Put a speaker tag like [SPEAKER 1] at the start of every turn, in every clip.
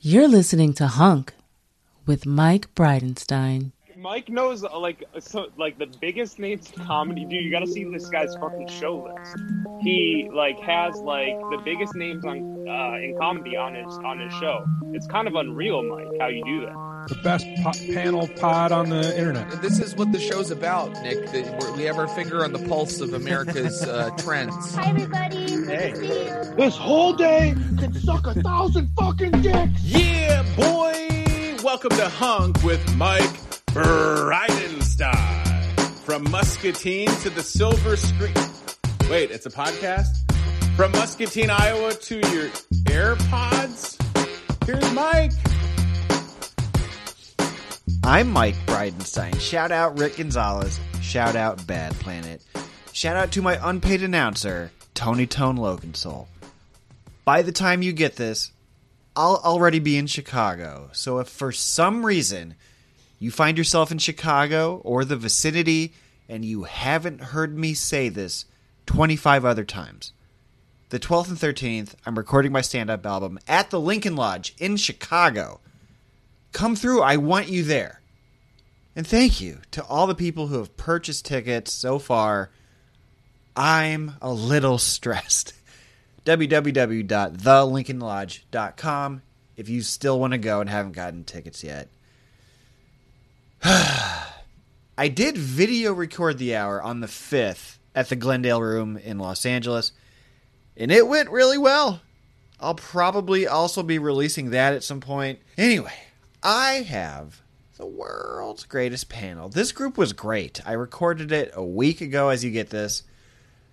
[SPEAKER 1] You're listening to Hunk with Mike Bridenstine.
[SPEAKER 2] Mike knows uh, like so, like the biggest names in comedy. Dude, you got to see this guy's fucking show list. He like has like the biggest names on uh, in comedy on his on his show. It's kind of unreal, Mike, how you do that.
[SPEAKER 3] The best po- panel pod on the internet.
[SPEAKER 4] This is what the show's about, Nick. That we're- we have our finger on the pulse of America's uh, trends.
[SPEAKER 5] Hi, everybody. Hey.
[SPEAKER 2] This whole day can suck a thousand fucking dicks.
[SPEAKER 6] Yeah, boy! Welcome to Hunk with Mike Bridenstine. From Muscatine to the Silver Screen. Wait, it's a podcast? From Muscatine, Iowa to your AirPods? Here's Mike.
[SPEAKER 7] I'm Mike Bridenstine. Shout out Rick Gonzalez. Shout out Bad Planet. Shout out to my unpaid announcer, Tony Tone Lokensoul. By the time you get this, I'll already be in Chicago. So if for some reason you find yourself in Chicago or the vicinity and you haven't heard me say this 25 other times, the 12th and 13th, I'm recording my stand up album at the Lincoln Lodge in Chicago come through. I want you there. And thank you to all the people who have purchased tickets so far. I'm a little stressed. www.thelincolnlodge.com if you still want to go and haven't gotten tickets yet. I did video record the hour on the 5th at the Glendale Room in Los Angeles, and it went really well. I'll probably also be releasing that at some point. Anyway, I have the world's greatest panel. This group was great. I recorded it a week ago as you get this.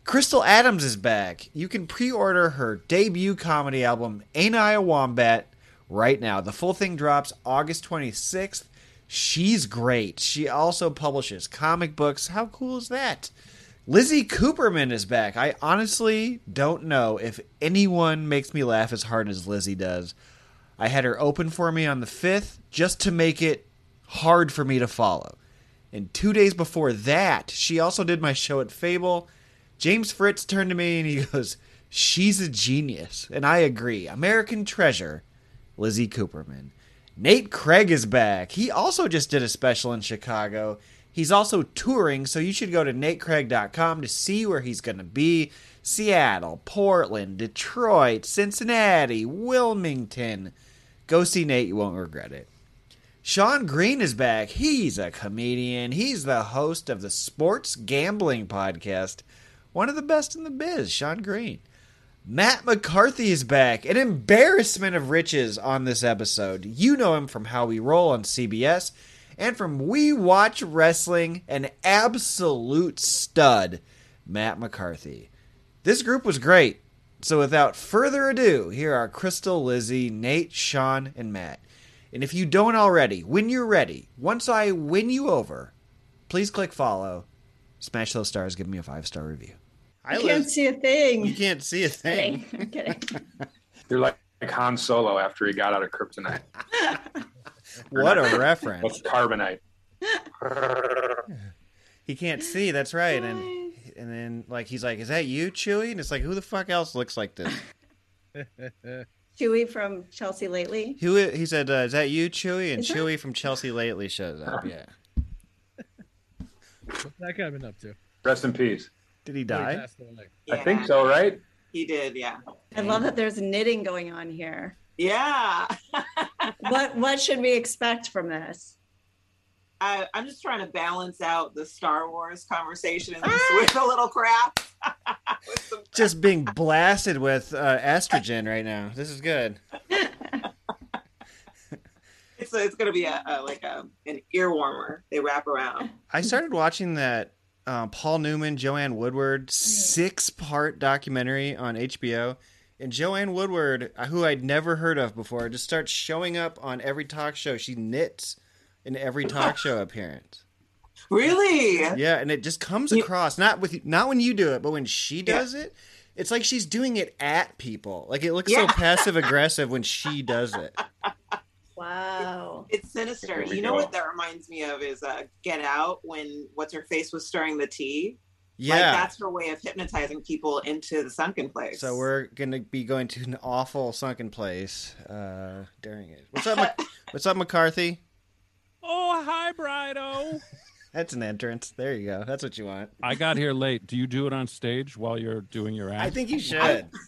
[SPEAKER 7] Crystal Adams is back. You can pre order her debut comedy album, Ain't I a Wombat, right now. The full thing drops August 26th. She's great. She also publishes comic books. How cool is that? Lizzie Cooperman is back. I honestly don't know if anyone makes me laugh as hard as Lizzie does. I had her open for me on the 5th just to make it hard for me to follow. And two days before that, she also did my show at Fable. James Fritz turned to me and he goes, She's a genius. And I agree. American treasure, Lizzie Cooperman. Nate Craig is back. He also just did a special in Chicago. He's also touring, so you should go to natecraig.com to see where he's going to be. Seattle, Portland, Detroit, Cincinnati, Wilmington. Go see Nate, you won't regret it. Sean Green is back. He's a comedian. He's the host of the Sports Gambling Podcast, one of the best in the biz, Sean Green. Matt McCarthy is back. An embarrassment of riches on this episode. You know him from How We Roll on CBS and from We Watch Wrestling, an absolute stud, Matt McCarthy. This group was great. So without further ado, here are Crystal, Lizzie, Nate, Sean, and Matt. And if you don't already, when you're ready, once I win you over, please click follow, smash those stars, give me a five star review.
[SPEAKER 8] I can't see a
[SPEAKER 7] You
[SPEAKER 8] thing.
[SPEAKER 7] can't see a thing.
[SPEAKER 8] Kidding. I'm kidding.
[SPEAKER 9] They're like, like Han Solo after he got out of kryptonite.
[SPEAKER 7] What a
[SPEAKER 9] That's
[SPEAKER 7] reference.
[SPEAKER 9] carbonite.
[SPEAKER 7] He can't see, that's right. And and then like he's like, Is that you, Chewy? And it's like, who the fuck else looks like this?
[SPEAKER 8] Chewy from Chelsea lately.
[SPEAKER 7] Who i- he said, uh, "Is that you, Chewy?" And
[SPEAKER 8] Is that-
[SPEAKER 7] Chewy from Chelsea lately shows up. Yeah,
[SPEAKER 10] That guy been up to?
[SPEAKER 9] Rest in peace.
[SPEAKER 7] did he
[SPEAKER 10] He
[SPEAKER 7] die?
[SPEAKER 10] passed away.
[SPEAKER 9] I think so, right?
[SPEAKER 11] He did, yeah.
[SPEAKER 8] I love that there's knitting going on here.
[SPEAKER 11] Yeah.
[SPEAKER 8] What what should we expect from this?
[SPEAKER 11] I, I'm just trying to balance out the Star Wars conversation
[SPEAKER 8] Ah!
[SPEAKER 11] with a little crap. With some-
[SPEAKER 7] Just being blasted with uh, estrogen right now. This is good.
[SPEAKER 11] it's it's going to be a, a like a an ear warmer. They wrap around.
[SPEAKER 7] I started watching that uh, Paul Newman, Joanne Woodward six part documentary on HBO. And Joanne Woodward, uh, who I'd never heard of before, just starts showing up on every talk show. She knits in every talk show appearance.
[SPEAKER 11] Really?
[SPEAKER 7] Yeah, and it just comes
[SPEAKER 11] You-
[SPEAKER 7] across not with not when you do it, but when she does it, it's like she's doing it at people. Like it looks so
[SPEAKER 11] Yeah.
[SPEAKER 7] passive aggressive when she does it.
[SPEAKER 8] Wow.
[SPEAKER 11] It's sinister.
[SPEAKER 9] Here we
[SPEAKER 11] You know
[SPEAKER 9] go.
[SPEAKER 11] what that reminds me of is uh, Get Out when what's her face was stirring the tea Like
[SPEAKER 7] Yeah.
[SPEAKER 11] that's her way of hypnotizing people into the sunken place.
[SPEAKER 7] so we're gonna be going to an awful sunken place uh, during it. What's up? Mac- what's up, McCarthy?
[SPEAKER 5] Oh, hi, Brido.
[SPEAKER 7] That's an entrance. There you go. That's what you want.
[SPEAKER 5] I got here late. Do you do it on stage while you're doing your act?
[SPEAKER 7] I think you should.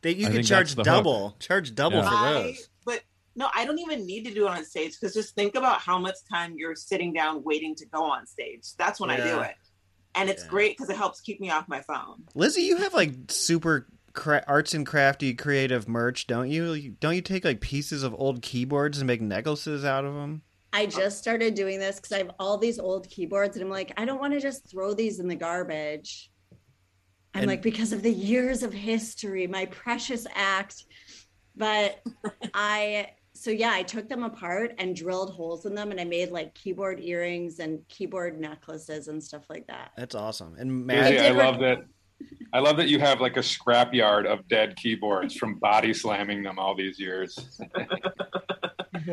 [SPEAKER 7] They, you
[SPEAKER 5] I
[SPEAKER 7] can
[SPEAKER 5] think that's
[SPEAKER 7] charge
[SPEAKER 5] the hook.
[SPEAKER 7] double. Charge double
[SPEAKER 5] Yeah.
[SPEAKER 7] for
[SPEAKER 11] I,
[SPEAKER 7] those.
[SPEAKER 11] but no, I don't even need to do it on stage because just think about how much time you're sitting down waiting to go on stage. That's when I do
[SPEAKER 7] Yeah.
[SPEAKER 11] it. And it's
[SPEAKER 7] Yeah.
[SPEAKER 11] great because it helps keep me off my phone.
[SPEAKER 7] Lizzie, you have like super cra- arts and crafty creative merch, don't you? You- Don't you take like pieces of old keyboards and make necklaces out of them?
[SPEAKER 10] I just started doing this because I have all these old keyboards and I'm like, I don't want to just throw these in the garbage. I'm
[SPEAKER 7] And-
[SPEAKER 10] like, because of the years of history, my precious act. But I, so yeah, I took them apart and drilled holes in them and I made like keyboard earrings and keyboard necklaces and stuff like that.
[SPEAKER 7] That's awesome.
[SPEAKER 9] Lizzie,
[SPEAKER 7] And Matt,
[SPEAKER 9] I
[SPEAKER 10] did re-
[SPEAKER 9] love that. I love that you have like a scrapyard of dead keyboards from body slamming them all these years.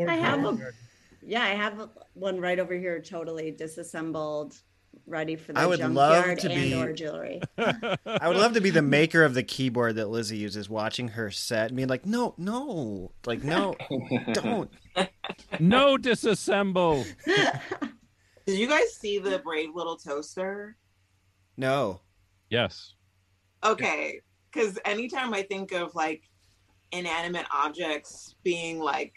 [SPEAKER 10] I have a, yeah, I have one right over here, totally disassembled, ready for the
[SPEAKER 7] I would love
[SPEAKER 10] junkyard
[SPEAKER 7] to
[SPEAKER 10] and
[SPEAKER 7] be-
[SPEAKER 10] or jewelry.
[SPEAKER 7] I would love to be the maker of the keyboard that Lizzie uses. Watching her set, and being like, no, no, like no, don't.
[SPEAKER 5] no disassemble.
[SPEAKER 11] Did you guys see
[SPEAKER 7] Mm-hmm.
[SPEAKER 11] the brave little toaster?
[SPEAKER 7] No,
[SPEAKER 5] Yes.
[SPEAKER 11] Okay, because anytime I think of like inanimate objects being like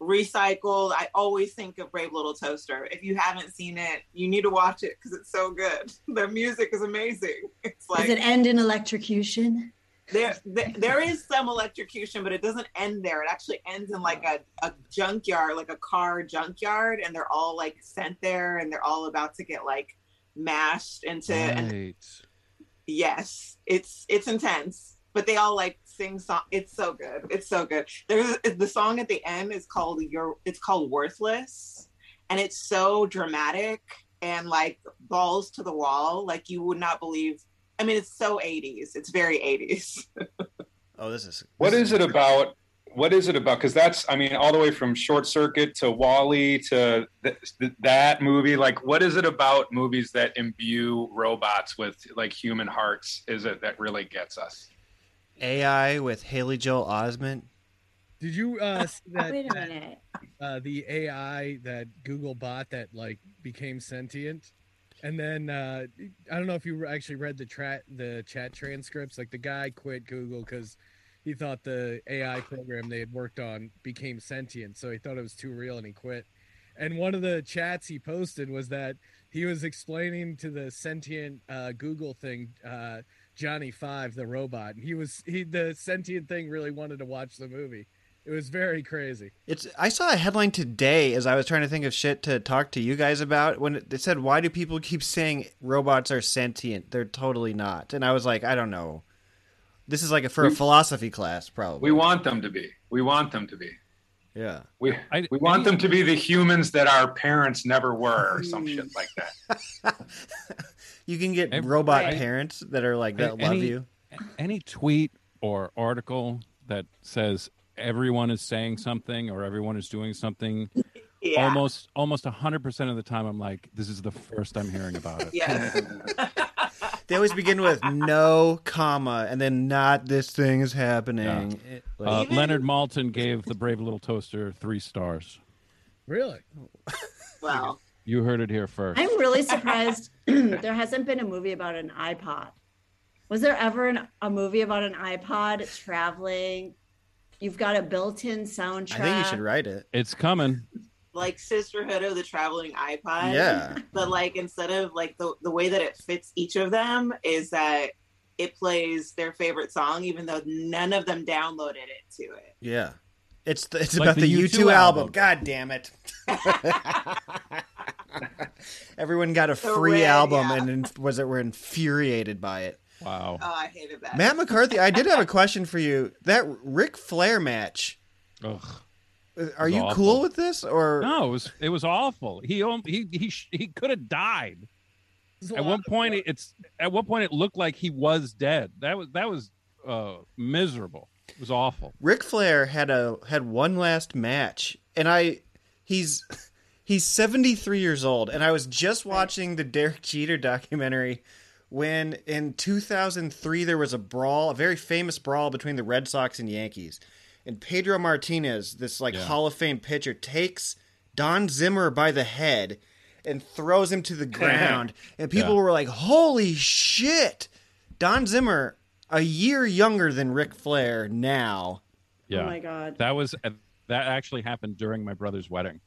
[SPEAKER 11] recycled, I always think of Brave Little Toaster. If you haven't seen it, you need to watch it because it's so good. Their music is amazing. It's like
[SPEAKER 10] Does it end in electrocution?
[SPEAKER 11] there, there there is some electrocution, but it doesn't end there. It actually ends in like a, a junkyard, like a car junkyard, and they're all like sent there, and they're all about to get like mashed into an
[SPEAKER 5] Right.
[SPEAKER 11] Yes, it's it's intense, but they all like sing song. It's so good. It's so good. There's the song at the end is called your. It's called Worthless, and it's so dramatic and like balls to the wall. Like you would not believe. I mean, it's so 80s. It's very 80s.
[SPEAKER 7] oh, this is
[SPEAKER 9] What
[SPEAKER 7] this
[SPEAKER 9] is it about? What is it about? Because that's, I mean, all the way from Short Circuit to Wally to th- th- that movie. Like, what is it about movies that imbue robots with like human hearts? Is it that really gets us?
[SPEAKER 7] AI with Haley Joel Osment?
[SPEAKER 12] Did you uh, see that,
[SPEAKER 10] Wait a
[SPEAKER 12] that,
[SPEAKER 10] minute.
[SPEAKER 12] uh, the AI that Google bot that like became sentient? And then uh, I don't know if you actually read the tra- the chat transcripts. Like the guy quit Google because he thought the AI program they had worked on became sentient, so he thought it was too real and he quit. And one of the chats he posted was that he was explaining to the sentient uh, Google thing uh, Johnny Five, the robot. And he was he the sentient thing really wanted to watch the movie. It was very crazy.
[SPEAKER 7] It's. I saw a headline today as I was trying to think of shit to talk to you guys about when it, it said, "Why do people keep saying robots are sentient? They're totally not." And I was like, I don't know. This is like a, for a philosophy class, probably.
[SPEAKER 9] We want them to be. We want them to be.
[SPEAKER 7] yeah.
[SPEAKER 9] We,
[SPEAKER 5] I-
[SPEAKER 9] we want them to be the humans that our parents never were, or some shit like that.
[SPEAKER 7] You can get
[SPEAKER 5] Ev-
[SPEAKER 7] robot
[SPEAKER 5] Right.
[SPEAKER 7] parents that are like that
[SPEAKER 5] And
[SPEAKER 7] love
[SPEAKER 5] any-
[SPEAKER 7] you.
[SPEAKER 5] Any tweet or article that says everyone is saying something or everyone is doing something
[SPEAKER 7] Oh
[SPEAKER 11] Yeah.
[SPEAKER 5] almost almost 100% of the time I'm like this is the first I'm hearing about it.
[SPEAKER 11] Yes.
[SPEAKER 7] They always begin with no comma and then not this thing is happening. It- like-
[SPEAKER 5] Uh,
[SPEAKER 11] Even-
[SPEAKER 5] Leonard Maltin gave the Brave Little Toaster 3 stars.
[SPEAKER 12] Really?
[SPEAKER 11] well,
[SPEAKER 5] You heard it here first.
[SPEAKER 10] Mm. I'm really surprised there hasn't been a movie about an iPod. Was there ever an, a movie about an iPod traveling? You've got a built-in soundtrack.
[SPEAKER 7] I think you should write it.
[SPEAKER 5] It's coming.
[SPEAKER 11] like Sisterhood of the Traveling iPod.
[SPEAKER 7] Yeah.
[SPEAKER 11] but like instead of like the, the way that it fits each of them is that it plays their favorite song even though none of them downloaded it to it
[SPEAKER 7] Yeah. It's the, it's
[SPEAKER 5] Like
[SPEAKER 7] about
[SPEAKER 5] the
[SPEAKER 7] the
[SPEAKER 5] U2
[SPEAKER 7] U2, album.
[SPEAKER 5] album.
[SPEAKER 7] God damn it. Everyone got a
[SPEAKER 11] The
[SPEAKER 7] free
[SPEAKER 11] red,
[SPEAKER 7] album
[SPEAKER 11] yeah.
[SPEAKER 7] and in, was it were infuriated by it.
[SPEAKER 5] Wow.
[SPEAKER 11] oh i hated that
[SPEAKER 7] Matt McCarthy, I did have a question for you. That Ric Flair match,
[SPEAKER 5] Ugh.
[SPEAKER 7] uh, are
[SPEAKER 5] It's
[SPEAKER 7] you
[SPEAKER 5] awful.
[SPEAKER 7] cool with this or
[SPEAKER 5] No, it was it was awful. He om- he he sh- he could have died.
[SPEAKER 12] There's a
[SPEAKER 5] At
[SPEAKER 12] lot
[SPEAKER 5] one
[SPEAKER 12] of-
[SPEAKER 5] point it- it's at one point it looked like he was dead. That was that was uh miserable. It was awful.
[SPEAKER 7] Ric Flair had a had one last match, and I he's He's 73 years old, and I was just watching the Derek Jeter documentary when in 2003 there was a brawl, a very famous brawl between the Red Sox and Yankees. And Pedro Martinez, this like
[SPEAKER 13] Yeah.
[SPEAKER 7] Hall of Fame pitcher, takes Don Zimmer by the head and throws him to the ground. and people
[SPEAKER 13] Yeah.
[SPEAKER 7] were like, "Holy shit!" Don Zimmer, a year younger than Ric Flair now.
[SPEAKER 10] Oh
[SPEAKER 5] Yeah.
[SPEAKER 7] my God.
[SPEAKER 5] That was that actually happened during my brother's wedding.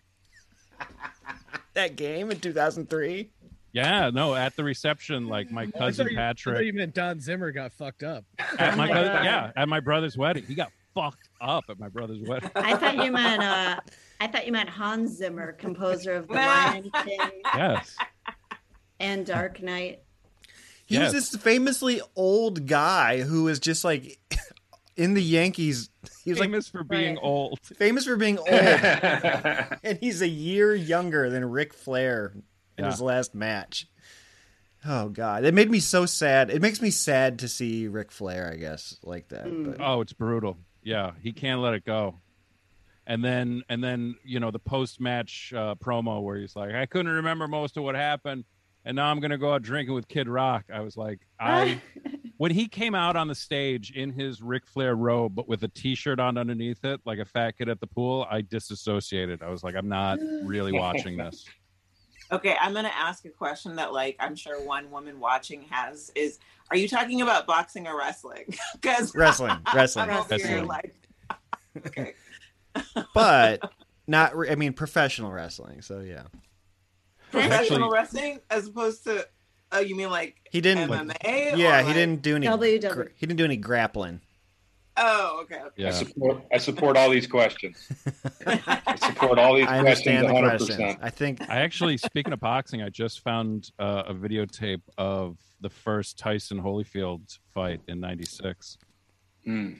[SPEAKER 7] That game in 2003.
[SPEAKER 5] Yeah, no, at the reception, like my
[SPEAKER 12] I thought
[SPEAKER 5] cousin
[SPEAKER 12] you- I thought
[SPEAKER 5] Patrick
[SPEAKER 12] you meant Don Zimmer got fucked up.
[SPEAKER 5] at
[SPEAKER 10] Oh
[SPEAKER 12] Oh
[SPEAKER 5] my, cousin, yeah at my brother's wedding, he got fucked up at my brother's wedding.
[SPEAKER 10] I thought you meant uh, I thought you meant Hans Zimmer, composer of The Lion King
[SPEAKER 5] yes.
[SPEAKER 10] and Dark Knight.
[SPEAKER 7] He
[SPEAKER 10] Yes.
[SPEAKER 7] was this famously old guy who was just like in the Yankees. He was
[SPEAKER 5] Famous
[SPEAKER 7] like,
[SPEAKER 5] for being Right. old.
[SPEAKER 7] Famous for being old, and he's a year younger than Ric Flair in
[SPEAKER 13] Yeah.
[SPEAKER 7] his last match. Oh God, it made me so sad. It makes me sad to see Ric Flair, I guess, like that. But
[SPEAKER 5] Oh, it's brutal. Yeah, he can't let it go. And then and then you know the post match uh, promo where he's like, I couldn't remember most of what happened, and now I'm gonna go out drinking with Kid Rock. I was like, I when he came out on the stage in his Ric Flair robe, but with a T-shirt on underneath it, like a fat kid at the pool, I disassociated. I was like, I'm not really watching this.
[SPEAKER 11] Okay, I'm gonna ask a question that like I'm sure one woman watching has is are you talking about boxing or wrestling? Because
[SPEAKER 7] Wrestling, wrestling, wrestling. but not. re- I mean, professional wrestling. So yeah,
[SPEAKER 11] professional wrestling as opposed to oh you mean like
[SPEAKER 7] he didn't.
[SPEAKER 11] MMA?
[SPEAKER 7] yeah,
[SPEAKER 11] or,
[SPEAKER 7] he
[SPEAKER 11] like-
[SPEAKER 7] didn't do any.
[SPEAKER 11] WW.
[SPEAKER 7] gra- he didn't do any grappling.
[SPEAKER 11] Oh, okay. okay.
[SPEAKER 9] I support. I support all these questions. I support all these
[SPEAKER 5] I
[SPEAKER 9] questions.
[SPEAKER 5] understand the
[SPEAKER 9] 100.
[SPEAKER 5] questions.
[SPEAKER 9] percent
[SPEAKER 7] I think
[SPEAKER 5] I actually, speaking of boxing, I just found uh, a videotape of the first Tyson Holyfield fight in '96.
[SPEAKER 9] Mm.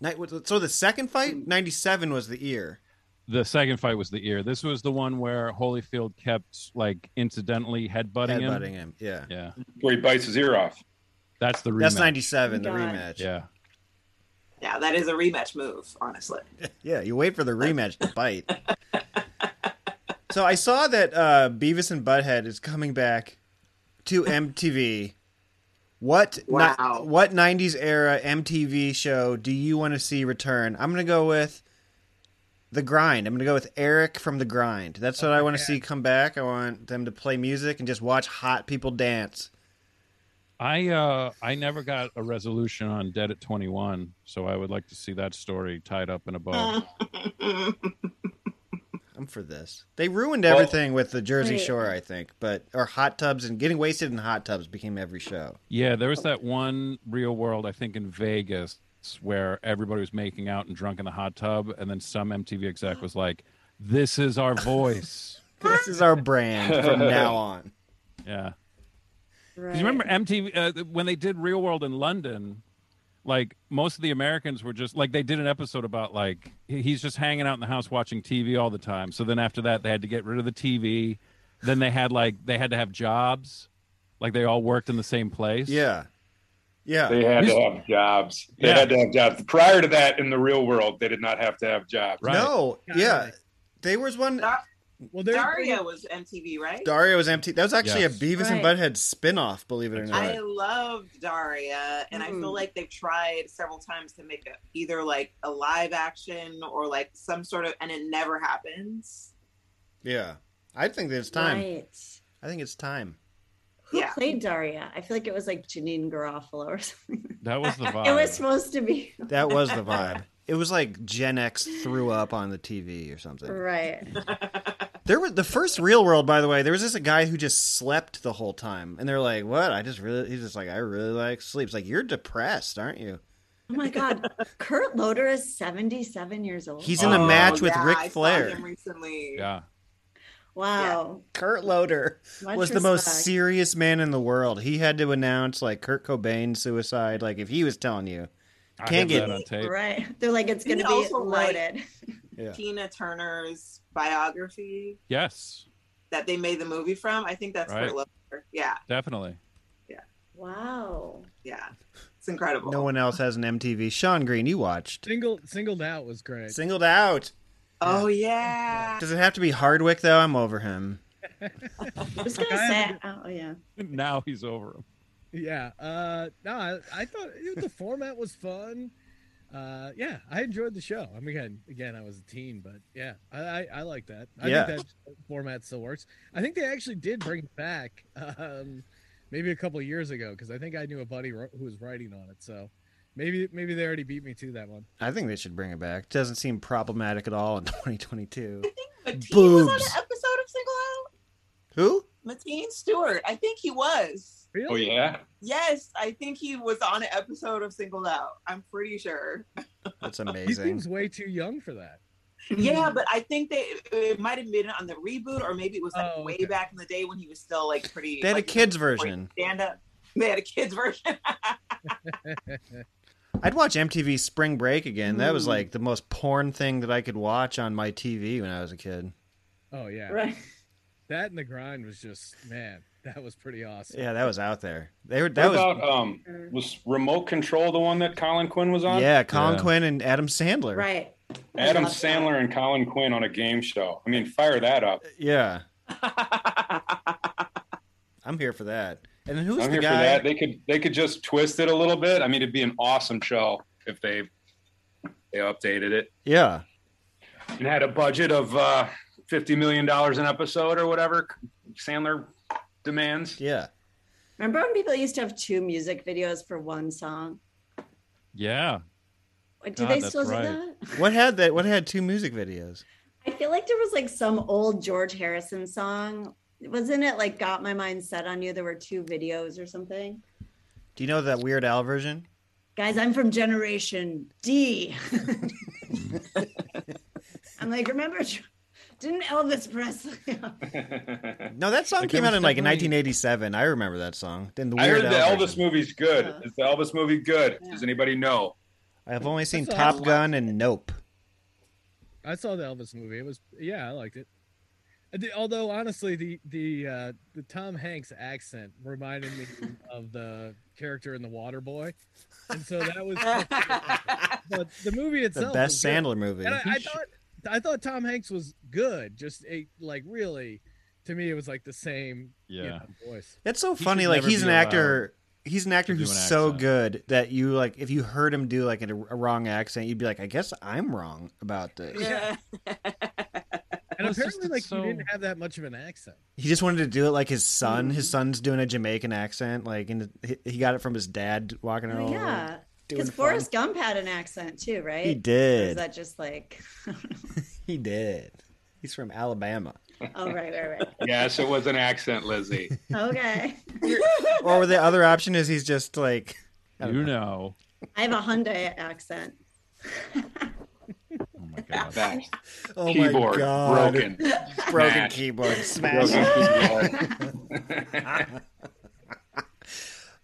[SPEAKER 7] Ni- So the second
[SPEAKER 11] Hmm.
[SPEAKER 7] fight, ninety-seven was the ear.
[SPEAKER 5] The second fight was the ear. This was the one where Holyfield kept like incidentally headbutting,
[SPEAKER 7] Headbutting
[SPEAKER 5] him.
[SPEAKER 7] him, yeah.
[SPEAKER 5] yeah,
[SPEAKER 9] where he bites his ear off.
[SPEAKER 5] That's the rematch.
[SPEAKER 7] That's ninety-seven. The
[SPEAKER 11] Oh God.
[SPEAKER 7] rematch.
[SPEAKER 5] Yeah,
[SPEAKER 11] Yeah, that is a rematch move, honestly.
[SPEAKER 7] yeah. You wait for the rematch to bite. so I saw that uh, Beavis and Butthead is coming back to MTV. What ni-
[SPEAKER 11] Wow.
[SPEAKER 7] what '90s era MTV show do you want to see return? I'm gonna go with The Grind. I'm gonna go with Eric from The Grind. That's what I want to see come back. I want them to play music and just watch hot people dance.
[SPEAKER 5] I uh, I never got a resolution on Dead at 21, so I would like to see that story tied up in a bow.
[SPEAKER 7] I'm for this. They ruined
[SPEAKER 5] Well-
[SPEAKER 7] everything with the Jersey
[SPEAKER 5] Right.
[SPEAKER 7] Shore, I think, but or hot tubs and getting wasted in hot tubs became every show.
[SPEAKER 5] Yeah, there was that one real world, I think, in Vegas where everybody was making out and drunk in the hot tub, and then some MTV exec was like, "This is our voice.
[SPEAKER 7] this is our brand from now on."
[SPEAKER 5] Yeah. 'Cause You remember MTV uh, when they did Real World in London? Like most of the Americans were just like they did an episode about like he- he's just hanging out in the house watching TV all the time. So then after that they had to get rid of the TV. Then they had like they had to have jobs, like they all worked in the same place.
[SPEAKER 7] Yeah, yeah.
[SPEAKER 9] They had to have jobs. They
[SPEAKER 5] Yeah.
[SPEAKER 9] had to have jobs. Prior to that, in the real world, they did not have to have jobs.
[SPEAKER 7] No, yeah. They was one
[SPEAKER 12] Well,
[SPEAKER 11] Daria was MTV, right?
[SPEAKER 7] Daria was empty. That was actually
[SPEAKER 11] Yes.
[SPEAKER 7] a Beavis and
[SPEAKER 11] Right.
[SPEAKER 7] Butthead spin-off, believe it or not.
[SPEAKER 11] I loved Daria, and I feel like they've tried several times to make a, either like a live action or like some sort of, and it never happens.
[SPEAKER 7] yeah. I think that it's time.
[SPEAKER 10] Right.
[SPEAKER 7] I think it's time.
[SPEAKER 10] Who played Daria? I feel like it was like Janine Garofalo or something.
[SPEAKER 5] That was the
[SPEAKER 10] It was supposed to be
[SPEAKER 7] That was the vibe. It was like Gen X threw up on the TV or something.
[SPEAKER 10] right.
[SPEAKER 7] There was the first real world, by the way. There was this guy who just slept the whole time, and they're like, "What? I just really." He's just like, "I really like sleep." It's like you're depressed, aren't you?
[SPEAKER 10] Oh my God, Kurt Loder is seventy-seven years old.
[SPEAKER 7] He's in a match with Ric Flair.
[SPEAKER 11] recently.
[SPEAKER 5] Yeah.
[SPEAKER 10] Wow.
[SPEAKER 7] Kurt Loder
[SPEAKER 10] Much
[SPEAKER 7] was the most
[SPEAKER 10] respect.
[SPEAKER 7] serious man in the world. He had to announce like Kurt Cobain's suicide. Like if he was telling you,
[SPEAKER 5] I
[SPEAKER 7] can't
[SPEAKER 5] have
[SPEAKER 7] get
[SPEAKER 5] that on tape.
[SPEAKER 10] Right. They're like, it's going
[SPEAKER 11] Didn't
[SPEAKER 10] to
[SPEAKER 11] he
[SPEAKER 10] be
[SPEAKER 11] also write-
[SPEAKER 10] loaded.
[SPEAKER 7] Yeah.
[SPEAKER 11] Tina Turner's biography
[SPEAKER 5] Yes,
[SPEAKER 11] that they made the movie from. I think that's
[SPEAKER 5] Right.
[SPEAKER 11] Kurt Loder. Yeah.
[SPEAKER 5] definitely.
[SPEAKER 10] Wow.
[SPEAKER 11] Yeah. It's incredible.
[SPEAKER 7] No one else has an MTV. Sean Green, you watched
[SPEAKER 12] Single singled out was great.
[SPEAKER 7] Singled Out.
[SPEAKER 11] Oh yeah.
[SPEAKER 7] Does it have to be Hardwick though? I'm over him.
[SPEAKER 8] I was gonna say, oh yeah.
[SPEAKER 5] now he's over him.
[SPEAKER 12] Yeah. Uh, no, I, I thought you know, the format was fun. Uh, yeah, I enjoyed the show. I mean, again, again, I was a teen, but yeah, I, I, I like that. I
[SPEAKER 7] Yeah.
[SPEAKER 12] think that format still works. I think they actually did bring it back, um, maybe a couple of years ago, because I think I knew a buddy wro- who was writing on it. So maybe maybe they already beat me to that one.
[SPEAKER 7] I think they should bring it back. Doesn't seem problematic at all in 2022.
[SPEAKER 11] Mateen was on an
[SPEAKER 7] Boobs.
[SPEAKER 11] episode of Single Out.
[SPEAKER 7] Who?
[SPEAKER 11] Mateen Stewart. I think he was.
[SPEAKER 12] Really?
[SPEAKER 9] Oh yeah.
[SPEAKER 11] Yes, I think he was on an episode of Singled Out. I'm pretty sure.
[SPEAKER 7] That's
[SPEAKER 12] He
[SPEAKER 7] amazing.
[SPEAKER 12] seems way too young for that.
[SPEAKER 8] Mm.
[SPEAKER 11] yeah, but I think they it might have been on the reboot, or maybe it was like
[SPEAKER 12] Oh,
[SPEAKER 11] way back in the day when he was still like pretty.
[SPEAKER 7] They had a
[SPEAKER 11] like,
[SPEAKER 7] kids version.
[SPEAKER 11] Stand up. They had a kids version.
[SPEAKER 7] I'd watch MTV Spring Break again. That was
[SPEAKER 11] Mm.
[SPEAKER 7] like the most porn thing that I could watch on my TV when I was a kid.
[SPEAKER 12] Oh yeah,
[SPEAKER 11] Right.
[SPEAKER 12] That and the grind was just man, that was pretty awesome.
[SPEAKER 7] Yeah, that was out there. They were
[SPEAKER 9] What
[SPEAKER 7] that was
[SPEAKER 9] about um was remote control the one that Colin Quinn was on?
[SPEAKER 7] yeah, Colin Quinn and Adam Sandler.
[SPEAKER 8] Right.
[SPEAKER 9] Adam Sandler and Colin Quinn on a game show. I mean, fire that up.
[SPEAKER 7] Yeah. I'm here for that. And then who's
[SPEAKER 9] I'm
[SPEAKER 7] the
[SPEAKER 9] here
[SPEAKER 7] guy?
[SPEAKER 9] for that. They could they could just twist it a little bit. I mean, it'd be an awesome show if they they updated it
[SPEAKER 7] Yeah.
[SPEAKER 9] and had a budget of uh, fifty million dollars an episode or whatever Sandler demands.
[SPEAKER 7] Yeah.
[SPEAKER 8] Remember when people used to have two music videos for one song?
[SPEAKER 5] Yeah.
[SPEAKER 8] Wait, Do
[SPEAKER 5] God,
[SPEAKER 8] they
[SPEAKER 5] that's
[SPEAKER 8] still
[SPEAKER 5] right.
[SPEAKER 8] do that?
[SPEAKER 7] What had that? What had two music videos?
[SPEAKER 8] I feel like there was like some old George Harrison song. Wasn't it like Got My Mind Set on You? There were two videos or something.
[SPEAKER 7] Do you know that Weird Al version?
[SPEAKER 8] Guys, I'm from Generation D. I'm like, remember, didn't Elvis Presley?
[SPEAKER 7] No, that song
[SPEAKER 9] Like,
[SPEAKER 7] came
[SPEAKER 9] that
[SPEAKER 7] out
[SPEAKER 9] was
[SPEAKER 7] in like
[SPEAKER 9] definitely-
[SPEAKER 7] 1987. I remember that song. Then the
[SPEAKER 9] I
[SPEAKER 7] Weird
[SPEAKER 9] heard
[SPEAKER 7] Al
[SPEAKER 9] the Elvis
[SPEAKER 7] version.
[SPEAKER 9] movie's good. Is the Elvis movie good? Does anybody know?
[SPEAKER 7] I've only seen
[SPEAKER 12] That's
[SPEAKER 7] Top
[SPEAKER 12] awesome.
[SPEAKER 7] Gun and Nope.
[SPEAKER 12] I saw the Elvis movie. It was yeah, I liked it. I did- although honestly, the the uh, the Tom Hanks accent reminded me of the character in The Water Boy, and so that was. but the movie
[SPEAKER 7] The
[SPEAKER 12] itself,
[SPEAKER 7] best
[SPEAKER 12] was good.
[SPEAKER 7] Sandler movie.
[SPEAKER 12] And I, I thought I thought Tom Hanks was good. Just a like really, to me, it was like the same you
[SPEAKER 5] Yeah.
[SPEAKER 12] know, voice.
[SPEAKER 7] It's so
[SPEAKER 5] He
[SPEAKER 7] funny.
[SPEAKER 5] should
[SPEAKER 7] Like
[SPEAKER 5] never
[SPEAKER 7] he's
[SPEAKER 5] be
[SPEAKER 7] an actor. He's an actor
[SPEAKER 5] to do
[SPEAKER 7] who's
[SPEAKER 5] an
[SPEAKER 7] so
[SPEAKER 5] accent.
[SPEAKER 7] good that you like if you heard him do like a, a wrong accent, you'd be like, I guess I'm wrong about this.
[SPEAKER 11] yeah.
[SPEAKER 12] And
[SPEAKER 5] Well, it's just-
[SPEAKER 12] apparently, like
[SPEAKER 5] it's
[SPEAKER 12] he
[SPEAKER 5] so-
[SPEAKER 12] didn't have that much of an accent.
[SPEAKER 7] He just wanted to do it like his son.
[SPEAKER 8] Mm-hmm.
[SPEAKER 7] His son's doing a Jamaican accent, like and he- he got it from his dad walking around.
[SPEAKER 8] yeah.
[SPEAKER 7] doing
[SPEAKER 8] Because
[SPEAKER 7] fun.
[SPEAKER 8] Forrest Gump had an accent too, right?
[SPEAKER 7] He
[SPEAKER 8] Or is
[SPEAKER 7] did.
[SPEAKER 8] that just like,
[SPEAKER 7] He did. He's from Alabama.
[SPEAKER 8] oh, right, right, right.
[SPEAKER 9] Yes, it was an accent, Lizzie.
[SPEAKER 8] Okay.
[SPEAKER 7] or the other option is he's just like I don't
[SPEAKER 5] You know.
[SPEAKER 8] I have a Hyundai accent.
[SPEAKER 5] Oh my god.
[SPEAKER 9] That
[SPEAKER 7] oh
[SPEAKER 9] keyboard
[SPEAKER 7] my god,
[SPEAKER 9] broken.
[SPEAKER 7] broken
[SPEAKER 9] Smash.
[SPEAKER 7] keyboard smash.
[SPEAKER 9] Broken keyboard.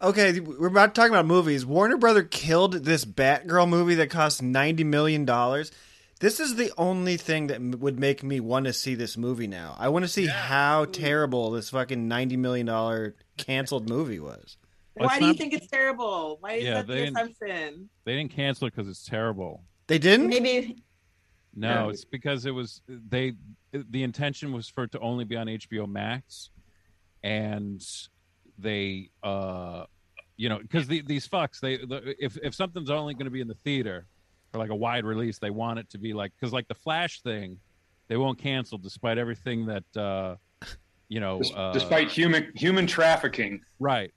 [SPEAKER 7] Okay, we're about to talk about movies. Warner Brother killed this Batgirl movie that cost ninety million dollars. This is the only thing that m- would make me want to see this movie now. I want to see how terrible this fucking ninety million dollar canceled movie was.
[SPEAKER 5] Well,
[SPEAKER 11] Why
[SPEAKER 5] it's
[SPEAKER 11] do you
[SPEAKER 5] not-
[SPEAKER 11] think it's terrible? Why is
[SPEAKER 5] Yeah,
[SPEAKER 11] that
[SPEAKER 5] they-
[SPEAKER 11] the assumption?
[SPEAKER 5] They didn't cancel it because it's terrible.
[SPEAKER 7] They didn't.
[SPEAKER 8] Maybe
[SPEAKER 5] No,
[SPEAKER 9] Yeah.
[SPEAKER 5] it's because it was they. The intention was for it to only be on HBO Max, and they, uh you know, because the, these fucks, they the, if if something's only going to be in the theater for like a wide release, they want it to be like because like the Flash thing, they won't cancel despite everything that uh you know,
[SPEAKER 9] Des-
[SPEAKER 5] uh,
[SPEAKER 9] Despite human human trafficking,
[SPEAKER 5] Right.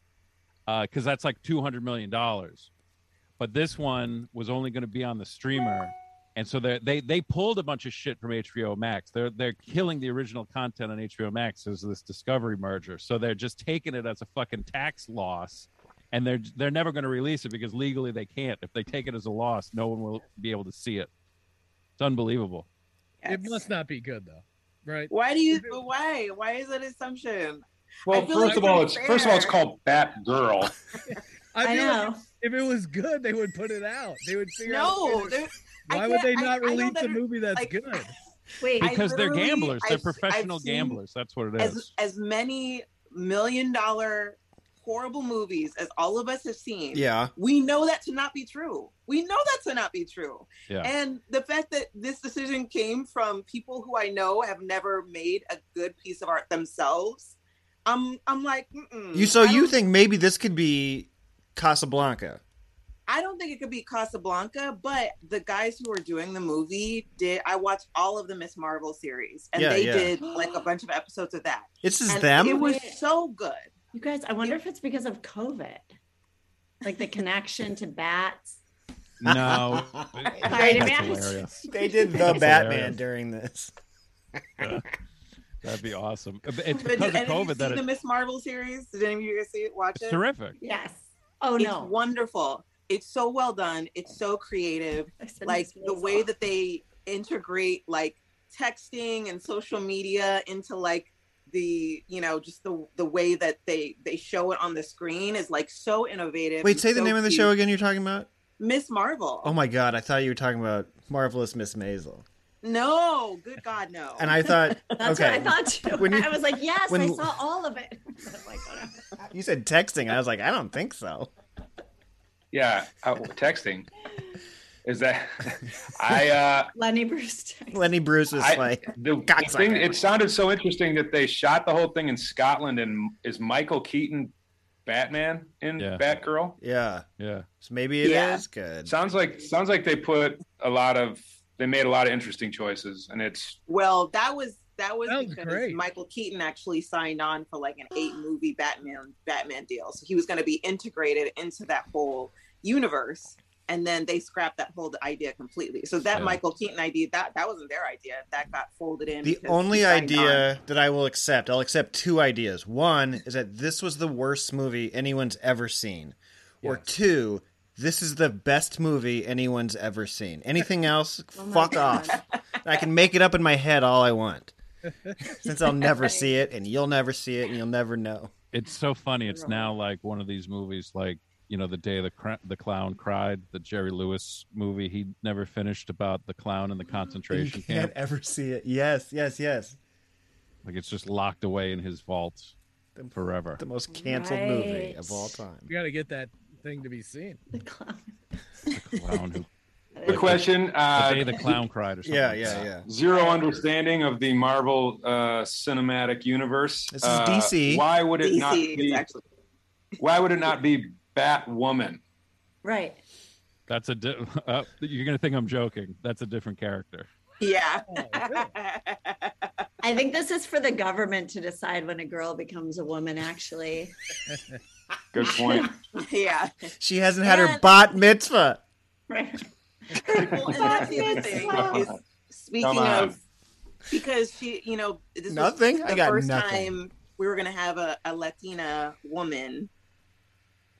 [SPEAKER 5] Because Uh, that's like $200 million. But this one was only going to be on the streamer. And so they they they pulled a bunch of shit from HBO Max. They're they're killing the original content on HBO Max as this Discovery merger. So they're just taking it as a fucking tax loss, and they're they're never going to release it because legally they can't. If they take it as a loss, no one will be able to see it. It's unbelievable.
[SPEAKER 12] It
[SPEAKER 11] Yes.
[SPEAKER 12] must not be good though, right?
[SPEAKER 11] Why do you? but Why? Why is that assumption?
[SPEAKER 9] Well,
[SPEAKER 11] I feel
[SPEAKER 9] first
[SPEAKER 11] like
[SPEAKER 9] of all,
[SPEAKER 11] that's
[SPEAKER 9] it's first of all, it's
[SPEAKER 11] fair.
[SPEAKER 9] called Batgirl.
[SPEAKER 8] I
[SPEAKER 12] feel like
[SPEAKER 8] know.
[SPEAKER 12] if it was good, they would put it out. They would figure out. a way
[SPEAKER 11] No.
[SPEAKER 12] to-
[SPEAKER 11] there- I
[SPEAKER 12] Why would they
[SPEAKER 11] can't- I-
[SPEAKER 12] not
[SPEAKER 11] I know
[SPEAKER 12] release
[SPEAKER 11] that
[SPEAKER 12] a
[SPEAKER 11] it-
[SPEAKER 12] movie that's
[SPEAKER 11] like-
[SPEAKER 12] good?
[SPEAKER 8] Wait,
[SPEAKER 11] I
[SPEAKER 5] Because they're
[SPEAKER 11] literally-
[SPEAKER 5] gamblers. They're
[SPEAKER 11] I've- I've
[SPEAKER 5] professional
[SPEAKER 11] seen-
[SPEAKER 5] gamblers. That's what it is.
[SPEAKER 11] as as many million dollar horrible movies as all of us have seen
[SPEAKER 7] Yeah.
[SPEAKER 11] we know that to not be true we know that to not be true
[SPEAKER 5] Yeah.
[SPEAKER 11] and the fact that this decision came from people who i know have never made a good piece of art themselves i'm i'm like Mm-mm.
[SPEAKER 7] You so
[SPEAKER 11] I
[SPEAKER 7] you
[SPEAKER 11] don't-
[SPEAKER 7] think maybe this could be Casablanca?
[SPEAKER 11] I don't think it could be Casablanca, but the guys who were doing the movie did. I watched all of the Miss Marvel series, and
[SPEAKER 7] Yeah,
[SPEAKER 11] they
[SPEAKER 7] yeah.
[SPEAKER 11] did like a bunch of episodes of that.
[SPEAKER 7] This is
[SPEAKER 11] And
[SPEAKER 7] them.
[SPEAKER 11] It was so good.
[SPEAKER 10] You guys, I wonder if it's because of COVID, like the connection to bats.
[SPEAKER 5] No.
[SPEAKER 10] Sorry,
[SPEAKER 5] That's
[SPEAKER 10] man.
[SPEAKER 5] hilarious.
[SPEAKER 7] They did the
[SPEAKER 5] That's
[SPEAKER 7] Batman
[SPEAKER 5] hilarious.
[SPEAKER 7] during this.
[SPEAKER 5] Yeah. That'd be awesome. It's
[SPEAKER 11] But did
[SPEAKER 5] because of
[SPEAKER 11] any of you
[SPEAKER 5] COVID that
[SPEAKER 11] see the
[SPEAKER 5] it,
[SPEAKER 11] Miss Marvel series? Did any of you guys see it? Watch
[SPEAKER 5] it's
[SPEAKER 11] it.
[SPEAKER 5] terrific.
[SPEAKER 10] Yes. Oh
[SPEAKER 11] it's
[SPEAKER 10] no.
[SPEAKER 11] wonderful. It's so well done. It's so creative.
[SPEAKER 10] I said
[SPEAKER 11] like
[SPEAKER 10] Miss
[SPEAKER 11] the
[SPEAKER 10] Maisel.
[SPEAKER 11] way that they integrate like texting and social media into like the you know just the the way that they they show it on the screen is like so innovative.
[SPEAKER 7] Wait,
[SPEAKER 11] and
[SPEAKER 7] say the
[SPEAKER 11] so
[SPEAKER 7] name of the
[SPEAKER 11] cute.
[SPEAKER 7] show again. You're talking about?
[SPEAKER 11] Miss Marvel.
[SPEAKER 7] Oh my god! I thought you were talking about marvelous Miss Maisel,
[SPEAKER 11] No, good God, no.
[SPEAKER 7] and I thought,
[SPEAKER 10] That's
[SPEAKER 7] okay,
[SPEAKER 10] what I thought too.
[SPEAKER 7] When you-
[SPEAKER 10] I was like, yes, I
[SPEAKER 7] when-
[SPEAKER 10] saw all of it. I'm like, whatever.
[SPEAKER 7] you said texting, and I was like, I don't think so.
[SPEAKER 9] Yeah, uh, texting. Is that I? uh
[SPEAKER 10] Lenny Bruce.
[SPEAKER 7] Lenny Bruce was
[SPEAKER 9] I-
[SPEAKER 7] like,
[SPEAKER 9] The
[SPEAKER 7] Cocksucker.
[SPEAKER 9] thing, it sounded so interesting that they shot the whole thing in Scotland. And is Michael Keaton Batman in
[SPEAKER 5] Yeah.
[SPEAKER 9] Batgirl?
[SPEAKER 7] yeah.
[SPEAKER 5] Yeah.
[SPEAKER 7] So maybe it is
[SPEAKER 11] Yeah.
[SPEAKER 7] good.
[SPEAKER 9] Sounds like sounds like they put a lot of they made a lot of interesting choices, and it's
[SPEAKER 11] Well, that was that was
[SPEAKER 12] Sounds
[SPEAKER 11] because
[SPEAKER 12] great.
[SPEAKER 11] Michael Keaton actually signed on for like an eight movie Batman Batman deal, so he was going to be integrated into that whole universe. And then they scrapped that whole idea completely. So that
[SPEAKER 5] Yeah.
[SPEAKER 11] Michael Keaton idea that that wasn't their idea. That got folded in.
[SPEAKER 7] The
[SPEAKER 11] because he
[SPEAKER 7] only
[SPEAKER 11] signed on.
[SPEAKER 7] idea that I will accept, I'll accept two ideas. One is that this was the worst movie anyone's ever seen, or two, this is the best movie anyone's ever seen. Anything else,
[SPEAKER 10] my
[SPEAKER 7] fuck
[SPEAKER 10] God.
[SPEAKER 7] off. I can make it up in my head all I want, since I'll never see it, and you'll never see it, and you'll never know.
[SPEAKER 5] It's so funny. It's now like one of these movies, like you know, the day the cr- the clown cried, the Jerry Lewis movie. He never finished about the clown in the
[SPEAKER 7] You
[SPEAKER 5] concentration
[SPEAKER 7] can't
[SPEAKER 5] camp.
[SPEAKER 7] ever see it. Yes, yes, yes.
[SPEAKER 5] Like it's just locked away in his vault
[SPEAKER 7] The-
[SPEAKER 5] forever.
[SPEAKER 7] The most canceled movie
[SPEAKER 10] Right.
[SPEAKER 7] of all time.
[SPEAKER 12] You got to get that thing to be seen.
[SPEAKER 10] The clown.
[SPEAKER 5] The clown who,
[SPEAKER 9] good question.
[SPEAKER 5] the
[SPEAKER 9] Uh,
[SPEAKER 5] day the clown cried, or something.
[SPEAKER 7] Yeah,
[SPEAKER 5] like
[SPEAKER 7] yeah,
[SPEAKER 5] that.
[SPEAKER 7] yeah.
[SPEAKER 9] zero understanding of the Marvel uh, cinematic universe.
[SPEAKER 7] This is
[SPEAKER 9] Uh,
[SPEAKER 7] DC.
[SPEAKER 9] Why would it not
[SPEAKER 11] DC is
[SPEAKER 9] be?
[SPEAKER 11] actually
[SPEAKER 9] Why would it not be Batwoman?
[SPEAKER 10] Right.
[SPEAKER 5] That's a. Di- uh, you're gonna think I'm joking. That's a different character.
[SPEAKER 11] yeah.
[SPEAKER 10] I think this is for the government to decide when a girl becomes a woman, actually.
[SPEAKER 9] Good point.
[SPEAKER 11] yeah.
[SPEAKER 7] She hasn't had her
[SPEAKER 10] And-
[SPEAKER 7] bat mitzvah.
[SPEAKER 10] Right.
[SPEAKER 11] Well, and that's the other thing is
[SPEAKER 9] Come
[SPEAKER 11] speaking
[SPEAKER 9] on.
[SPEAKER 11] of because she, you know, this was
[SPEAKER 7] Nothing? I
[SPEAKER 11] the
[SPEAKER 7] got
[SPEAKER 11] first
[SPEAKER 7] nothing.
[SPEAKER 11] time we were gonna have a, a Latina woman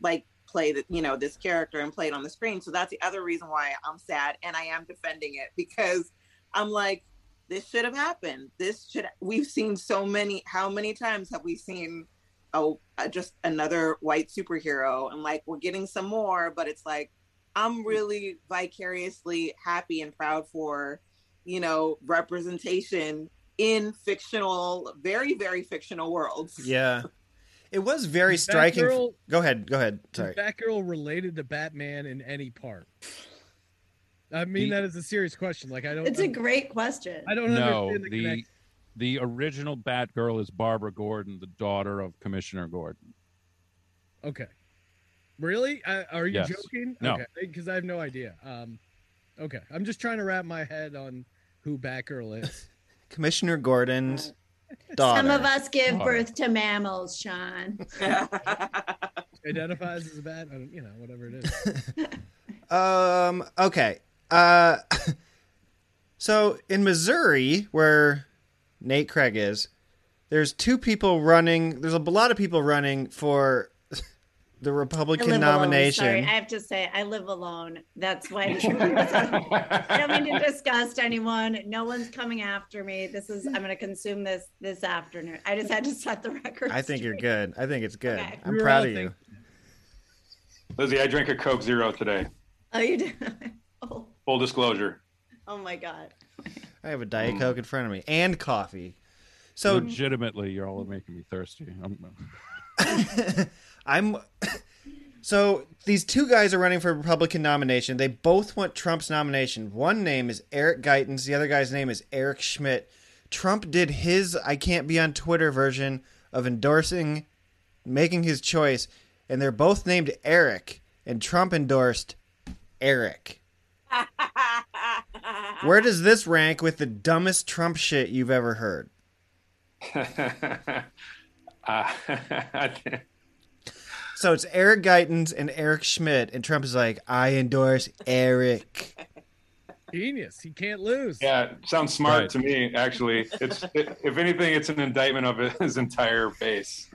[SPEAKER 11] like play that you know this character and play it on the screen. So that's the other reason why I'm sad and I am defending it because I'm like, this should have happened. This should we've seen so many. How many times have we seen? Oh, uh, just another white superhero, and like we're getting some more, but it's like I'm really vicariously happy and proud for, you know, representation in fictional, very, very fictional worlds.
[SPEAKER 7] Yeah. It was very striking.
[SPEAKER 12] Batgirl-
[SPEAKER 7] Go ahead. Go ahead.
[SPEAKER 12] Is
[SPEAKER 7] Sorry.
[SPEAKER 12] Batgirl related to Batman in any part? I mean,
[SPEAKER 5] The-
[SPEAKER 12] that is a serious question. Like, I don't.
[SPEAKER 10] It's a great question.
[SPEAKER 12] I don't
[SPEAKER 5] No,
[SPEAKER 12] understand the,
[SPEAKER 5] the
[SPEAKER 12] connection.
[SPEAKER 5] the original Batgirl is Barbara Gordon, the daughter of Commissioner Gordon.
[SPEAKER 12] Okay. Really? I, are you
[SPEAKER 5] Yes.
[SPEAKER 12] joking?
[SPEAKER 5] No.
[SPEAKER 12] Okay. Because I have no idea. Um, okay. I'm just trying to wrap my head on who Batgirl is.
[SPEAKER 7] Commissioner Gordon's daughter.
[SPEAKER 10] Some of us give
[SPEAKER 5] Daughter.
[SPEAKER 10] birth to mammals, Sean.
[SPEAKER 12] Identifies as a bat. I don't, you know, whatever it is.
[SPEAKER 7] Um. Okay. Uh. so in Missouri, where Nate Craig is, there's two people running. There's a lot of people running for the
[SPEAKER 10] I
[SPEAKER 7] Republican
[SPEAKER 10] live
[SPEAKER 7] nomination.
[SPEAKER 10] Alone. Sorry, I have to say, I live alone. That's why this I don't mean to disgust anyone. No one's coming after me. This is I'm going to consume this this afternoon. I just had to set the record.
[SPEAKER 7] I think you're
[SPEAKER 10] straight.
[SPEAKER 7] good. I think it's good.
[SPEAKER 10] Okay.
[SPEAKER 7] I'm
[SPEAKER 12] We were
[SPEAKER 7] proud
[SPEAKER 12] all
[SPEAKER 7] of you.
[SPEAKER 12] thinking-
[SPEAKER 9] Lizzie, I drank a Coke Zero today.
[SPEAKER 10] Oh, you did. Oh,
[SPEAKER 9] Full disclosure.
[SPEAKER 10] oh my God.
[SPEAKER 7] I have a Diet Coke in front of me and coffee. So
[SPEAKER 5] Legitimately, you're all making me thirsty. I'm,
[SPEAKER 7] I'm so these two guys are running for Republican nomination. They both want Trump's nomination. One name is Eric Guyton's, the other guy's name is Eric Schmidt. Trump did his I can't be on Twitter version of endorsing making his choice and they're both named Eric and Trump endorsed Eric. Where does this rank with the dumbest Trump shit you've ever heard?
[SPEAKER 9] Uh,
[SPEAKER 7] So it's Eric Guyton's and Eric Schmidt, and Trump is like, I endorse Eric.
[SPEAKER 12] Genius. He can't lose.
[SPEAKER 9] yeah, sounds smart
[SPEAKER 12] Right.
[SPEAKER 9] to me. Actually, it's if anything, it's an indictment of his entire base.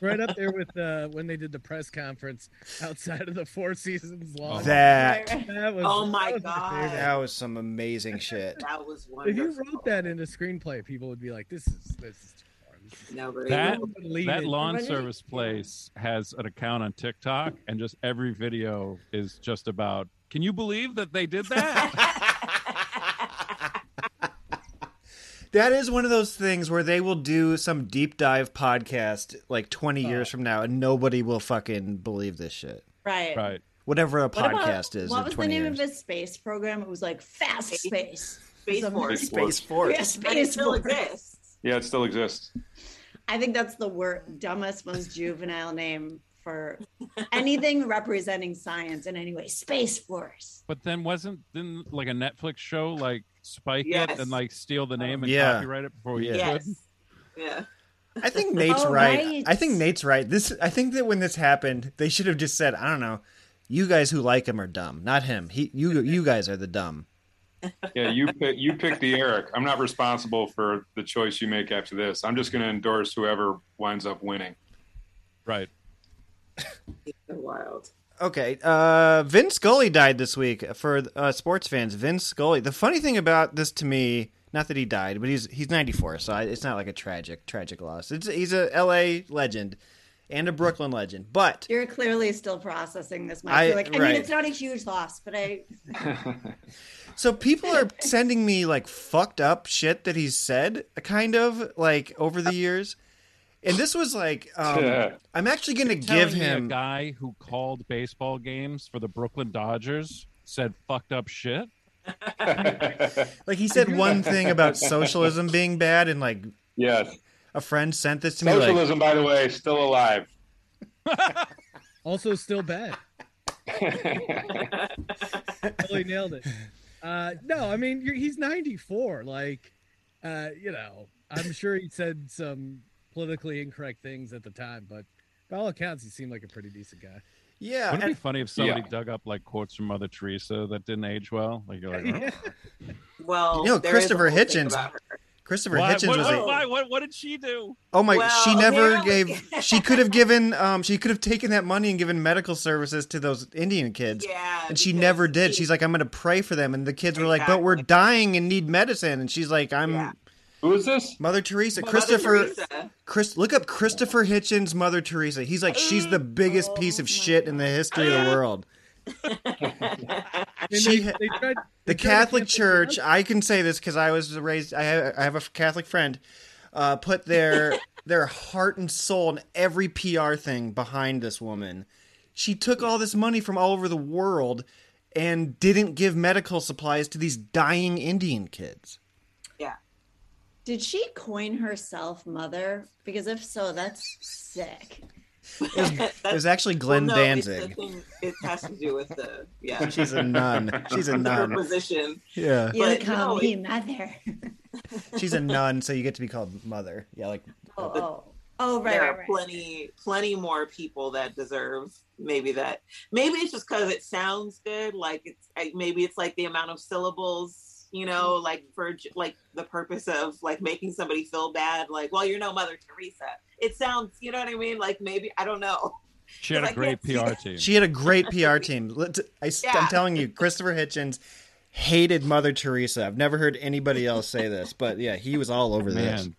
[SPEAKER 12] right up there with uh, when they did the press conference outside of the Four Seasons
[SPEAKER 5] Oh.
[SPEAKER 13] Oh
[SPEAKER 12] lawn.
[SPEAKER 7] That-
[SPEAKER 12] that was
[SPEAKER 11] Oh my
[SPEAKER 12] that was
[SPEAKER 11] God.
[SPEAKER 12] favorite.
[SPEAKER 7] That was some amazing shit.
[SPEAKER 11] That was
[SPEAKER 12] If you
[SPEAKER 11] wonderful.
[SPEAKER 12] wrote that in a screenplay, people would be like, "This is this is too far. This is
[SPEAKER 11] Nobody
[SPEAKER 5] That
[SPEAKER 12] will believe
[SPEAKER 5] that
[SPEAKER 12] it."
[SPEAKER 5] lawn service place has an account on TikTok, and just every video is just about. Can you believe that they did that?
[SPEAKER 7] That is one of those things where they will do some deep dive podcast like 20 years from now, and nobody will fucking believe this shit.
[SPEAKER 8] Right.
[SPEAKER 5] right.
[SPEAKER 7] Whatever a
[SPEAKER 8] What about-
[SPEAKER 7] podcast is.
[SPEAKER 8] What
[SPEAKER 7] in
[SPEAKER 8] was the
[SPEAKER 7] 20
[SPEAKER 8] name
[SPEAKER 7] years.
[SPEAKER 8] of his space program? It was like Fast Space.
[SPEAKER 11] Space Force.
[SPEAKER 7] Space Force.
[SPEAKER 8] Yeah,
[SPEAKER 11] And it
[SPEAKER 8] Space
[SPEAKER 11] still
[SPEAKER 8] Force.
[SPEAKER 11] exists.
[SPEAKER 9] Yeah, it still exists.
[SPEAKER 8] I think that's the word dumbest, most juvenile name for anything representing science in any way. Space Force.
[SPEAKER 5] But then wasn't then like a Netflix show like spike it
[SPEAKER 11] Yes.
[SPEAKER 5] and like steal the name and
[SPEAKER 7] Yeah.
[SPEAKER 5] copyright it before we
[SPEAKER 7] Yeah.
[SPEAKER 5] could?
[SPEAKER 11] Yes. Yeah.
[SPEAKER 7] I think Nate's
[SPEAKER 8] Oh,
[SPEAKER 7] right.
[SPEAKER 8] right.
[SPEAKER 7] I think Nate's right. This I think that when this happened, they should have just said, I don't know, you guys who like him are dumb, not him. He you you guys are the dumb.
[SPEAKER 9] Yeah, you pick you pick the Eric. I'm not responsible for the choice you make after this. I'm just going to endorse whoever winds up winning.
[SPEAKER 5] Right.
[SPEAKER 11] They're wild.
[SPEAKER 7] Okay, uh, Vin Scully died this week for uh, sports fans. Vin Scully. The funny thing about this to me, not that he died, but he's he's 94, so I, it's not like a tragic tragic loss. It's he's a LA legend and a Brooklyn legend, but
[SPEAKER 8] You're clearly still processing this, Mike.
[SPEAKER 7] I-
[SPEAKER 8] You're like, I
[SPEAKER 7] right.
[SPEAKER 8] mean, it's not a huge loss, but I
[SPEAKER 7] So people are sending me like fucked up shit that he's said, kind of like over the years. And this was like, um,
[SPEAKER 9] Yeah.
[SPEAKER 7] I'm actually going to
[SPEAKER 5] Telling
[SPEAKER 7] give
[SPEAKER 5] me a
[SPEAKER 7] him.
[SPEAKER 5] guy who called baseball games for the Brooklyn Dodgers said fucked up shit.
[SPEAKER 7] Like he said one thing about socialism being bad, and like
[SPEAKER 9] Yes,
[SPEAKER 7] a friend sent this to me. Like,
[SPEAKER 9] socialism, by the way, is still alive.
[SPEAKER 12] Also, still bad. totally nailed it. Uh, no, I mean you're, he's 94. Like, uh, you know, I'm sure he said some politically incorrect things at the time, but by all accounts, he seemed like a pretty decent guy.
[SPEAKER 7] yeah,
[SPEAKER 5] Wouldn't it be
[SPEAKER 7] and-
[SPEAKER 5] funny if somebody
[SPEAKER 9] Yeah.
[SPEAKER 5] dug up like quotes from Mother Teresa that didn't age well? Like you're like,
[SPEAKER 12] Yeah.
[SPEAKER 11] Well,
[SPEAKER 7] You know,
[SPEAKER 11] there is a
[SPEAKER 7] Christopher
[SPEAKER 11] whole thing
[SPEAKER 7] Hitchens-
[SPEAKER 11] about her.
[SPEAKER 7] Christopher
[SPEAKER 5] why,
[SPEAKER 7] Hitchens
[SPEAKER 5] what,
[SPEAKER 7] was
[SPEAKER 5] what-
[SPEAKER 7] like,
[SPEAKER 5] why- what- what did she do?
[SPEAKER 7] oh my,
[SPEAKER 11] Well,
[SPEAKER 7] she never
[SPEAKER 11] apparently-
[SPEAKER 7] gave. She could have given. Um, she could have taken that money and given medical services to those Indian kids.
[SPEAKER 11] Yeah.
[SPEAKER 7] And she
[SPEAKER 11] because
[SPEAKER 7] never did.
[SPEAKER 11] he-
[SPEAKER 7] She's like, I'm going to pray for them. And the kids were like, but we're
[SPEAKER 11] Exactly.
[SPEAKER 7] dying and need medicine. And she's like, I'm
[SPEAKER 11] Yeah.
[SPEAKER 9] Who is this?
[SPEAKER 7] Mother Teresa,
[SPEAKER 11] Mother
[SPEAKER 7] Christopher,
[SPEAKER 11] Teresa.
[SPEAKER 7] Chris, look up Christopher Hitchens' Mother Teresa. He's like, she's the biggest piece of shit in the history of the world.
[SPEAKER 12] I mean,
[SPEAKER 7] She-
[SPEAKER 12] they, they tried, they tried to
[SPEAKER 7] The
[SPEAKER 12] cancel
[SPEAKER 7] Catholic
[SPEAKER 12] the
[SPEAKER 7] Church, I can say this because I was raised. I have, I have a Catholic friend. Uh, put their their heart and soul and every PR thing behind this woman. She took all this money from all over the world and didn't give medical supplies to these dying Indian kids.
[SPEAKER 8] did she coin herself mother? Because if so, that's sick.
[SPEAKER 7] It was actually Glenn
[SPEAKER 11] Well, no, it's the
[SPEAKER 7] Danzig.
[SPEAKER 11] thing- It has to do with the yeah.
[SPEAKER 7] She's a nun. She's a
[SPEAKER 11] Her
[SPEAKER 7] nun.
[SPEAKER 11] position.
[SPEAKER 7] Yeah.
[SPEAKER 8] You
[SPEAKER 11] But
[SPEAKER 8] call
[SPEAKER 11] no,
[SPEAKER 8] me mother.
[SPEAKER 7] She's a nun, so you get to be called mother. Yeah, like
[SPEAKER 8] Oh, oh, oh, right,
[SPEAKER 11] there are
[SPEAKER 8] right, right.
[SPEAKER 11] plenty, plenty more people that deserve maybe that. Maybe it's just because it sounds good. Like it's I- maybe it's like the amount of syllables, you know,
[SPEAKER 8] Mm-hmm.
[SPEAKER 11] like for j- like the purpose of like making somebody feel bad. Like, well, you're no Mother Teresa. It sounds, you know what I mean? Like maybe I don't know.
[SPEAKER 5] She had a
[SPEAKER 11] Like,
[SPEAKER 5] great
[SPEAKER 11] yes.
[SPEAKER 5] PR team.
[SPEAKER 7] she had a great PR team. Let- I,
[SPEAKER 11] Yeah.
[SPEAKER 7] am telling you, Christopher Hitchens hated Mother Teresa. I've never heard anybody else say this, but yeah, he was all over
[SPEAKER 5] Man,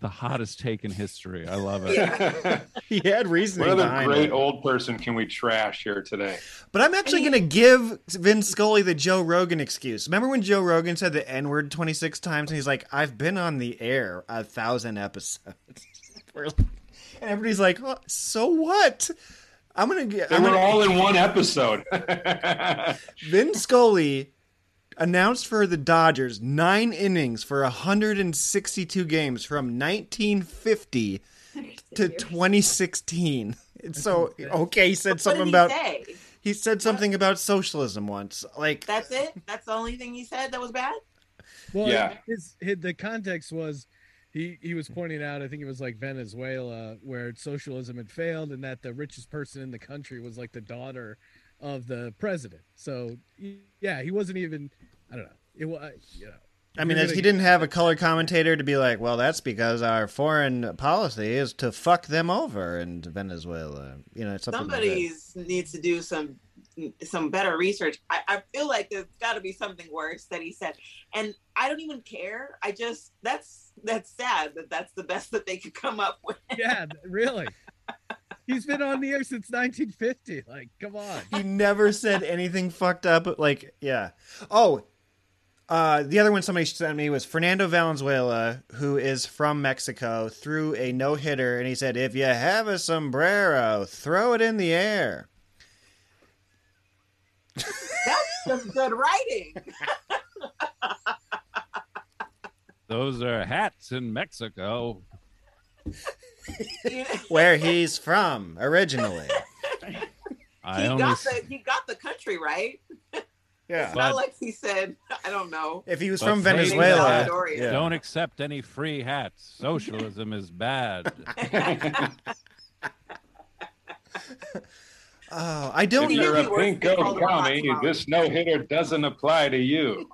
[SPEAKER 5] the hottest take in history. I love it.
[SPEAKER 7] this. He had
[SPEAKER 9] What
[SPEAKER 7] reasoning
[SPEAKER 9] other
[SPEAKER 7] behind
[SPEAKER 9] great
[SPEAKER 7] it.
[SPEAKER 9] old person can we trash here today?
[SPEAKER 7] But I'm actually going to give Vin Scully the Joe Rogan excuse. Remember when Joe Rogan said the N word 26 times, and he's like, "I've been on the air a thousand episodes." We're like- and everybody's like, "Oh, "So what?" I'm gonna get.
[SPEAKER 9] They
[SPEAKER 7] I'm
[SPEAKER 9] were
[SPEAKER 7] gonna-
[SPEAKER 9] all in one episode.
[SPEAKER 7] Vin Scully announced for the Dodgers nine innings for 162 games from 1950 to 2016. And so okay, he said
[SPEAKER 11] What
[SPEAKER 7] something
[SPEAKER 11] did he
[SPEAKER 7] about
[SPEAKER 11] say?
[SPEAKER 7] he said something about socialism once. Like
[SPEAKER 11] That's it. That's the only thing he said that was bad.
[SPEAKER 12] Well,
[SPEAKER 7] Yeah.
[SPEAKER 12] his, his the context was he he was pointing out I think it was like Venezuela where socialism had failed and that the richest person in the country was like the daughter of the president. So y- yeah, he wasn't even I don't know. It was you know.
[SPEAKER 7] I mean,
[SPEAKER 12] you're
[SPEAKER 7] he
[SPEAKER 12] gonna-
[SPEAKER 7] didn't have a color commentator to be like, "Well, that's because our foreign policy is to fuck them over in Venezuela." You know, something like that.
[SPEAKER 11] Somebody's needs to do some some better research. I, I feel like there's got to be something worse that he said, and I don't even care. I just that's that's sad that that's the best that they could come up with.
[SPEAKER 12] Yeah, really. He's been on the air since 1950. Like, come on.
[SPEAKER 7] he never said anything fucked up. Like, yeah. Oh, uh, the other one somebody sent me was Fernando Valenzuela, who is from Mexico, threw a no hitter, and he said, "If you have a sombrero, throw it in the air."
[SPEAKER 11] That's just good writing.
[SPEAKER 5] Those are hats in Mexico.
[SPEAKER 7] Where he's from originally.
[SPEAKER 5] I
[SPEAKER 11] he
[SPEAKER 5] only
[SPEAKER 11] got
[SPEAKER 5] s-
[SPEAKER 11] the he got the country right.
[SPEAKER 7] Yeah.
[SPEAKER 11] it's not
[SPEAKER 5] But-
[SPEAKER 11] like he said I don't know.
[SPEAKER 7] If he was
[SPEAKER 5] But
[SPEAKER 7] from
[SPEAKER 5] please,
[SPEAKER 7] Venezuela,
[SPEAKER 11] Salvadorian.
[SPEAKER 7] yeah.
[SPEAKER 5] Don't accept any free hats. Socialism is bad.
[SPEAKER 7] oh, I don't
[SPEAKER 9] if
[SPEAKER 7] know.
[SPEAKER 9] you're a pinko commie, this no hitter doesn't apply to you.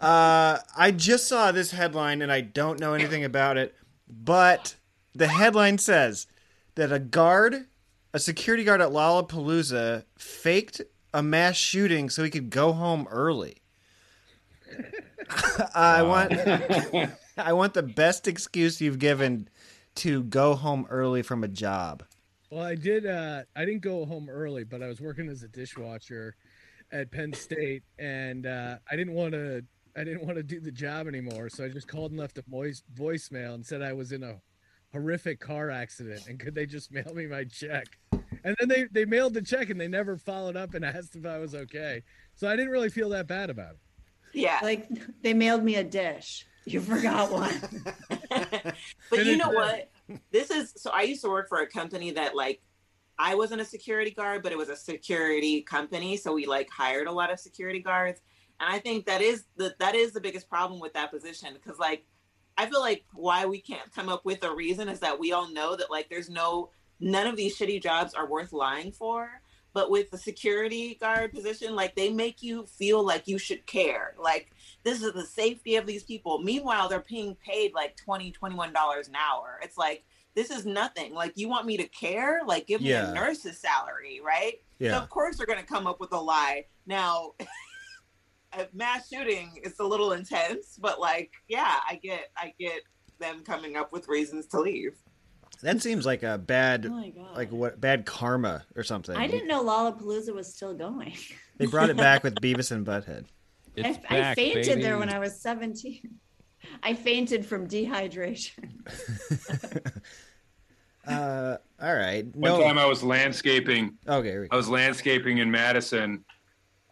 [SPEAKER 7] Uh, I just saw this headline and I don't know anything about it, but the headline says that a guard, a security guard at Lollapalooza, faked a mass shooting so he could go home early. I want, I want the best excuse you've given to go home early from a job.
[SPEAKER 12] Well, I did. Uh, I didn't go home early, but I was working as a dishwasher at Penn State, and uh, I didn't want to. I didn't want to do the job anymore, so I just called and left a voice voicemail and said I was in a horrific car accident, and could they just mail me my check? And then they they mailed the check, and they never followed up and asked if I was okay. So I didn't really feel that bad about it.
[SPEAKER 11] Yeah.
[SPEAKER 8] Like they mailed me a dish. You forgot one.
[SPEAKER 11] But you
[SPEAKER 12] Finish
[SPEAKER 11] know
[SPEAKER 12] that.
[SPEAKER 11] what? This is so I used to work for a company that like I wasn't a security guard, but it was a security company, so we like hired a lot of security guards. And I think that is the that is the biggest problem with that position because like I feel like why we can't come up with a reason is that we all know that like there's no none of these shitty jobs are worth lying for. But with the security guard position, like they make you feel like you should care. Like this is the safety of these people. Meanwhile, they're being paid like 20 21 dollars an hour. It's like this is nothing. Like you want me to care? Like give me
[SPEAKER 7] Yeah.
[SPEAKER 11] a nurse's salary, right? So
[SPEAKER 7] Yeah.
[SPEAKER 11] of course they're gonna come up with a lie. Now a mass shooting is a little intense, but like, yeah, I get I get them coming up with reasons to leave.
[SPEAKER 7] That seems like a bad,
[SPEAKER 8] Oh my God.
[SPEAKER 7] like what bad karma or something.
[SPEAKER 8] I didn't know Lollapalooza was still going.
[SPEAKER 7] They brought it back with Beavis and Butthead.
[SPEAKER 8] I, I fainted there when I was 17. I fainted from dehydration.
[SPEAKER 7] Uh, all right.
[SPEAKER 9] One
[SPEAKER 7] No.
[SPEAKER 9] time I was landscaping.
[SPEAKER 7] Okay. Here we
[SPEAKER 9] I was landscaping in Madison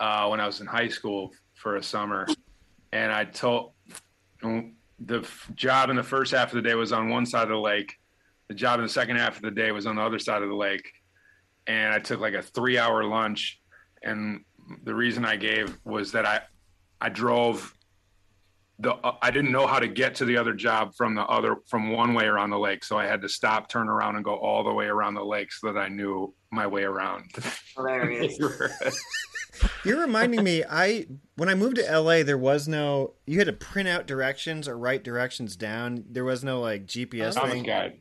[SPEAKER 9] uh, when I was in high school for a summer, and I told the f- job in the first half of the day was on one side of the lake. The job in the second half of the day was on the other side of the lake, and I took like a three-hour lunch. And the reason I gave was that I I drove the I didn't know how to get to the other job from the other from one way around the lake, so I had to stop, turn around, and go all the way around the lake so that I knew my way around.
[SPEAKER 11] Hilarious.
[SPEAKER 7] You're reminding me. I when I moved to LA, there was no. You had to print out directions or write directions down. There was no like GPS.
[SPEAKER 9] Common
[SPEAKER 7] thing.
[SPEAKER 9] guide.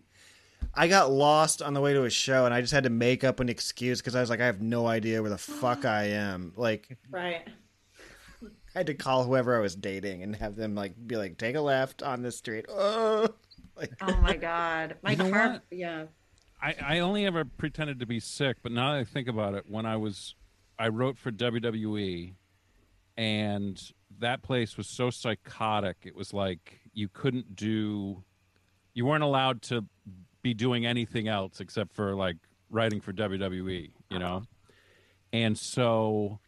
[SPEAKER 7] I got lost on the way to a show, and I just had to make up an excuse because I was like, I have no idea where the fuck I am. Like,
[SPEAKER 8] Right.
[SPEAKER 7] I had to call whoever I was dating and have them like be like, take a left on this street. Oh, like,
[SPEAKER 8] Oh my God. My
[SPEAKER 5] You know
[SPEAKER 8] car.
[SPEAKER 5] what?
[SPEAKER 8] Yeah.
[SPEAKER 5] I, I only ever pretended to be sick, but now that I think about it, when I was, I wrote for E, WWE, and that place was so psychotic. It was like you couldn't do you weren't allowed to be doing anything else except for like writing for WWE, you know? And so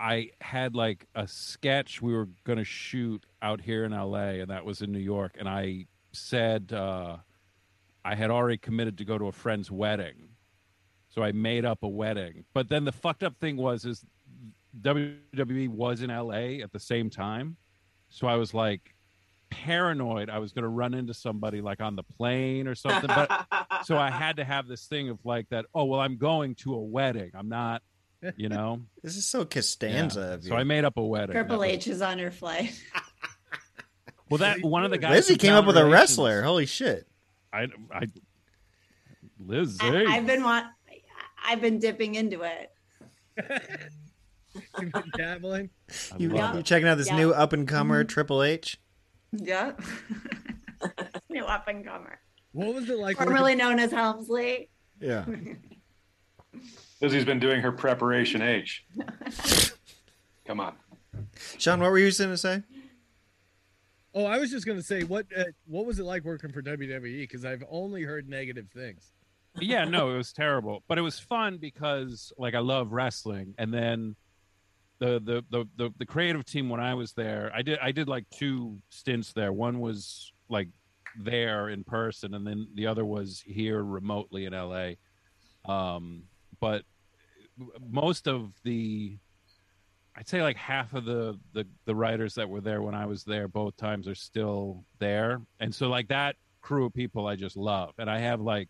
[SPEAKER 5] I had like a sketch we were going to shoot out here in LA, and that was in New York. And I said, uh, I had already committed to go to a friend's wedding. So I made up a wedding. But then the fucked up thing was, is WWE was in LA at the same time. So I was like, paranoid I was going to run into somebody like on the plane or something. But so I had to have this thing of like that. Oh well, I'm going to a wedding. I'm not, you know.
[SPEAKER 7] This is so Costanza.
[SPEAKER 5] Yeah.
[SPEAKER 7] of you.
[SPEAKER 5] So I made up a wedding.
[SPEAKER 10] Triple
[SPEAKER 5] That was-
[SPEAKER 10] H is on her flight.
[SPEAKER 5] Well, that one of the guys.
[SPEAKER 7] Lizzie
[SPEAKER 5] from
[SPEAKER 7] came up
[SPEAKER 5] Talent
[SPEAKER 7] with a
[SPEAKER 5] Relations-
[SPEAKER 7] wrestler. Holy shit!
[SPEAKER 5] I, I, Lizzie.
[SPEAKER 10] I, I've been want. I've been dipping into it.
[SPEAKER 12] You've been dabbling.
[SPEAKER 7] You,
[SPEAKER 5] love
[SPEAKER 7] you
[SPEAKER 5] it.
[SPEAKER 7] checking out this
[SPEAKER 10] Yeah.
[SPEAKER 7] new up and comer Triple H?
[SPEAKER 10] Yeah. New up and comer,
[SPEAKER 12] What was it like?
[SPEAKER 10] formerly known as Helmsley.
[SPEAKER 7] Yeah.
[SPEAKER 9] Lizzie's been doing her preparation H. Come on.
[SPEAKER 7] Sean, what were you going to say?
[SPEAKER 12] Oh, I was just gonna say what uh, what was it like working for WWE? Because I've only heard negative things.
[SPEAKER 5] yeah, no, it was terrible, but it was fun because like I love wrestling, and then the the the the, the creative team when I was there, I did I did like two stints there. One was like there in person, and then the other was here remotely in LA. Um, but most of the I'd say like half of the, the the writers that were there when I was there both times are still there, and so like that crew of people I just love, and I have like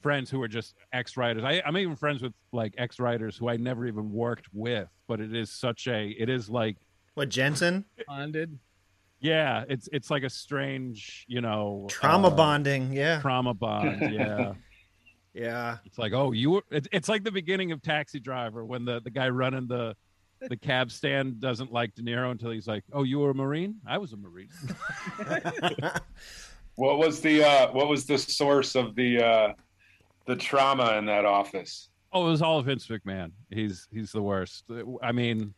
[SPEAKER 5] friends who are just ex writers. I I'm even friends with like ex writers who I never even worked with, but it is such a it is like
[SPEAKER 7] What Jensen?
[SPEAKER 12] Bonded.
[SPEAKER 5] yeah, it's it's like a strange you know
[SPEAKER 7] Trauma
[SPEAKER 5] uh,
[SPEAKER 7] bonding. Yeah.
[SPEAKER 5] trauma bond yeah.
[SPEAKER 7] yeah.
[SPEAKER 5] It's like, oh, you were. It, it's like the beginning of Taxi Driver when the, the guy running the the cab stand doesn't like De Niro until he's like, oh, you were a Marine? I was a Marine.
[SPEAKER 7] Oh
[SPEAKER 9] What was the uh, what was the source of the uh, the trauma in that office?
[SPEAKER 5] oh, it was all Vince McMahon. He's he's the worst. I mean,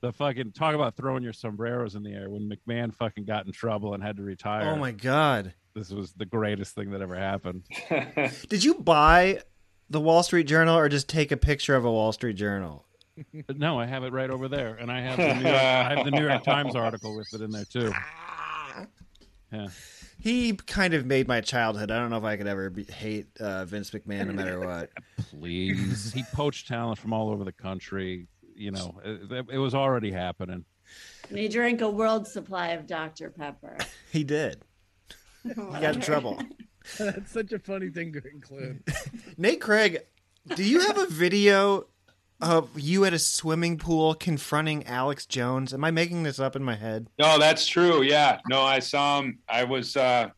[SPEAKER 5] the fucking talk about throwing your sombreros in the air when McMahon fucking got in trouble and had to retire.
[SPEAKER 7] Oh my god!
[SPEAKER 5] This was the greatest thing that ever happened.
[SPEAKER 7] Did you buy the Wall Street Journal or just take a picture of a Wall Street Journal?
[SPEAKER 5] But no, I have it right over there, and I have the New York, I have the New York Times article with it in there too. Yeah.
[SPEAKER 7] He kind of made my childhood. I don't know if I could ever be, hate uh, Vince McMahon, no matter what.
[SPEAKER 5] please. he poached talent from all over the country. You know, it, it was already happening.
[SPEAKER 10] And he drank a world supply of Dr Pepper.
[SPEAKER 7] He did. He got in trouble.
[SPEAKER 12] That's such a funny thing to include.
[SPEAKER 7] Nate Craig, do you have a video of you at a swimming pool confronting Alex Jones? Am I making this up in my head?
[SPEAKER 9] No, that's true. Yeah. No, I saw him. I was uh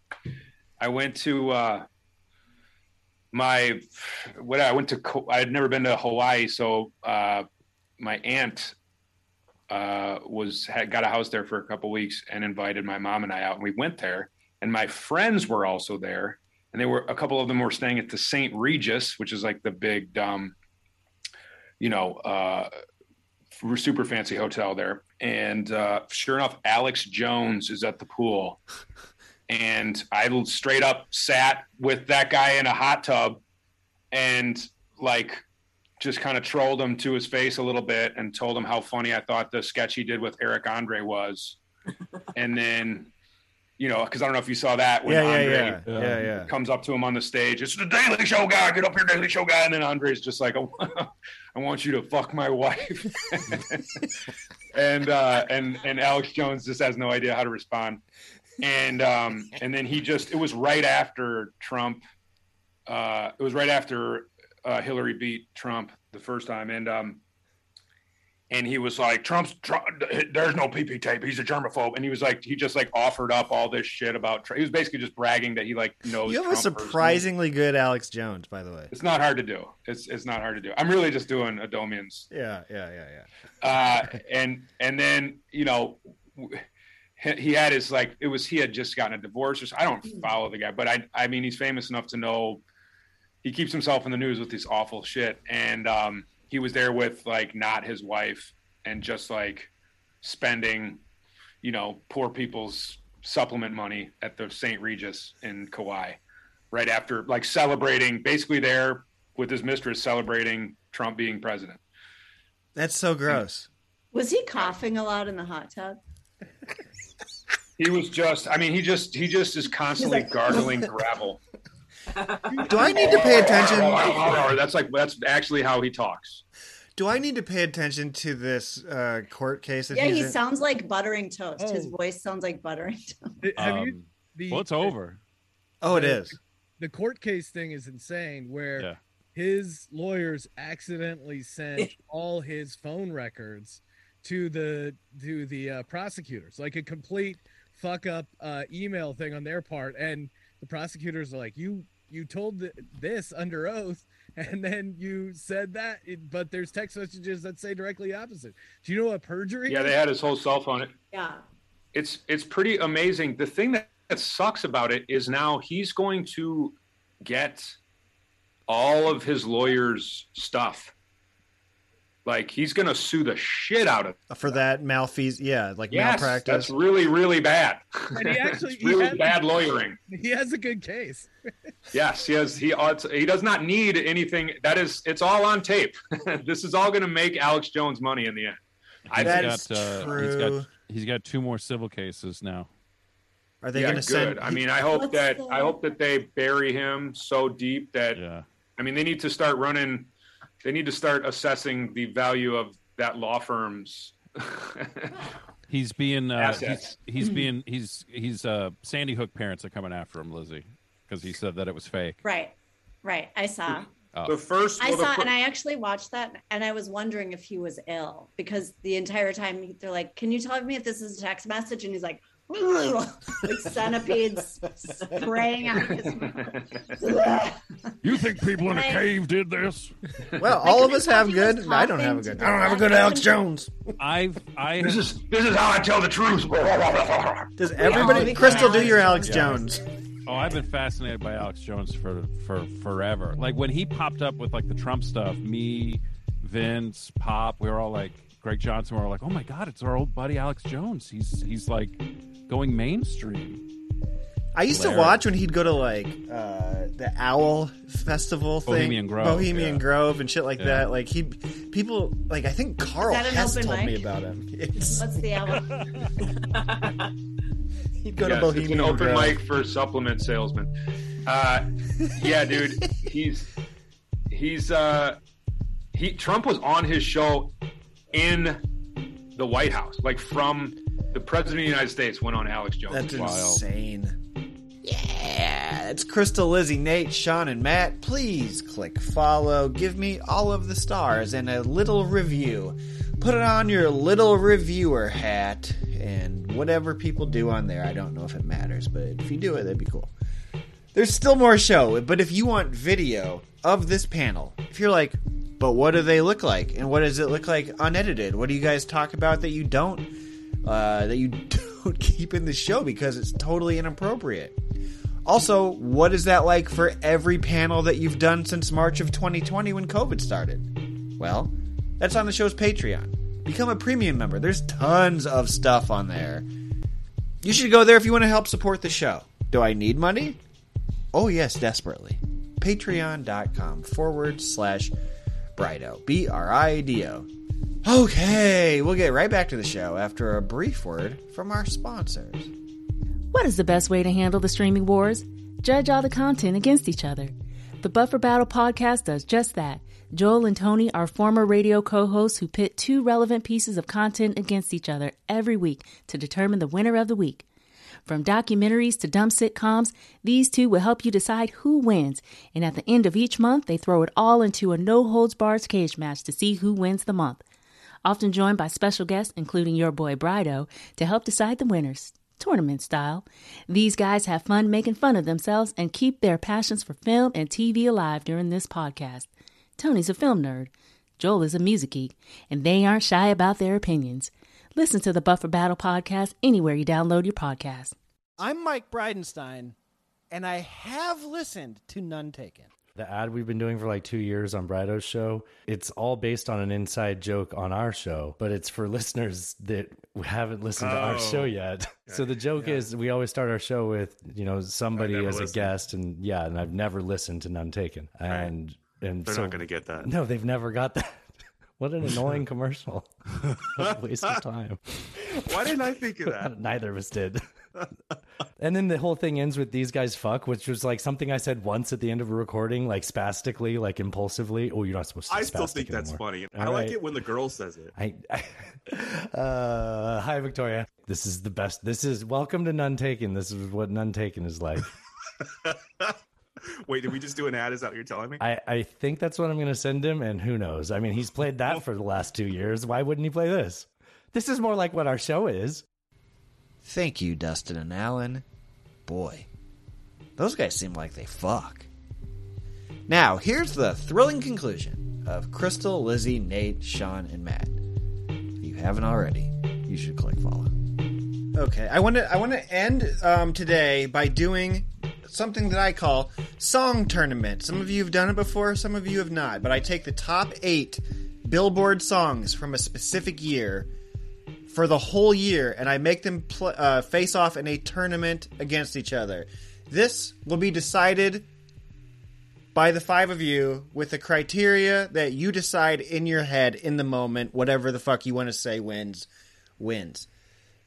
[SPEAKER 9] I went to uh my what I went to Ko- I had never been to Hawaii, so uh my aunt uh was had got a house there for a couple weeks and invited my mom and I out and we went there and my friends were also there and they were a couple of them were staying at the St. Regis, which is like the big dumb you know, uh super fancy hotel there. And uh, sure enough, Alex Jones is at the pool. And I straight up sat with that guy in a hot tub and like just kind of trolled him to his face a little bit and told him how funny I thought the sketch he did with Eric Andre was. and then, you know, because I don't know if you saw that when
[SPEAKER 7] Yeah, yeah,
[SPEAKER 9] Andre
[SPEAKER 7] yeah. Yeah, yeah.
[SPEAKER 9] comes up to him on the stage. It's the Daily Show guy. Get up here, Daily Show guy. And then Andre's just like, "Oh, I want you to fuck my wife. and uh, and and Alex Jones just has no idea how to respond. And um, and then he just it was right after Trump. Uh, it was right after uh, Hillary beat Trump the first time, and um, and he was like, Trump's Trump, there's no PP tape. He's a germaphobe, and he was like, he just like offered up all this shit about. Trump. He was basically just bragging that he like knows.
[SPEAKER 7] You have
[SPEAKER 9] Trump
[SPEAKER 7] a
[SPEAKER 9] personally.
[SPEAKER 7] surprisingly good Alex Jones, by the way.
[SPEAKER 9] It's not hard to do. It's it's not hard to do. I'm really just doing Adomian's
[SPEAKER 7] Yeah, yeah, yeah, yeah.
[SPEAKER 9] uh, and and then you know w- he he had his like it was he had just gotten a divorce or so- I don't follow the guy but I I mean he's famous enough to know he keeps himself in the news with this awful shit and um he was there with like not his wife and just like spending you know poor people's supplement money at the St. Regis in Kauai, right after like celebrating, basically there with his mistress celebrating Trump being president.
[SPEAKER 7] That's so gross.
[SPEAKER 10] Was he coughing a lot in the hot tub?
[SPEAKER 9] He was just, I mean, he just, he just is constantly gargling gravel. Oh,
[SPEAKER 7] Do I need to pay attention?
[SPEAKER 9] That's like, that's actually how he talks.
[SPEAKER 7] Do I need to pay attention to this uh, court case? that
[SPEAKER 10] Yeah,
[SPEAKER 7] he's
[SPEAKER 10] he
[SPEAKER 7] in?
[SPEAKER 10] sounds like buttering toast. His voice sounds like buttering toast.
[SPEAKER 12] Have you-
[SPEAKER 5] Um,
[SPEAKER 12] the-
[SPEAKER 5] well, it's over.
[SPEAKER 7] Oh, it
[SPEAKER 12] the-
[SPEAKER 7] is.
[SPEAKER 12] The court case thing is insane where
[SPEAKER 5] Yeah.
[SPEAKER 12] his lawyers accidentally sent all his phone records to the to the uh, prosecutors like a complete fuck up uh, email thing on their part and the prosecutors are like you you told th- this under oath and then you said that it- but there's text messages that say directly opposite do you know what perjury
[SPEAKER 9] Yeah,
[SPEAKER 12] is?
[SPEAKER 9] they had his whole cell phone.
[SPEAKER 10] Yeah.
[SPEAKER 9] It's it's pretty amazing. The thing that, that sucks about it is now he's going to get all of his lawyer's stuff. Like he's going to sue the shit out of.
[SPEAKER 7] for that malfeas. Yeah, like
[SPEAKER 9] Yes,
[SPEAKER 7] malpractice.
[SPEAKER 9] that's really really bad.
[SPEAKER 12] and he actually
[SPEAKER 9] It's
[SPEAKER 12] he
[SPEAKER 9] really
[SPEAKER 12] has-
[SPEAKER 9] bad lawyering.
[SPEAKER 12] he has a good case
[SPEAKER 9] Yes, he has. He ought to- he does not need anything. That is, it's all on tape. this is all going to make Alex Jones money in the end. I
[SPEAKER 5] He's
[SPEAKER 9] think
[SPEAKER 5] got, uh, He's got, he's got two more civil cases now.
[SPEAKER 7] Are
[SPEAKER 9] yeah, good. I mean, I hope that I hope that they bury him so deep that I mean, they need to start running. They need to start assessing the value of that law firm's.
[SPEAKER 5] He's being uh, he's,
[SPEAKER 9] Assets.
[SPEAKER 5] he's being he's he's uh Sandy Hook parents are coming after him, Lizzie, because he said that it was fake.
[SPEAKER 10] Right, right. I saw.
[SPEAKER 5] Oh.
[SPEAKER 9] The first,
[SPEAKER 10] I
[SPEAKER 9] well, the
[SPEAKER 10] saw,
[SPEAKER 9] fir-
[SPEAKER 10] and I actually watched that, and I was wondering if he was ill because the entire time they're like, "Can you tell me if this is a text message?" And he's like, like centipedes spraying out his
[SPEAKER 5] You think people in a
[SPEAKER 10] Right.
[SPEAKER 5] cave did this?
[SPEAKER 7] Well, all of us have good. I don't have a good. I don't have a good Alex Jones.
[SPEAKER 5] I've I
[SPEAKER 9] this is this is how I tell the truth.
[SPEAKER 7] Does
[SPEAKER 9] We all
[SPEAKER 7] everybody?
[SPEAKER 9] become
[SPEAKER 7] Crystal, do
[SPEAKER 9] Alex
[SPEAKER 7] your Alex
[SPEAKER 5] Jones.
[SPEAKER 7] Jones.
[SPEAKER 5] Oh, I've been fascinated by Alex Jones for for forever. Like when he popped up with like the Trump stuff, me, Vince, Pop, we were all like Greg Johnson, we were all like, "Oh my god, it's our old buddy Alex Jones. He's he's like going mainstream."
[SPEAKER 7] I used to
[SPEAKER 5] Larry.
[SPEAKER 7] watch when he'd go to like uh, the Owl Festival thing,
[SPEAKER 5] Bohemian Grove,
[SPEAKER 7] Bohemian
[SPEAKER 5] yeah.
[SPEAKER 7] Grove, and shit like
[SPEAKER 5] Yeah.
[SPEAKER 7] that. Like he, people like I think Carl
[SPEAKER 10] that an
[SPEAKER 7] Hess
[SPEAKER 10] open
[SPEAKER 7] told
[SPEAKER 10] mic?
[SPEAKER 7] me about him. It's-
[SPEAKER 10] What's the album?
[SPEAKER 7] He'd go
[SPEAKER 9] Yes,
[SPEAKER 7] to
[SPEAKER 9] it's an
[SPEAKER 7] Bohemian
[SPEAKER 9] open
[SPEAKER 7] Grove.
[SPEAKER 9] mic for supplement salesmen. Uh, yeah, dude, he's he's uh, he Trump was on his show in the White House, like from the president of the United States went on Alex Jones.
[SPEAKER 7] That's
[SPEAKER 9] Wow.
[SPEAKER 7] insane. Yeah, it's Crystal, Lizzie, Nate, Sean, and Matt. Please click follow. Give me all of the stars and a little review. Put it on your little reviewer hat and whatever people do on there. I don't know if it matters, but if you do it, that'd be cool. There's still more show, but if you want video of this panel, if you're like, but what do they look like? And what does it look like unedited? What do you guys talk about that you don't uh, that you don't keep in the show because it's totally inappropriate. Also, what is that like for every panel that you've done since March of 2020 when COVID started? Well, that's on the show's Patreon. Become a premium member. There's tons of stuff on there. You should go there if you want to help support the show. Do I need money? Oh, yes, desperately. Patreon.com forward slash Brido. B R I D O. Okay, we'll get right back to the show after a brief word from our sponsors.
[SPEAKER 1] What is the best way to handle the streaming wars? Judge all the content against each other. The Buffer Battle podcast does just that. Joel and Tony are former radio co hosts who pit two relevant pieces of content against each other every week to determine the winner of the week. From documentaries to dumb sitcoms, these two will help you decide who wins. And at the end of each month, they throw it all into a no holds barred cage match to see who wins the month. Often joined by special guests, including your boy Brido, to help decide the winners, tournament style. These guys have fun making fun of themselves and keep their passions for film and TV alive during this podcast. Tony's a film nerd, Joel is a music geek, and they aren't shy about their opinions. Listen to the Buffer Battle podcast anywhere you download your podcast.
[SPEAKER 13] I'm Mike Bridenstine, and I have listened to None Taken. The ad we've been doing for like two years on Brido's show, it's all based on an inside joke on our show, but it's for listeners that haven't listened to
[SPEAKER 14] Oh.
[SPEAKER 13] our show yet. So the joke is we always start our show with, you know, somebody
[SPEAKER 14] never
[SPEAKER 13] as a
[SPEAKER 14] listened.
[SPEAKER 13] guest and yeah, and I've never listened to None Taken. And and
[SPEAKER 14] They're
[SPEAKER 13] so,
[SPEAKER 14] not going to get that.
[SPEAKER 13] No, they've never got that. What an annoying commercial. what a waste of time.
[SPEAKER 14] Why didn't I think of that?
[SPEAKER 13] Neither of us did. and then the whole thing ends with these guys fuck, which was like something I said once at the end of a recording, like spastically, like impulsively. Oh, you're not supposed to. say
[SPEAKER 14] I still
[SPEAKER 13] spastic
[SPEAKER 14] think that's
[SPEAKER 13] anymore.
[SPEAKER 14] funny.
[SPEAKER 13] All
[SPEAKER 14] I like
[SPEAKER 13] right.
[SPEAKER 14] it when the girl says it.
[SPEAKER 13] I, uh, hi Victoria. This is the best. This is welcome to None Taken. This is what None Taken is like.
[SPEAKER 14] Wait, did we just do an ad? Is that what you're telling me?
[SPEAKER 13] I, I think that's what I'm going to send him, and who knows? I mean, he's played that for the last two years. Why wouldn't he play this? This is more like what our show is.
[SPEAKER 7] Thank you, Dustin and Alan. Boy, those guys seem like they fuck. Now, here's the thrilling conclusion of Crystal, Lizzie, Nate, Sean, and Matt. If you haven't already, you should click follow. Okay, I want to I want to end um, today by doing something that I call song tournament. Some of you have done it before, some of you have not, but I take the top 8 Billboard songs from a specific year for the whole year, and I make them pl- uh, face off in a tournament against each other. This will be decided by the five of you with the criteria that you decide in your head in the moment. Whatever the fuck you want to say wins, wins.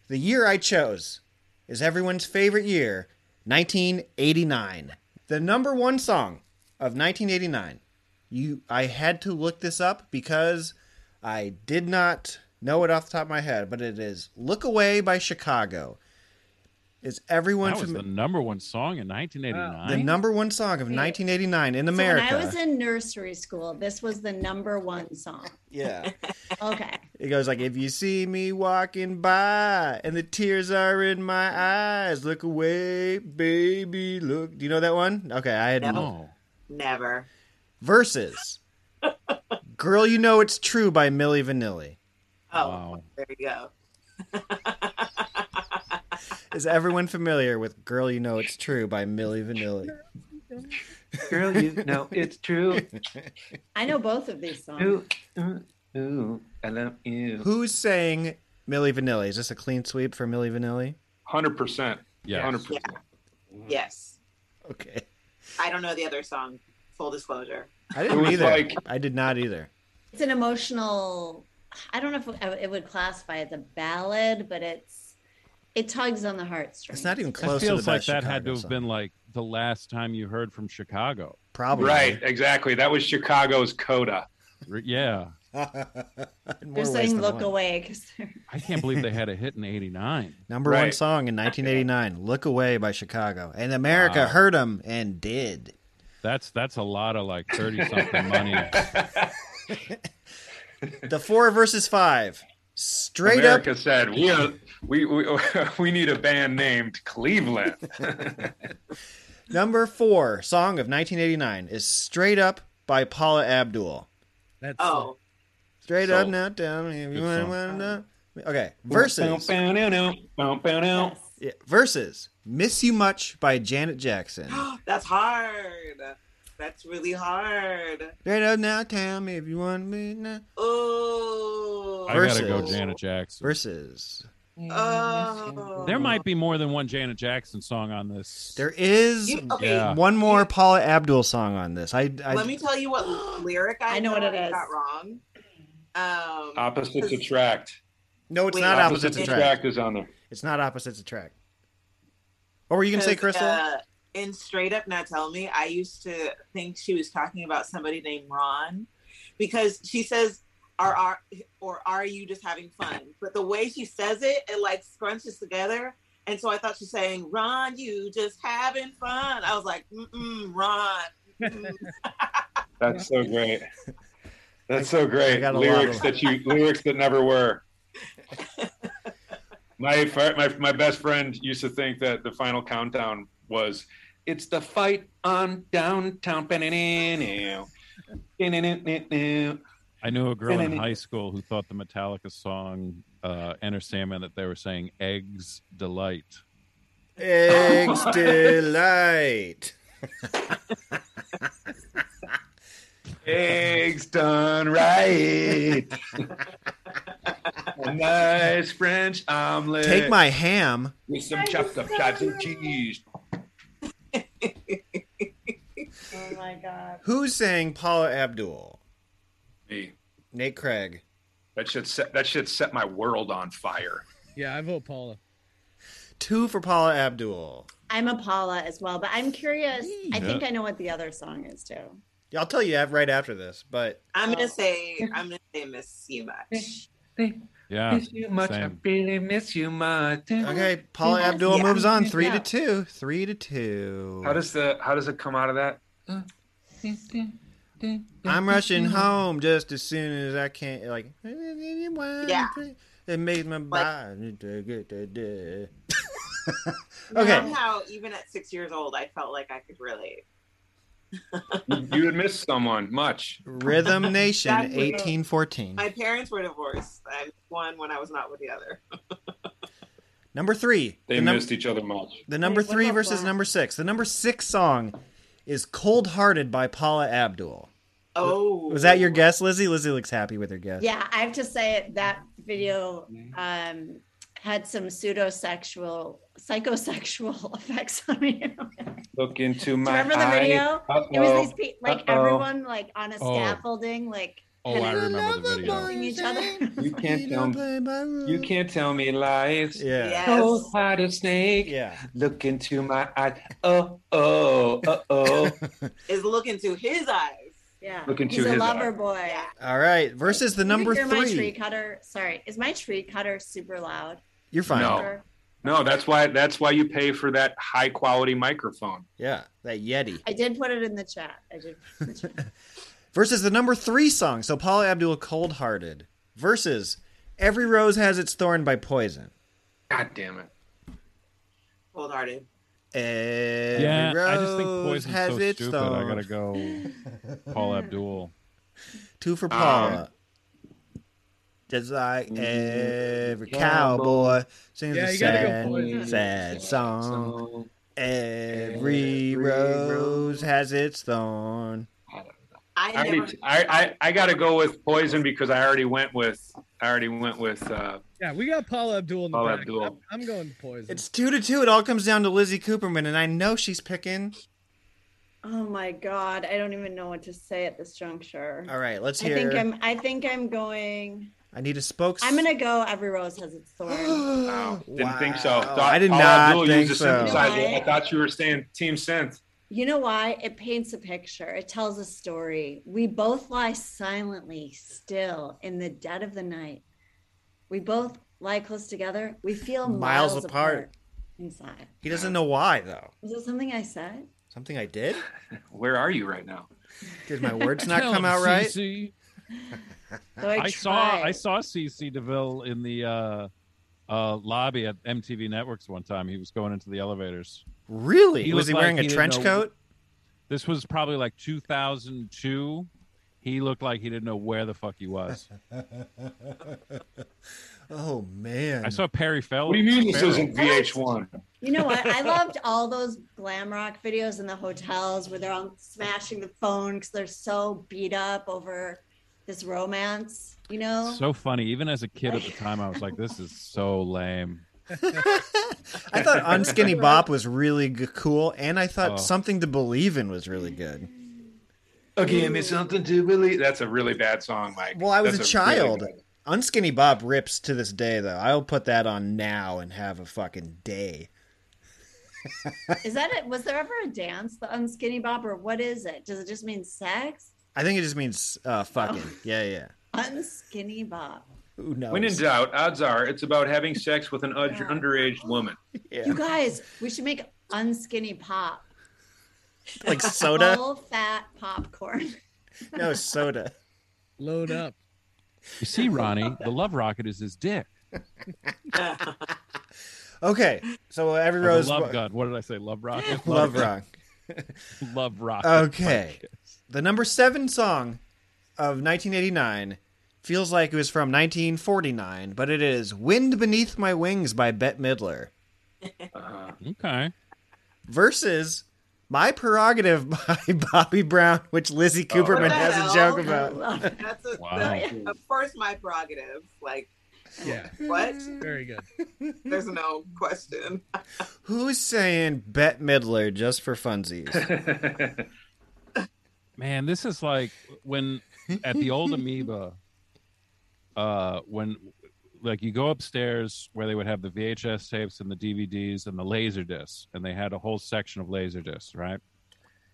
[SPEAKER 7] The year I chose is everyone's favorite year, 1989. The number one song of 1989. You, I had to look this up because I did not know it off the top of my head, but it is "Look Away" by Chicago. Is everyone
[SPEAKER 5] That was the
[SPEAKER 7] fami-
[SPEAKER 5] number one song in 1989.
[SPEAKER 7] the number one song of 1989 in America?
[SPEAKER 10] So when I was in nursery school, this was the number one song.
[SPEAKER 7] yeah.
[SPEAKER 10] Okay.
[SPEAKER 7] It goes like, if you see me walking by and the tears are in my eyes, look away, baby, look. Do you know that one? Okay, I had
[SPEAKER 11] No. Never.
[SPEAKER 7] Versus Girl You Know It's True by Millie Vanilli.
[SPEAKER 11] Oh, there you go.
[SPEAKER 7] Is everyone familiar with Girl You Know It's True by Millie Vanilli?
[SPEAKER 15] Girl, you know it's true.
[SPEAKER 10] I know both of these songs.
[SPEAKER 15] Ooh, ooh, ooh, I love you.
[SPEAKER 7] Who sang Millie Vanilli? Is this a clean sweep for Millie Vanilli?
[SPEAKER 14] 100%.
[SPEAKER 5] Yeah.
[SPEAKER 14] 100%.
[SPEAKER 11] Yes.
[SPEAKER 7] Okay.
[SPEAKER 11] I don't know the other song. Full disclosure.
[SPEAKER 7] I
[SPEAKER 14] It
[SPEAKER 7] didn't
[SPEAKER 14] was
[SPEAKER 7] either.
[SPEAKER 14] like-
[SPEAKER 7] I did not either.
[SPEAKER 10] It's an emotional. I don't know if I- it would classify as a ballad, but it's it tugs on the heartstrings.
[SPEAKER 7] It's not even
[SPEAKER 5] That
[SPEAKER 7] close to the
[SPEAKER 5] feels like
[SPEAKER 7] best
[SPEAKER 5] that
[SPEAKER 7] Chicago
[SPEAKER 5] had to have
[SPEAKER 7] song.
[SPEAKER 5] been like the last time you heard from Chicago.
[SPEAKER 7] Probably.
[SPEAKER 14] Right, exactly. That was Chicago's coda.
[SPEAKER 5] Yeah.
[SPEAKER 10] They're saying "Look away" because
[SPEAKER 5] I can't believe they had a hit in 89.
[SPEAKER 7] Number one song in 1989, "Look Away" by Chicago, and America
[SPEAKER 5] Wow.
[SPEAKER 14] Ah.
[SPEAKER 7] heard 'em and did.
[SPEAKER 5] That's that's a lot of like 30 something money.
[SPEAKER 7] The four versus five, straight
[SPEAKER 14] America
[SPEAKER 7] up.
[SPEAKER 14] said, we, are, we, we, we need a band named Cleveland.
[SPEAKER 7] Number four song of 1989 is "Straight Up" by Paula Abdul.
[SPEAKER 12] That's
[SPEAKER 11] oh,
[SPEAKER 7] Straight
[SPEAKER 14] So-
[SPEAKER 7] up, not down. If you
[SPEAKER 14] Good
[SPEAKER 7] wanna,
[SPEAKER 14] song.
[SPEAKER 7] wanna know. Okay, versus. Yeah, versus "Miss You Much" by Janet Jackson.
[SPEAKER 11] that's hard. That's really hard.
[SPEAKER 7] Straight up now, tell me if you want me now.
[SPEAKER 11] Oh.
[SPEAKER 5] I gotta go Janet Jackson.
[SPEAKER 7] Versus.
[SPEAKER 11] Oh.
[SPEAKER 5] There might be more than one Janet Jackson song on this.
[SPEAKER 7] There is
[SPEAKER 11] You- okay.
[SPEAKER 5] Yeah.
[SPEAKER 7] one more Paula Abdul song on this. I, I
[SPEAKER 11] Let me tell you what lyric I,
[SPEAKER 10] I know what it
[SPEAKER 11] I
[SPEAKER 10] is.
[SPEAKER 11] Got wrong. Um,
[SPEAKER 14] Opposites attract.
[SPEAKER 7] No, it's
[SPEAKER 11] Wait.
[SPEAKER 7] not opposites,
[SPEAKER 14] Opposites
[SPEAKER 7] attract.
[SPEAKER 14] Attract is on there.
[SPEAKER 7] It's not opposites attract. What were you gonna say,
[SPEAKER 11] Because,
[SPEAKER 7] Crystal?
[SPEAKER 11] uh, in Straight Up Now Tell Me, I used to think she was talking about somebody named Ron because she says, are, are or are you just having fun? But the way she says it, it like scrunches together. And so I thought she's saying, Ron, you just having fun. I was like, mm-mm, Ron. mm-mm."
[SPEAKER 14] That's so great. That's so
[SPEAKER 7] I
[SPEAKER 14] great.
[SPEAKER 7] got a lot
[SPEAKER 14] Lyrics
[SPEAKER 7] of-
[SPEAKER 14] that you lyrics that never were. My, fir- my my best friend used to think that the final countdown was it's the fight on downtown.
[SPEAKER 5] I knew a girl in high school who thought the Metallica song uh, Enter Sandman that they were saying "Eggs Delight."
[SPEAKER 7] Eggs delight.
[SPEAKER 9] Eggs done right. A nice French omelet.
[SPEAKER 7] Take my ham.
[SPEAKER 9] With some chopped up chives and cheese.
[SPEAKER 8] Oh my god.
[SPEAKER 7] Who sang Paula Abdul?
[SPEAKER 9] Me.
[SPEAKER 7] Nate Craig.
[SPEAKER 9] That should set that should set my world on fire.
[SPEAKER 12] Yeah, I vote Paula.
[SPEAKER 7] Two for Paula Abdul.
[SPEAKER 8] I'm a Paula as well, but I'm curious. I think I know what the other song is too.
[SPEAKER 7] Yeah, I'll tell you that right after this, but
[SPEAKER 11] I'm gonna say I'm gonna say miss you much.
[SPEAKER 5] Yeah.
[SPEAKER 15] Miss you much. I really miss you much.
[SPEAKER 7] Okay, Paula Abdul
[SPEAKER 11] Yeah.
[SPEAKER 7] moves on three
[SPEAKER 11] Yeah.
[SPEAKER 7] to two. Three to two.
[SPEAKER 9] How does the how does it come out of that?
[SPEAKER 7] I'm rushing home just as soon as I can. Like, yeah, it makes my body. okay,
[SPEAKER 11] Somehow, even at six years old, I felt like I could relate.
[SPEAKER 9] You would miss someone much.
[SPEAKER 7] Rhythm Nation,
[SPEAKER 11] That would-
[SPEAKER 7] eighteen fourteen.
[SPEAKER 11] My parents were divorced. I missed one when I was not with the other.
[SPEAKER 7] Number three.
[SPEAKER 9] They
[SPEAKER 7] the num-
[SPEAKER 9] missed each other much.
[SPEAKER 7] The number
[SPEAKER 11] Wait, what
[SPEAKER 7] three
[SPEAKER 11] about
[SPEAKER 7] versus
[SPEAKER 11] that?
[SPEAKER 7] number six. The number six song is "Cold Hearted" by Paula Abdul.
[SPEAKER 11] Oh,
[SPEAKER 7] Was that your guess, Lizzie? Lizzie looks happy with her guess.
[SPEAKER 8] Yeah, I have to say that video um, had some pseudo sexual, psychosexual effects on me.
[SPEAKER 9] Look into
[SPEAKER 8] Do you
[SPEAKER 9] my
[SPEAKER 8] remember the
[SPEAKER 9] eye.
[SPEAKER 8] video? It
[SPEAKER 9] Uh-oh.
[SPEAKER 8] was these pe- like
[SPEAKER 9] Uh-oh.
[SPEAKER 8] everyone like on a
[SPEAKER 9] Oh.
[SPEAKER 8] scaffolding, like
[SPEAKER 5] Oh, I remember the video.
[SPEAKER 8] kissing each other.
[SPEAKER 9] You can't tell me. You can't tell me lies.
[SPEAKER 7] Yeah.
[SPEAKER 8] Yes.
[SPEAKER 15] Cold hearted snake.
[SPEAKER 7] Yeah.
[SPEAKER 15] Look into my eye. Oh, oh, oh, oh.
[SPEAKER 11] Is look into his eyes.
[SPEAKER 8] Yeah.
[SPEAKER 9] Look into
[SPEAKER 8] He's a
[SPEAKER 9] his
[SPEAKER 8] lover boy.
[SPEAKER 7] All right. Versus the number
[SPEAKER 8] You're my tree
[SPEAKER 7] three.
[SPEAKER 8] cutter. Sorry, is my tree cutter super loud?
[SPEAKER 7] You're fine.
[SPEAKER 9] No.
[SPEAKER 8] Or-
[SPEAKER 9] No, that's why that's why you pay for that high quality microphone.
[SPEAKER 7] Yeah, that Yeti.
[SPEAKER 8] I did put it in the chat. I did.
[SPEAKER 7] Versus the number three song. So Paula Abdul, "Cold Hearted." Versus "Every Rose Has Its Thorn" by Poison.
[SPEAKER 9] God damn it.
[SPEAKER 11] Cold hearted.
[SPEAKER 7] Every
[SPEAKER 5] Yeah, I just think
[SPEAKER 7] rose
[SPEAKER 5] Poison's
[SPEAKER 7] has
[SPEAKER 5] so
[SPEAKER 7] its
[SPEAKER 5] stupid.
[SPEAKER 7] thorn.
[SPEAKER 5] I gotta go. Paul Abdul.
[SPEAKER 7] Two for
[SPEAKER 5] Um,
[SPEAKER 7] Paula. Just like every cowboy sings
[SPEAKER 12] Yeah,
[SPEAKER 7] a
[SPEAKER 12] you gotta go
[SPEAKER 7] sad,
[SPEAKER 12] Poison.
[SPEAKER 7] sad song. Every rose has its thorn.
[SPEAKER 11] I
[SPEAKER 9] I,
[SPEAKER 11] never.
[SPEAKER 9] already, I, I, I gotta go with poison because I already went with I already went with uh
[SPEAKER 12] Yeah, we got Paula Abdul in the
[SPEAKER 9] Paula
[SPEAKER 12] back.
[SPEAKER 9] Abdul.
[SPEAKER 12] I'm, I'm going poison.
[SPEAKER 7] It's two to two. It all comes down to Lizzie Cooperman, and I know she's picking.
[SPEAKER 8] Oh my god, I don't even know what to say at this juncture.
[SPEAKER 7] All right, let's
[SPEAKER 8] I
[SPEAKER 7] hear.
[SPEAKER 8] think I'm. I think I'm going.
[SPEAKER 7] I need a spokes.
[SPEAKER 8] I'm gonna go. Every rose has its thorn.
[SPEAKER 9] wow. didn't think so.
[SPEAKER 7] Wow.
[SPEAKER 9] Thought,
[SPEAKER 7] I did
[SPEAKER 9] Paula
[SPEAKER 7] not
[SPEAKER 9] Abdul
[SPEAKER 7] think
[SPEAKER 9] used a
[SPEAKER 7] so.
[SPEAKER 9] synthesizer.
[SPEAKER 8] Why?
[SPEAKER 9] I thought you were saying team synth.
[SPEAKER 8] you know why? It paints a picture. It tells a story. We both lie silently, still in the dead of the night. We both lie close together. We feel miles,
[SPEAKER 7] Miles
[SPEAKER 8] apart.
[SPEAKER 7] apart.
[SPEAKER 8] inside.
[SPEAKER 7] He doesn't know why though.
[SPEAKER 8] Was it something I said?
[SPEAKER 7] Something I did?
[SPEAKER 9] Where are you right now?
[SPEAKER 7] Did my words not
[SPEAKER 5] Tell
[SPEAKER 7] come
[SPEAKER 5] him,
[SPEAKER 7] out right?
[SPEAKER 5] CC.
[SPEAKER 8] Though
[SPEAKER 5] I saw I
[SPEAKER 8] tried.
[SPEAKER 5] saw CC DeVille in the uh, uh, lobby at MTV Networks one time. He was going into the elevators.
[SPEAKER 7] Really?
[SPEAKER 5] He
[SPEAKER 7] was
[SPEAKER 5] looked
[SPEAKER 7] he
[SPEAKER 5] like
[SPEAKER 7] wearing
[SPEAKER 5] he
[SPEAKER 7] a
[SPEAKER 5] didn't
[SPEAKER 7] trench
[SPEAKER 5] know-
[SPEAKER 7] coat?
[SPEAKER 5] This was probably like 2002. He looked like he didn't know where the fuck he was.
[SPEAKER 7] Oh man!
[SPEAKER 5] I saw Perry Fel.
[SPEAKER 9] What do you mean this
[SPEAKER 5] Farrell.
[SPEAKER 9] isn't VH1?
[SPEAKER 8] You know what? I loved all those glam rock videos in the hotels where they're on smashing the phone because they're so beat up over this romance. You know,
[SPEAKER 5] So funny. Even as a kid at the time, I was like, "This is so lame."
[SPEAKER 7] I thought Unskinny Bop was really g- cool, and I thought
[SPEAKER 9] Oh.
[SPEAKER 7] Something to Believe in was really good.
[SPEAKER 9] Okay, give me something to believe. That's a really bad song, Mike.
[SPEAKER 7] Well, I was
[SPEAKER 9] That's
[SPEAKER 7] a
[SPEAKER 9] really
[SPEAKER 7] child.
[SPEAKER 9] bad-
[SPEAKER 7] Unskinny Bop rips to this day, though. I'll put that on now and have a fucking day.
[SPEAKER 8] is that it? Was there ever a dance, the unskinny bob, or what is it? Does it just mean sex?
[SPEAKER 7] I think it just means uh, fucking. Yeah, yeah.
[SPEAKER 8] Unskinny bob.
[SPEAKER 7] Who knows?
[SPEAKER 9] When in doubt, odds are it's about having sex with an ud-
[SPEAKER 8] Yeah.
[SPEAKER 9] underage woman.
[SPEAKER 8] You guys, we should make unskinny pop.
[SPEAKER 7] like soda?
[SPEAKER 8] Full fat popcorn.
[SPEAKER 7] No, soda.
[SPEAKER 12] Load up.
[SPEAKER 5] You see, Ronnie, the love rocket is his dick.
[SPEAKER 7] Okay, so every
[SPEAKER 5] Or
[SPEAKER 7] rose.
[SPEAKER 5] the love gun. What did I say? Love rocket.
[SPEAKER 7] Love rock.
[SPEAKER 5] love rocket.
[SPEAKER 7] Uh, Okay. The number seven song of 1989 feels like it was from 1949, but it is Wind Beneath My Wings by Bette Midler
[SPEAKER 9] Uh,
[SPEAKER 5] Okay.
[SPEAKER 7] versus My Prerogative by Bobby Brown, which Lizzie Cooperman
[SPEAKER 11] Oh, What the
[SPEAKER 7] has
[SPEAKER 11] hell?
[SPEAKER 7] a joke about.
[SPEAKER 11] That's a,
[SPEAKER 7] Wow.
[SPEAKER 11] that- of course, my prerogative. Like,
[SPEAKER 12] Yeah.
[SPEAKER 11] what?
[SPEAKER 12] Very good.
[SPEAKER 11] There's no question.
[SPEAKER 7] Who's saying Bette Midler just for funsies?
[SPEAKER 5] Man, this is like when at the old amoeba, uh, when like you go upstairs where they would have the VHS tapes and the DVDs and the laser discs, and they had a whole section of laser discs, right?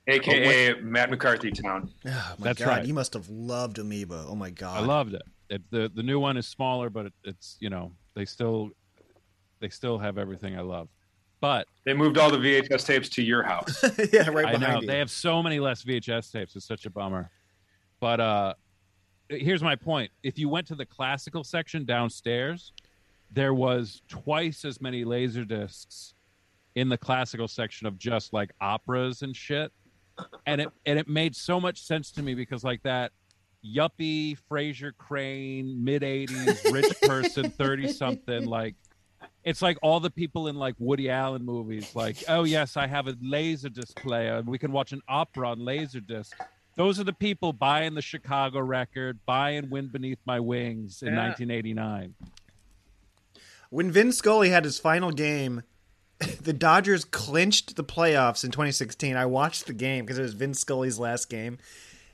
[SPEAKER 7] Oh,
[SPEAKER 9] AKA
[SPEAKER 5] But
[SPEAKER 9] Matt McCarthy Town.
[SPEAKER 5] Oh my That's God, right.
[SPEAKER 7] You must have loved Amoeba. Oh my
[SPEAKER 5] I
[SPEAKER 7] god.
[SPEAKER 5] loved it. it. The the new one is smaller, but it, it's you know they still they still have everything I love. But
[SPEAKER 9] They moved all the VHS tapes to your house.
[SPEAKER 7] yeah, right
[SPEAKER 5] I know
[SPEAKER 9] behind you.
[SPEAKER 5] they have so many less VHS tapes. It's such a bummer. But uh here's my point: if you went to the classical section downstairs, there was twice as many laser discs in the classical section of just like operas and shit. And it and it made so much sense to me because like that yuppie Fraser Crane mid '80s rich person thirty something like it's like all the people in like Woody Allen movies, like, oh yes, I have a laser disc player and we can watch an opera on laser disc. Those are the people buying the Chicago record, buying Wind Beneath My Wings in
[SPEAKER 7] Yeah.
[SPEAKER 5] 1989.
[SPEAKER 7] When Vin Scully had his final game, the Dodgers clinched the playoffs in 2016. I watched the game because it was Vin Scully's last game,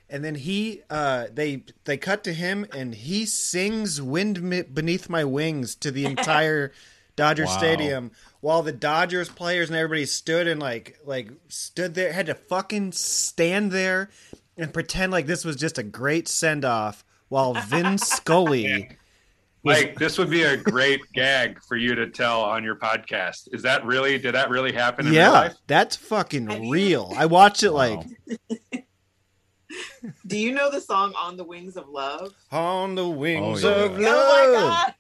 [SPEAKER 7] and then he, uh, they, they cut to him and he sings "Wind Mi- Beneath My Wings" to the entire Dodger
[SPEAKER 16] Wow.
[SPEAKER 7] Stadium while the Dodgers players and everybody stood and like, like stood there, had to fucking stand there and pretend like this was just a great send off while Vin Scully.
[SPEAKER 9] Like this would be a great gag for you to tell on your podcast. Is that really? Did that really happen in real
[SPEAKER 7] yeah,
[SPEAKER 9] life?
[SPEAKER 7] that's fucking real. I watched it like
[SPEAKER 11] Do you know the song "On the Wings of Love"?
[SPEAKER 7] on the wings
[SPEAKER 11] Oh,
[SPEAKER 7] of
[SPEAKER 11] yeah.
[SPEAKER 7] love.
[SPEAKER 11] Oh, my God.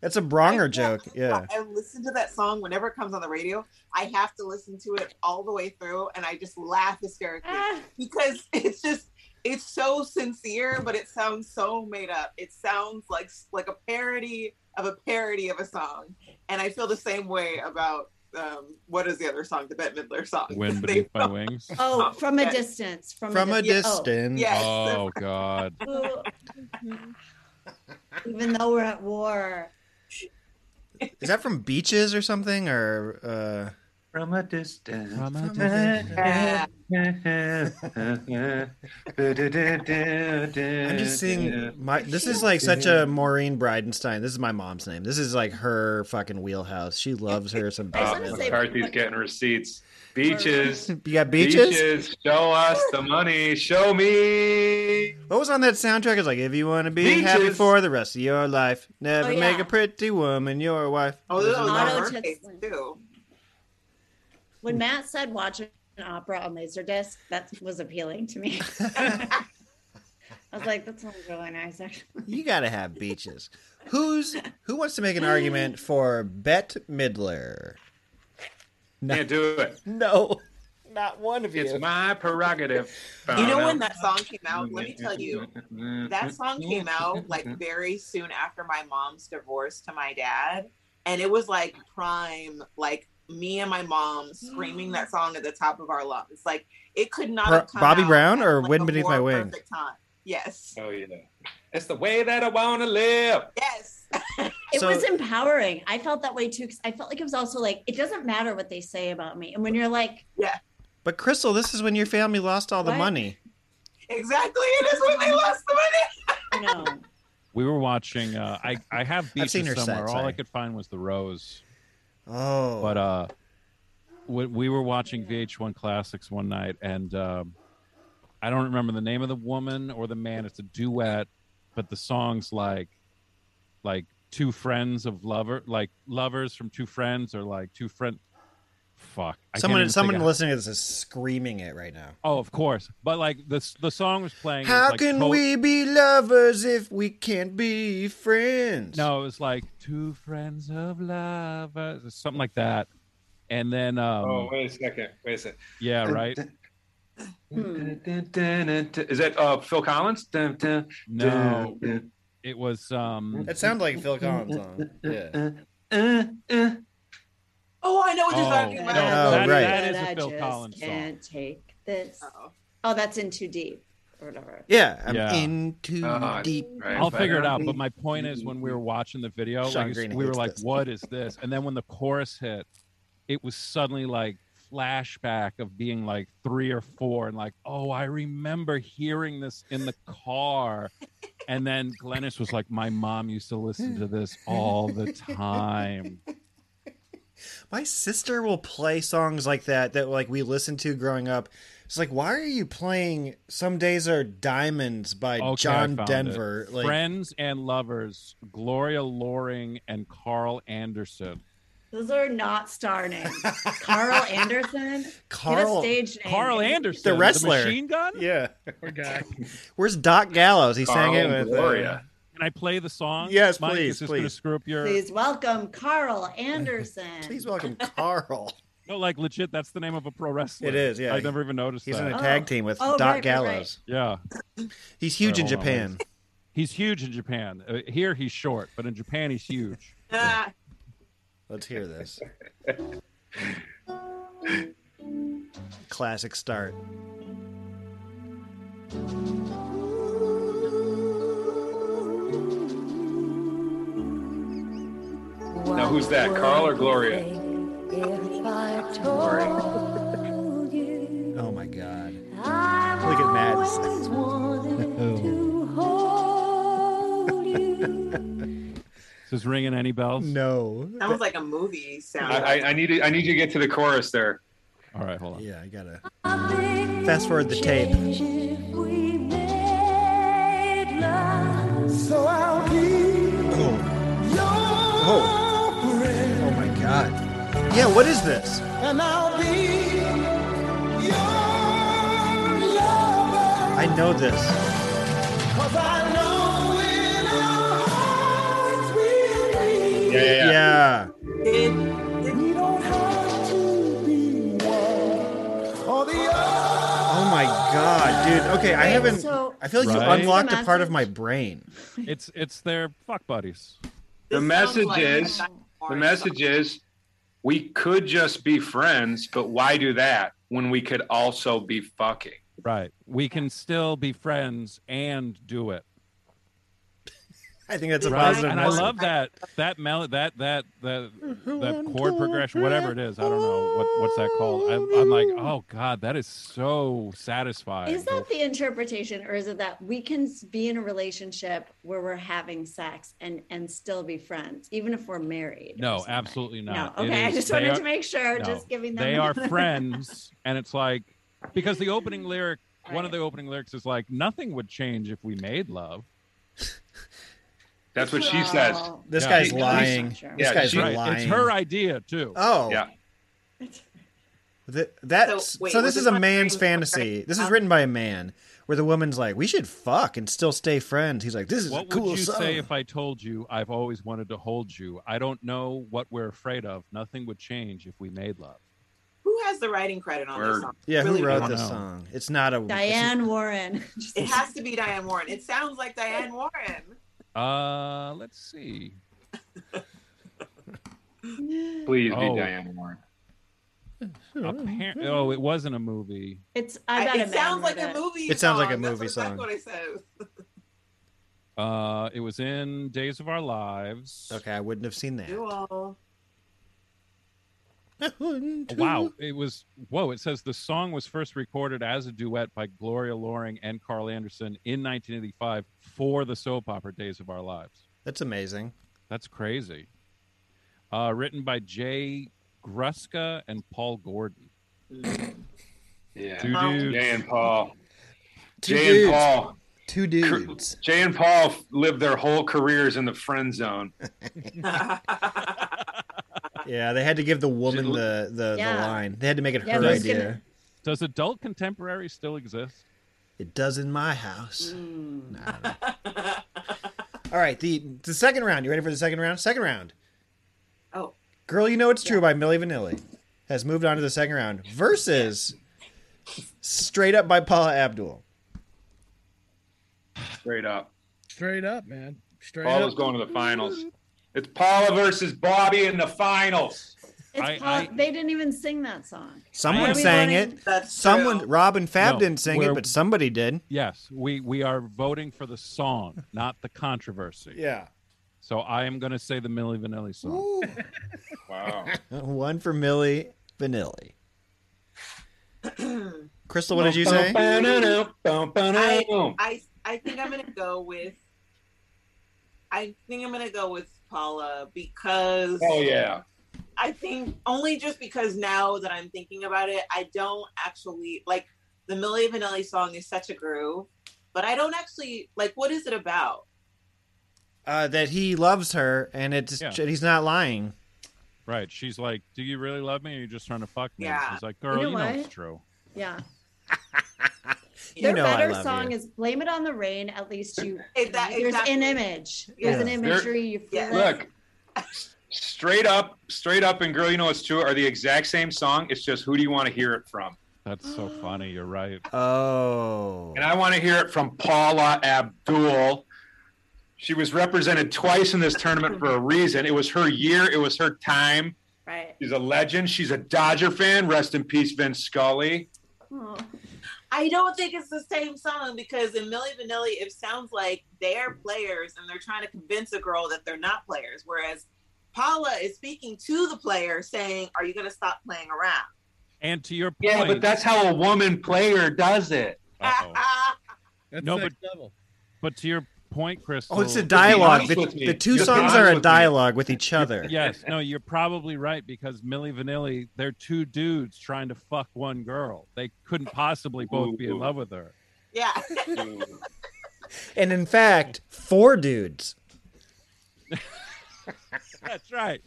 [SPEAKER 7] That's a Bronger joke. Yeah.
[SPEAKER 11] I listen to that song whenever it comes on the radio. I have to listen to it all the way through, and I just laugh hysterically because it's just it's so sincere, but it sounds so made up. It sounds like like a parody of a parody of a song, and I feel the same way about um, what is the other song, the Bette Midler song,
[SPEAKER 5] Wind Beneath My Wings.
[SPEAKER 8] Oh, from a
[SPEAKER 11] Yes.
[SPEAKER 8] distance. From,
[SPEAKER 7] From a
[SPEAKER 8] dis- oh.
[SPEAKER 7] distance.
[SPEAKER 5] Oh God.
[SPEAKER 8] Ooh. Even though we're at war.
[SPEAKER 7] Is that from Beaches or something or uh
[SPEAKER 15] From a distance.
[SPEAKER 7] From
[SPEAKER 15] a
[SPEAKER 7] I'm just seeing my this is like such a Maureen Bridenstine. This is my mom's name. This is like her fucking wheelhouse. She loves her some
[SPEAKER 9] Oh,
[SPEAKER 7] Batman.
[SPEAKER 9] McCarthy's getting receipts. Beaches.
[SPEAKER 7] You got beaches?
[SPEAKER 9] Show us the money. Show me.
[SPEAKER 7] What was on that soundtrack? It's like if you want to be
[SPEAKER 9] Beaches.
[SPEAKER 7] happy for the rest of your life, never
[SPEAKER 11] Oh, yeah.
[SPEAKER 7] make a pretty woman your wife.
[SPEAKER 11] Oh, this was
[SPEAKER 8] Auto
[SPEAKER 11] on her case, too.
[SPEAKER 8] When Matt said watch an opera on Laserdisc, that was appealing to me. I was like, that sounds really nice, actually.
[SPEAKER 7] You gotta have beaches. Who's who wants to make an argument for Bette Midler?
[SPEAKER 9] Can't do it.
[SPEAKER 7] No, not one of
[SPEAKER 9] you. It's my prerogative.
[SPEAKER 11] You know when that song came out? Let me tell you, that
[SPEAKER 9] that
[SPEAKER 11] song came out like
[SPEAKER 9] Mm-hmm.
[SPEAKER 11] very soon after my mom's divorce to my dad and it was like prime like me and my mom screaming
[SPEAKER 9] Mm.
[SPEAKER 11] that song at the top of our lungs like it could not
[SPEAKER 7] Pro-
[SPEAKER 11] have come
[SPEAKER 7] Bobby
[SPEAKER 11] out
[SPEAKER 7] Brown
[SPEAKER 11] at,
[SPEAKER 7] or
[SPEAKER 11] like,
[SPEAKER 7] Wind
[SPEAKER 11] a
[SPEAKER 7] Beneath
[SPEAKER 11] more
[SPEAKER 7] My Wings?
[SPEAKER 11] perfect time. yes
[SPEAKER 9] Oh yeah, it's the way that I want to live.
[SPEAKER 11] yes
[SPEAKER 8] It
[SPEAKER 11] So-
[SPEAKER 8] was empowering. I felt that way too because I felt like it was also like it doesn't matter what they say about me. And when you're like,
[SPEAKER 11] yeah,
[SPEAKER 7] But Crystal, this is when your family lost all the
[SPEAKER 8] What?
[SPEAKER 7] money.
[SPEAKER 11] exactly it is when they lost the money
[SPEAKER 5] We were watching. Uh, I I have beaches
[SPEAKER 7] I've seen her
[SPEAKER 5] somewhere.
[SPEAKER 7] set,
[SPEAKER 5] All I
[SPEAKER 7] sorry.
[SPEAKER 5] could find was the rose.
[SPEAKER 7] Oh,
[SPEAKER 5] but uh, we, we were watching VH1 Classics one night, and um, I don't remember the name of the woman or the man. It's a duet, but the song's like, like two friends of lover, like lovers from two friends, or like two friend. Fuck. I can't even
[SPEAKER 7] Someone,
[SPEAKER 5] think
[SPEAKER 7] someone
[SPEAKER 5] of-
[SPEAKER 7] listening to this is screaming it right now.
[SPEAKER 5] Oh, of course. But like the the song was playing. it was,
[SPEAKER 7] How
[SPEAKER 5] like,
[SPEAKER 7] can
[SPEAKER 5] to-
[SPEAKER 7] we be lovers if we can't be friends?
[SPEAKER 5] No, it was like two friends of lovers, or something like that. And then, um,
[SPEAKER 9] oh wait a second. Wait a second.
[SPEAKER 5] yeah, right.
[SPEAKER 11] Hmm.
[SPEAKER 9] Is that uh, Phil Collins?
[SPEAKER 5] No, it was. um
[SPEAKER 7] That sounded like a Phil Collins song. Yeah.
[SPEAKER 11] oh i know know what you're talking about.
[SPEAKER 5] No, that-
[SPEAKER 7] right.
[SPEAKER 5] that is
[SPEAKER 8] But
[SPEAKER 5] a
[SPEAKER 8] I
[SPEAKER 5] Phil
[SPEAKER 8] just
[SPEAKER 5] Collins song.
[SPEAKER 8] Can't take this. Oh, that's in too deep or whatever.
[SPEAKER 7] Yeah, I'm in too
[SPEAKER 5] Uh,
[SPEAKER 7] deep.
[SPEAKER 5] I'll figure it out. But my point is, when we were watching the video,
[SPEAKER 7] Mm-hmm. Sean
[SPEAKER 5] like,
[SPEAKER 7] Green
[SPEAKER 5] we were
[SPEAKER 7] hates
[SPEAKER 5] like,
[SPEAKER 7] this.
[SPEAKER 5] "What is this?" And then when the chorus hit, it was suddenly like flashback of being like three or four, and like, "Oh, I remember hearing this in the car." And then Glennis was like, "My mom used to listen to this all the time."
[SPEAKER 7] My sister will play songs like that that like we listened to growing up. It's like, why are you playing "Some Days Are Diamonds" by
[SPEAKER 5] Okay, I
[SPEAKER 7] John
[SPEAKER 5] found
[SPEAKER 7] Denver?
[SPEAKER 5] it.
[SPEAKER 7] Like,
[SPEAKER 5] Friends and lovers, Gloria Loring and Carl Anderson.
[SPEAKER 8] Those are not star names. Carl Anderson.
[SPEAKER 7] Carl-
[SPEAKER 8] Get a stage name.
[SPEAKER 5] Carl
[SPEAKER 8] Maybe-
[SPEAKER 5] Anderson,
[SPEAKER 7] The wrestler.
[SPEAKER 5] machine gun.
[SPEAKER 7] Yeah.
[SPEAKER 12] Poor guy.
[SPEAKER 7] where's Doc Gallows? He sang
[SPEAKER 5] Carl
[SPEAKER 7] it
[SPEAKER 9] Oh,
[SPEAKER 5] and
[SPEAKER 7] with uh,
[SPEAKER 5] Gloria. Can I play the song?
[SPEAKER 7] Yes,
[SPEAKER 5] Mike,
[SPEAKER 7] please,
[SPEAKER 5] Is this gonna
[SPEAKER 7] please.
[SPEAKER 5] screw up your?
[SPEAKER 8] Please welcome Carl Anderson.
[SPEAKER 7] Please welcome Carl.
[SPEAKER 5] No, like legit. That's the name of a pro wrestler.
[SPEAKER 7] It is, yeah.
[SPEAKER 5] I never even noticed.
[SPEAKER 7] He's
[SPEAKER 5] that.
[SPEAKER 7] in a tag team with
[SPEAKER 8] Oh,
[SPEAKER 7] Doc
[SPEAKER 8] right, right,
[SPEAKER 7] Gallows.
[SPEAKER 5] Yeah.
[SPEAKER 7] He's huge in
[SPEAKER 5] All right, hold on,
[SPEAKER 7] Japan.
[SPEAKER 5] wait. He's huge in Japan. Uh, here he's short, but in Japan he's huge.
[SPEAKER 11] Ah,
[SPEAKER 7] Let's hear this. Classic start.
[SPEAKER 9] Now, who's that, Carl or Gloria?
[SPEAKER 16] If I told you
[SPEAKER 7] Oh my god.
[SPEAKER 16] I
[SPEAKER 7] Look at Mads.
[SPEAKER 16] always wanted
[SPEAKER 7] Oh.
[SPEAKER 16] to hold you.
[SPEAKER 5] Is this ringing any bells?
[SPEAKER 7] No.
[SPEAKER 11] sounds like a movie sound.
[SPEAKER 9] I, I, I need to, I need you to get to the chorus there.
[SPEAKER 5] All right, hold on.
[SPEAKER 7] Yeah, I gotta fast forward the tape.
[SPEAKER 16] We made love. So I'll be
[SPEAKER 7] Oh,
[SPEAKER 16] your
[SPEAKER 7] Oh.
[SPEAKER 16] friend.
[SPEAKER 7] oh my god. Yeah, what is this?
[SPEAKER 16] And I'll be your lover.
[SPEAKER 7] I know this.
[SPEAKER 16] Cause I know in our hearts we'll be.
[SPEAKER 7] yeah. yeah.
[SPEAKER 16] We don't have to be one or the other.
[SPEAKER 7] Oh my god, dude. Okay, I
[SPEAKER 16] Wait,
[SPEAKER 7] haven't.
[SPEAKER 16] so-
[SPEAKER 7] I feel like
[SPEAKER 5] Right?
[SPEAKER 7] you unlocked a part of my brain.
[SPEAKER 5] It's it's their fuck buddies.
[SPEAKER 9] The message is, the message is, we could just be friends, but why do that when we could also be fucking?
[SPEAKER 5] Right. We can still be friends and do it.
[SPEAKER 7] I think that's a
[SPEAKER 5] Right?
[SPEAKER 7] positive
[SPEAKER 5] And I
[SPEAKER 7] message.
[SPEAKER 5] love that that mel that that that that chord progression, whatever it is. I don't know what what's that called. I, I'm like, oh god, that is so satisfying.
[SPEAKER 8] Is that the interpretation, or is it that we can s- be in a relationship where we're having sex and and still be friends, even if we're married?
[SPEAKER 5] No, absolutely not.
[SPEAKER 8] No,
[SPEAKER 5] It
[SPEAKER 8] okay, I
[SPEAKER 5] is-
[SPEAKER 8] just
[SPEAKER 5] they
[SPEAKER 8] wanted
[SPEAKER 5] are-
[SPEAKER 8] to make sure,
[SPEAKER 5] no,
[SPEAKER 8] just giving them-
[SPEAKER 5] They are friends, and it's like because the opening lyric, one of the opening lyrics is like, "Nothing would change if we made love."
[SPEAKER 9] That's what she says.
[SPEAKER 11] Oh.
[SPEAKER 7] This
[SPEAKER 5] Yeah.
[SPEAKER 7] guy's
[SPEAKER 9] She-
[SPEAKER 7] lying.
[SPEAKER 9] she-
[SPEAKER 7] This
[SPEAKER 9] yeah,
[SPEAKER 7] guy's
[SPEAKER 9] she-
[SPEAKER 7] lying.
[SPEAKER 5] It's her idea too.
[SPEAKER 7] Oh.
[SPEAKER 9] Yeah.
[SPEAKER 7] Th- that's so,
[SPEAKER 11] So, wait,
[SPEAKER 7] this
[SPEAKER 11] was
[SPEAKER 7] is
[SPEAKER 11] it
[SPEAKER 7] a
[SPEAKER 11] one
[SPEAKER 7] man's
[SPEAKER 11] thing-
[SPEAKER 7] fantasy. This is written by a man where the woman's like, "We should fuck and still stay friends." He's like, "This is
[SPEAKER 5] what
[SPEAKER 7] a cool
[SPEAKER 5] would you
[SPEAKER 7] song."
[SPEAKER 5] say if I told you I've always wanted to hold you? I don't know what we're afraid of. Nothing would change if we made love.
[SPEAKER 11] Who has the writing credit on this
[SPEAKER 5] Word.
[SPEAKER 11] song?
[SPEAKER 7] yeah, who
[SPEAKER 11] Really
[SPEAKER 7] wrote
[SPEAKER 5] don't
[SPEAKER 7] this
[SPEAKER 5] know.
[SPEAKER 7] song? It's not a it's-
[SPEAKER 8] Diane Warren.
[SPEAKER 11] It has to be Diane Warren. It sounds like Diane Warren.
[SPEAKER 5] Uh, let's see.
[SPEAKER 9] Please be
[SPEAKER 5] Oh.
[SPEAKER 9] Diane Warren.
[SPEAKER 5] Appar- oh, it wasn't a movie.
[SPEAKER 8] It's I
[SPEAKER 11] I-
[SPEAKER 8] bet
[SPEAKER 11] it sounds like a
[SPEAKER 8] movie.
[SPEAKER 11] movie.
[SPEAKER 7] It sounds like a
[SPEAKER 11] song. That's
[SPEAKER 7] movie
[SPEAKER 11] what-
[SPEAKER 7] song.
[SPEAKER 11] That's what I said.
[SPEAKER 5] Uh, it was in Days of Our Lives.
[SPEAKER 7] Okay, I wouldn't have seen that.
[SPEAKER 11] You all.
[SPEAKER 5] Oh, Wow, it was whoa! It says the song was first recorded as a duet by Gloria Loring and Carl Anderson in 1985 for the soap opera Days of Our Lives.
[SPEAKER 7] That's amazing.
[SPEAKER 5] That's crazy. Uh, written by Jay Gruska and Paul Gordon.
[SPEAKER 9] Yeah.
[SPEAKER 5] Two dudes.
[SPEAKER 9] Jay and Paul.
[SPEAKER 7] Two
[SPEAKER 9] Jay
[SPEAKER 7] dudes.
[SPEAKER 9] and Paul.
[SPEAKER 7] Two dudes.
[SPEAKER 9] Jay and Paul f- lived their whole careers in the friend zone.
[SPEAKER 7] Yeah, they had to give the woman the the, the
[SPEAKER 8] Yeah.
[SPEAKER 7] line. They had to make it
[SPEAKER 8] Yeah,
[SPEAKER 7] her
[SPEAKER 8] that's
[SPEAKER 7] idea.
[SPEAKER 8] gonna-
[SPEAKER 5] Does adult contemporary still exist?
[SPEAKER 7] It does in my house.
[SPEAKER 8] Hmm.
[SPEAKER 7] Nah, I don't know. All right, the the second round. You ready for the second round? Second round.
[SPEAKER 11] Oh.
[SPEAKER 7] Girl, You Know It's True by Millie Vanilli has moved on to the second round versus Straight Up by Paula Abdul.
[SPEAKER 9] Straight up.
[SPEAKER 12] Straight up, man. Straight
[SPEAKER 9] Paul
[SPEAKER 12] up.
[SPEAKER 9] is going to the finals. It's Paula versus Bobby in the finals.
[SPEAKER 8] It's
[SPEAKER 5] I-
[SPEAKER 8] called,
[SPEAKER 5] I-
[SPEAKER 8] they didn't even sing that song. Are
[SPEAKER 7] Someone
[SPEAKER 8] we
[SPEAKER 7] sang
[SPEAKER 8] voting?
[SPEAKER 7] it. Someone, Rob and Fab
[SPEAKER 5] No,
[SPEAKER 7] didn't sing it,
[SPEAKER 5] we're-
[SPEAKER 7] but somebody did.
[SPEAKER 5] Yes, we we are voting for the song, not the controversy.
[SPEAKER 7] Yeah.
[SPEAKER 5] So I am going to say the Milli Vanilli song.
[SPEAKER 9] wow.
[SPEAKER 7] uh, One for Millie Vanilli. Crystal, what did you say?
[SPEAKER 11] I, I I think I'm gonna go with. I think I'm gonna go with Paula because.
[SPEAKER 9] Oh yeah.
[SPEAKER 11] I think only just because now that I'm thinking about it, I don't actually like the Milli Vanilli song is such a groove, but I don't actually like. What is it about?
[SPEAKER 7] Uh, that he loves her, and it's
[SPEAKER 5] Yeah.
[SPEAKER 7] he's not lying.
[SPEAKER 5] Right. She's like, "Do you really love me? Or are you just trying to fuck me?"
[SPEAKER 8] Yeah.
[SPEAKER 5] She's like,
[SPEAKER 8] You
[SPEAKER 5] "Girl, you
[SPEAKER 8] know
[SPEAKER 5] know,
[SPEAKER 8] what?
[SPEAKER 5] it's true."
[SPEAKER 8] Yeah.
[SPEAKER 5] You
[SPEAKER 8] Their
[SPEAKER 5] know I
[SPEAKER 8] better
[SPEAKER 5] love
[SPEAKER 8] song
[SPEAKER 5] you.
[SPEAKER 8] is "Blame It on the Rain." At least you
[SPEAKER 11] Exac-
[SPEAKER 8] there's an
[SPEAKER 11] exactly.
[SPEAKER 8] image, there's an
[SPEAKER 9] Yeah.
[SPEAKER 8] imagery. You feel it.
[SPEAKER 9] Look, s- straight up, straight up, and girl, you know it's true are the exact same song. It's just who do you want to hear it from?
[SPEAKER 5] That's so funny. You're right.
[SPEAKER 7] Oh.
[SPEAKER 9] And I want to hear it from Paula Abdul. She was represented twice in this tournament for a reason. It was her year. It was her time.
[SPEAKER 8] Right.
[SPEAKER 9] She's a legend. She's a Dodger fan. Rest in peace, Vince Scully.
[SPEAKER 11] Oh. I don't think it's the same song because in Milli Vanilli, it sounds like they're players and they're trying to convince a girl that they're not players. Whereas Paula is speaking to the player, saying, "Are you going to stop playing around?"
[SPEAKER 5] And to your point,
[SPEAKER 9] Yeah, but that's how a woman player does it.
[SPEAKER 5] no, but, but to your point, Crystal.
[SPEAKER 7] Oh, it's a dialogue. The, the two songs are a dialogue with each other.
[SPEAKER 5] Yes, no, you're probably right because Milli Vanilli, they're two dudes trying to fuck one girl. They couldn't possibly both be in love with her.
[SPEAKER 11] Yeah.
[SPEAKER 7] And in fact, four dudes.
[SPEAKER 5] That's right.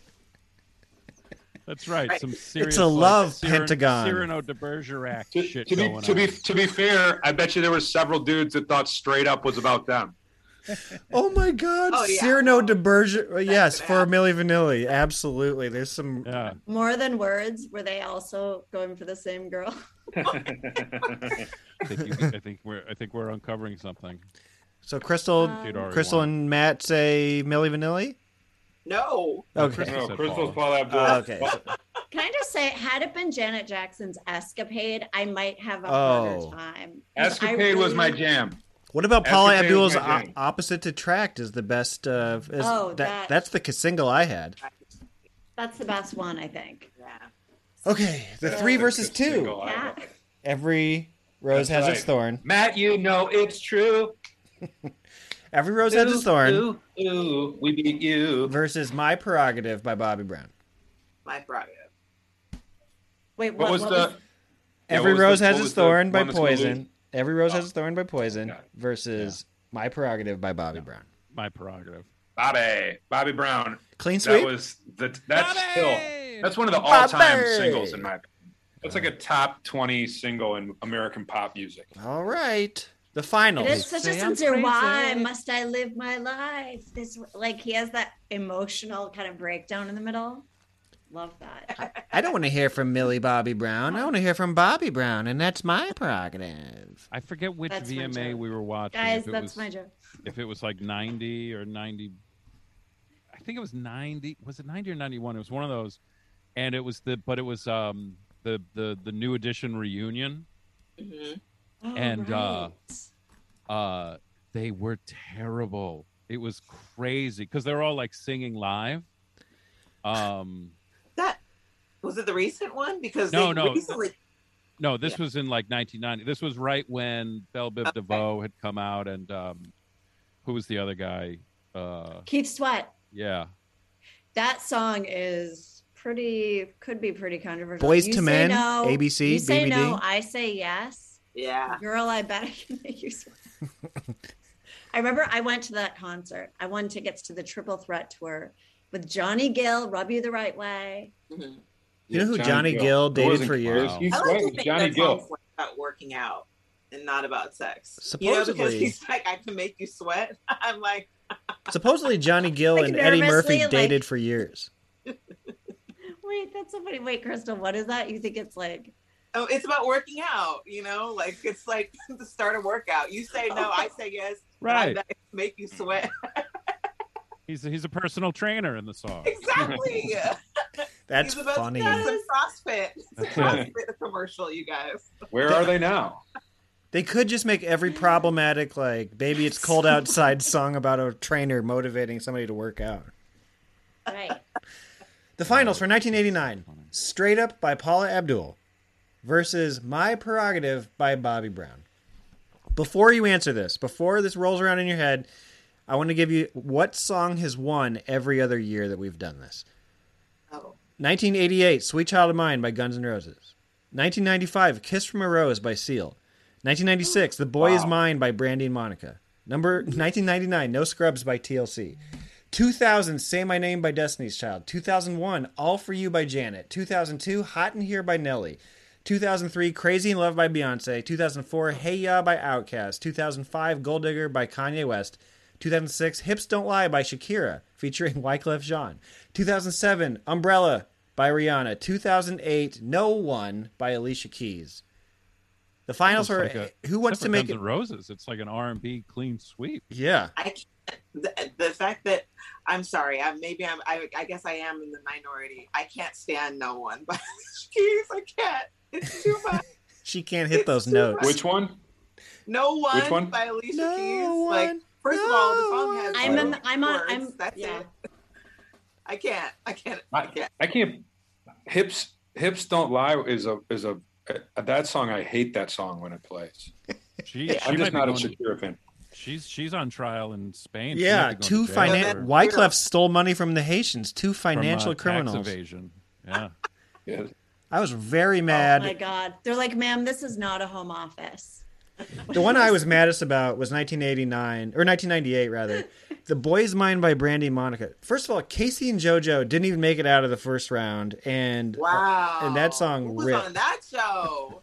[SPEAKER 5] That's right. Some serious.
[SPEAKER 7] a
[SPEAKER 5] like,
[SPEAKER 7] love
[SPEAKER 5] Cyrano-
[SPEAKER 7] pentagon.
[SPEAKER 5] Cyrano de Bergerac shit
[SPEAKER 9] to be,
[SPEAKER 5] going
[SPEAKER 9] to
[SPEAKER 5] on.
[SPEAKER 9] be to be fair, I bet you there were several dudes that thought straight up was about them.
[SPEAKER 7] Oh my God,
[SPEAKER 8] Oh, yeah.
[SPEAKER 7] Cyrano de Bergerac. Yes, for Millie Vanilli, absolutely. There's some.
[SPEAKER 8] More than words, were they also going for the same girl?
[SPEAKER 5] I think, you, I think we're I think we're uncovering something.
[SPEAKER 7] So Crystal,
[SPEAKER 5] Dude already
[SPEAKER 7] Crystal
[SPEAKER 5] won.
[SPEAKER 7] and Matt say Millie Vanilli.
[SPEAKER 11] No.
[SPEAKER 7] Okay.
[SPEAKER 9] No, Crystal's Paula Abdul.
[SPEAKER 7] Uh, okay.
[SPEAKER 8] Can I just say, had it been Janet Jackson's escapade, I might have a
[SPEAKER 7] Oh.
[SPEAKER 8] harder time. 'Cause I
[SPEAKER 9] Escapade was my
[SPEAKER 8] really-
[SPEAKER 9] jam.
[SPEAKER 7] What about Paula
[SPEAKER 9] Escapade was
[SPEAKER 7] Abdul's
[SPEAKER 9] my
[SPEAKER 7] o-
[SPEAKER 9] jam.
[SPEAKER 7] "Opposite to Tract" is the best? Uh, is
[SPEAKER 8] Oh, that-
[SPEAKER 7] that, that's the k- single I had.
[SPEAKER 8] That's the best one, I think.
[SPEAKER 11] Yeah.
[SPEAKER 7] Okay, the three versus two.
[SPEAKER 8] Yeah.
[SPEAKER 7] Every rose has
[SPEAKER 9] That's
[SPEAKER 7] its
[SPEAKER 9] right.
[SPEAKER 7] thorn.
[SPEAKER 9] Matt, you know it's true.
[SPEAKER 7] Every rose has its
[SPEAKER 9] Ooh,
[SPEAKER 7] thorn.
[SPEAKER 9] ooh, ooh, we beat you.
[SPEAKER 7] Versus my prerogative by Bobby Brown.
[SPEAKER 11] My prerogative.
[SPEAKER 8] Wait,
[SPEAKER 9] What was the? Yeah,
[SPEAKER 7] Every
[SPEAKER 9] what was
[SPEAKER 7] rose
[SPEAKER 9] the-
[SPEAKER 7] has
[SPEAKER 9] what
[SPEAKER 7] its
[SPEAKER 9] was the
[SPEAKER 7] thorn by
[SPEAKER 9] one that's gonna lose? Oh.
[SPEAKER 7] poison. Every rose has its thorn by poison. Versus my prerogative by Bobby Brown.
[SPEAKER 5] My prerogative.
[SPEAKER 9] Bobby, Bobby Brown.
[SPEAKER 7] Clean
[SPEAKER 9] That
[SPEAKER 7] sweep?
[SPEAKER 9] was the. That's still. That's one of the all-time
[SPEAKER 7] Bobby!
[SPEAKER 9] singles in my. opinion. That's like a top twenty single in American pop music.
[SPEAKER 7] All right, the final.
[SPEAKER 8] It is such a sincere. Why must I live my life this way? Like he has that emotional kind of breakdown in the middle. Love that.
[SPEAKER 7] I don't want to hear from Millie Bobby Brown. I want to hear from Bobby Brown, and that's my prerogative.
[SPEAKER 5] I forget which
[SPEAKER 8] That's my
[SPEAKER 5] VMA
[SPEAKER 8] joke.
[SPEAKER 5] we were watching.
[SPEAKER 8] Guys,
[SPEAKER 5] if it
[SPEAKER 8] that's
[SPEAKER 5] was-
[SPEAKER 8] my joke.
[SPEAKER 5] If it was like 90 or 90, I think it was 90. Was it 90 or 91? It was one of those, and it was the but it was um the the the new edition reunion,
[SPEAKER 11] Mm-hmm.
[SPEAKER 8] Oh,
[SPEAKER 5] and
[SPEAKER 8] right.
[SPEAKER 5] uh uh they were terrible. It was crazy because they were all like singing live. Um.
[SPEAKER 11] That was it. The recent one because
[SPEAKER 5] No,
[SPEAKER 11] they
[SPEAKER 5] no.
[SPEAKER 11] recently.
[SPEAKER 5] No, this was in like 1990. This was right when Belle Biv DeVoe had come out, and um, who was the other guy? Uh,
[SPEAKER 8] Keith Sweat.
[SPEAKER 5] yeah,
[SPEAKER 8] That song is pretty. Could be pretty controversial.
[SPEAKER 7] Boys
[SPEAKER 8] You
[SPEAKER 7] to
[SPEAKER 8] say
[SPEAKER 7] Men,
[SPEAKER 8] no,
[SPEAKER 7] ABC,
[SPEAKER 8] You say no.
[SPEAKER 7] BBD.
[SPEAKER 8] I say yes.
[SPEAKER 11] Yeah.
[SPEAKER 8] Girl, I bet I can make you. sweat. I remember I went to that concert. I won tickets to the Triple Threat tour with Johnny Gill, "Rub You the Right Way."
[SPEAKER 7] You know who
[SPEAKER 9] Yeah,
[SPEAKER 7] Johnny, Gill,
[SPEAKER 9] It
[SPEAKER 7] dated
[SPEAKER 9] wasn't
[SPEAKER 7] for years?
[SPEAKER 9] close. He's
[SPEAKER 11] Mm-hmm. I
[SPEAKER 9] right,
[SPEAKER 11] like to
[SPEAKER 9] it was
[SPEAKER 11] think
[SPEAKER 9] Johnny
[SPEAKER 11] that
[SPEAKER 9] Gill.
[SPEAKER 11] song's like about working out and not about sex. You know, because
[SPEAKER 7] Supposedly.
[SPEAKER 11] he's like, I can make you sweat. I'm like,
[SPEAKER 7] Supposedly, Johnny Gill
[SPEAKER 8] Like
[SPEAKER 7] and Eddie
[SPEAKER 8] nervously,
[SPEAKER 7] Murphy
[SPEAKER 8] like-
[SPEAKER 7] dated for years.
[SPEAKER 8] Wait, that's so funny. Wait, Crystal, what is that? You think it's like
[SPEAKER 11] oh, it's about working out. You know, like it's like the start of workout. You say no, I say yes. but I
[SPEAKER 5] Right.
[SPEAKER 11] bet I can make you sweat.
[SPEAKER 5] he's he's a personal trainer in the song.
[SPEAKER 11] exactly.
[SPEAKER 7] That's
[SPEAKER 11] He's the best.
[SPEAKER 7] funny.
[SPEAKER 11] That's a CrossFit. It's a CrossFit commercial, you guys.
[SPEAKER 9] Where are they now?
[SPEAKER 7] They could just make every problematic, like, baby, it's cold outside song about a trainer motivating somebody to work out.
[SPEAKER 8] Right.
[SPEAKER 7] The finals for 1989 Straight Up by Paula Abdul versus My Prerogative by Bobby Brown. Before you answer this, before this rolls around in your head, I want to give you what song has won every other year that we've done this. 1988, Sweet Child of Mine by Guns N' Roses. 1995, Kiss from a Rose by Seal. 1996, The Boy Is Mine by Brandy and Monica. Number 1999, No Scrubs by TLC. 2000, Say My Name by Destiny's Child. 2001, All For You by Janet. 2002, Hot in Here by Nelly. 2003, Crazy in Love by Beyonce. 2004, Hey Ya by Outkast. 2005, Gold Digger by Kanye West. 2006, Hips Don't Lie by Shakira, featuring Wyclef Jean. 2007, Umbrella by Rihanna. 2008, No One by Alicia Keys. The finals
[SPEAKER 5] Sounds
[SPEAKER 7] are
[SPEAKER 5] like a-
[SPEAKER 7] who wants
[SPEAKER 5] except
[SPEAKER 7] to
[SPEAKER 5] for
[SPEAKER 7] make
[SPEAKER 5] Guns
[SPEAKER 7] it?
[SPEAKER 5] N' Roses. It's like an R and B clean sweep.
[SPEAKER 7] Yeah,
[SPEAKER 11] I can't. The, the fact that I'm sorry, I maybe I'm. I, I guess I am in the minority. I can't stand no one, but jeez, I can't. It's too much.
[SPEAKER 7] she can't hit those notes.
[SPEAKER 9] Which one?
[SPEAKER 11] No one,
[SPEAKER 9] Which one?
[SPEAKER 11] by Alicia Keys. Like
[SPEAKER 7] One,
[SPEAKER 11] first of all, the song has.
[SPEAKER 8] I'm
[SPEAKER 11] like,
[SPEAKER 8] am- I'm on-
[SPEAKER 11] words.
[SPEAKER 8] I'm-
[SPEAKER 11] That's
[SPEAKER 8] yeah.
[SPEAKER 11] it. I can't. I can't.
[SPEAKER 9] I, I can't. Hips, hips don't lie is a is a, uh, that song. I hate that song when it plays.
[SPEAKER 5] She, she
[SPEAKER 9] I'm
[SPEAKER 5] might
[SPEAKER 9] just
[SPEAKER 5] be
[SPEAKER 9] not a
[SPEAKER 5] going to-
[SPEAKER 9] Shakira fan.
[SPEAKER 5] She's she's on trial in Spain. She might
[SPEAKER 7] yeah,
[SPEAKER 5] be going
[SPEAKER 7] two
[SPEAKER 5] to jail
[SPEAKER 7] financial.
[SPEAKER 5] for-
[SPEAKER 7] Wyclef stole money from the Haitians. Two
[SPEAKER 5] from, uh,
[SPEAKER 7] financial
[SPEAKER 5] tax
[SPEAKER 7] criminals.
[SPEAKER 5] evasion. Yeah.
[SPEAKER 7] I was very mad.
[SPEAKER 8] Oh my God. They're like, ma'am, this is not a home office.
[SPEAKER 7] The one I was maddest about was 1989 or 1998 rather. the Boy's Mine by Brandy and Monica. First of all, Casey and JoJo didn't even make it out of the first round, and
[SPEAKER 11] Wow.
[SPEAKER 7] and that song
[SPEAKER 11] Who was
[SPEAKER 7] ripped.
[SPEAKER 11] on that show?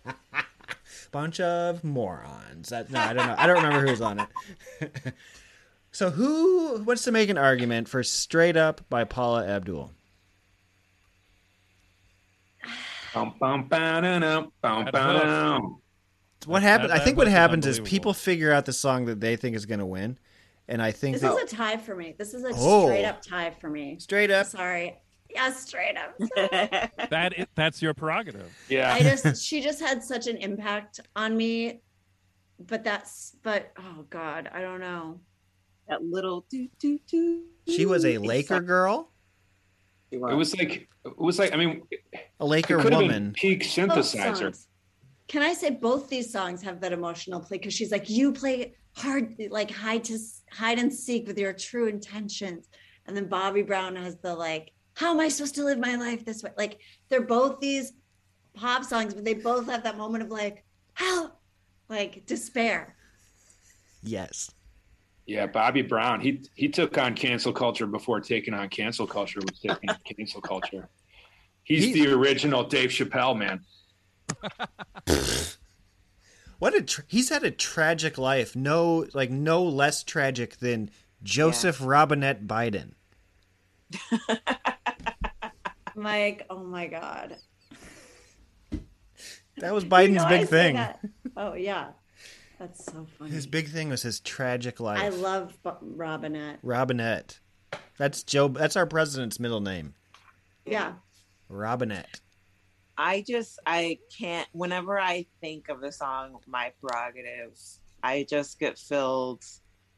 [SPEAKER 7] Bunch of morons. That, no, I don't know. I don't remember who was on it. so who wants to make an argument for "Straight Up" by Paula Abdul?
[SPEAKER 9] Bum, bum, ba-da-dum, bum,
[SPEAKER 7] That
[SPEAKER 9] ba-da-dum.
[SPEAKER 7] What
[SPEAKER 9] That-
[SPEAKER 7] happens? I
[SPEAKER 9] that
[SPEAKER 7] think what
[SPEAKER 9] was
[SPEAKER 7] happens is
[SPEAKER 9] unbelievable.
[SPEAKER 7] people figure out the song that they think is going to win, and I think
[SPEAKER 8] This
[SPEAKER 7] that,
[SPEAKER 8] is a tie for me. This is a
[SPEAKER 7] Oh.
[SPEAKER 8] straight up tie for me.
[SPEAKER 7] Straight up.
[SPEAKER 8] Sorry. Yeah, straight up.
[SPEAKER 5] That is, that's your prerogative.
[SPEAKER 8] I just she just had such an impact on me. But that's but oh god, I don't know.
[SPEAKER 11] That little do do do.
[SPEAKER 7] she was a Laker girl,
[SPEAKER 11] It
[SPEAKER 9] was like it was like I mean,
[SPEAKER 7] a Laker
[SPEAKER 9] it could have been
[SPEAKER 7] woman. Oh,
[SPEAKER 9] peak synthesizer.
[SPEAKER 8] Oh, songs. Can I say both these songs have that emotional play? Because she's like, you play hard, like hide to hide and seek with your true intentions, and then Bobby Brown has the like, how am I supposed to live my life this way? Like they're both these pop songs, but they both have that moment of like, how, like despair.
[SPEAKER 7] Yes.
[SPEAKER 9] Yeah, Bobby Brown. He he took on cancel culture before taking on cancel culture was taking on cancel culture. He's, the original Dave Chappelle man.
[SPEAKER 7] What a tr he's had a tragic life. No, like no less tragic than Joseph Robinette Biden.
[SPEAKER 8] Mike, oh my god,
[SPEAKER 7] That was
[SPEAKER 8] You
[SPEAKER 7] Biden's
[SPEAKER 8] know, I
[SPEAKER 7] big
[SPEAKER 8] say
[SPEAKER 7] thing.
[SPEAKER 8] that- Oh yeah, that's so funny.
[SPEAKER 7] His big thing was his tragic life.
[SPEAKER 8] I love Bo- Robinette.
[SPEAKER 7] Robinette. That's Joe. That's our president's middle name,
[SPEAKER 8] Yeah.
[SPEAKER 7] Robinette.
[SPEAKER 11] I just I can't whenever I think of the song My Prerogatives, I just get filled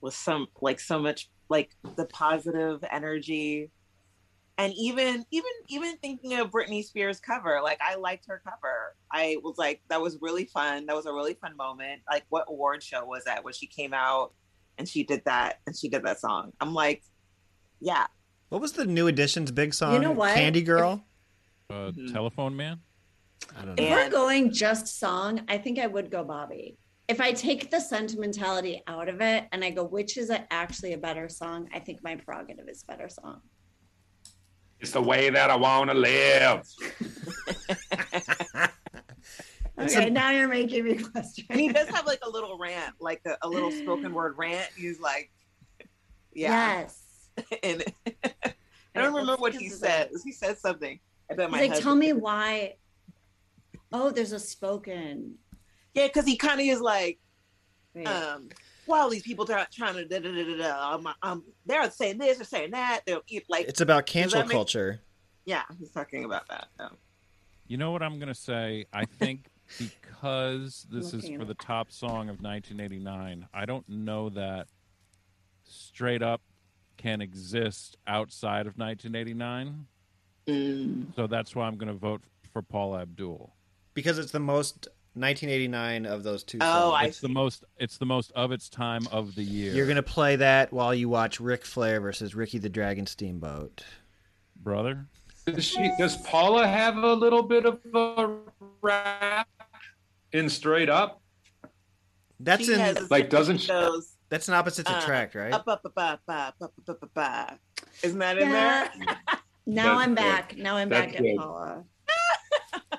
[SPEAKER 11] with some like so much like the positive energy. And even even even thinking of Britney Spears cover, like I liked her cover. I was like, that was really fun. That was a really fun moment. Like what award show was that when she came out and she did that and she did that song? I'm like, yeah.
[SPEAKER 7] What was the new edition's big song?
[SPEAKER 8] know what?
[SPEAKER 7] Candy Girl.
[SPEAKER 5] Uh,
[SPEAKER 9] Mm-hmm.
[SPEAKER 5] Telephone man.
[SPEAKER 7] I don't
[SPEAKER 8] If we're going just song, I think I would go Bobby. If I take the sentimentality out of it and I go, which is a, actually a better song? I think my prerogative is a better song.
[SPEAKER 9] It's the way that I want to live.
[SPEAKER 8] Okay, now you're making me question.
[SPEAKER 11] And he does have like a little rant, like a, a little spoken word rant. He's like, yeah.
[SPEAKER 8] Yes.
[SPEAKER 11] and I don't remember what he says. He said something. I bet
[SPEAKER 8] He's
[SPEAKER 11] my
[SPEAKER 8] like,
[SPEAKER 11] husband-
[SPEAKER 8] tell me why. Oh, there's a spoken.
[SPEAKER 11] Yeah, because he kind of is like,
[SPEAKER 8] Right.
[SPEAKER 11] um, while these people are trying to da da da da, da um, um, they're saying this, they're saying that. They're like,
[SPEAKER 7] It's about
[SPEAKER 11] does
[SPEAKER 7] cancel
[SPEAKER 11] that make-
[SPEAKER 7] culture.
[SPEAKER 11] Yeah, he's talking about that. Oh.
[SPEAKER 5] You know what I'm going to say? I think because this is
[SPEAKER 11] Looking
[SPEAKER 5] for
[SPEAKER 11] at
[SPEAKER 5] the top song of 1989, I don't know that straight up can exist outside of 1989.
[SPEAKER 8] Mm.
[SPEAKER 5] So that's why I'm going to vote for Paul Abdul.
[SPEAKER 7] Because it's the most 1989 of those two.
[SPEAKER 5] Oh,
[SPEAKER 7] songs.
[SPEAKER 5] I It's the most. It's the most of its time of the year.
[SPEAKER 7] You're gonna play that while you watch Ric Flair versus Ricky the Dragon Steamboat,
[SPEAKER 5] brother.
[SPEAKER 9] Does she? Does Paula have a little bit of a rap in straight up?
[SPEAKER 7] That's
[SPEAKER 11] She in- has-
[SPEAKER 9] like doesn't she?
[SPEAKER 11] Those
[SPEAKER 7] That's an opposite
[SPEAKER 11] uh,
[SPEAKER 7] attract, right?
[SPEAKER 11] Up, up, up, up, up, up, up, up, up, up. Isn't that in
[SPEAKER 8] Yeah.
[SPEAKER 11] there?
[SPEAKER 8] Now
[SPEAKER 9] That's
[SPEAKER 8] I'm
[SPEAKER 9] good.
[SPEAKER 8] back. Now I'm
[SPEAKER 9] That's
[SPEAKER 8] back at
[SPEAKER 9] good.
[SPEAKER 8] Paula.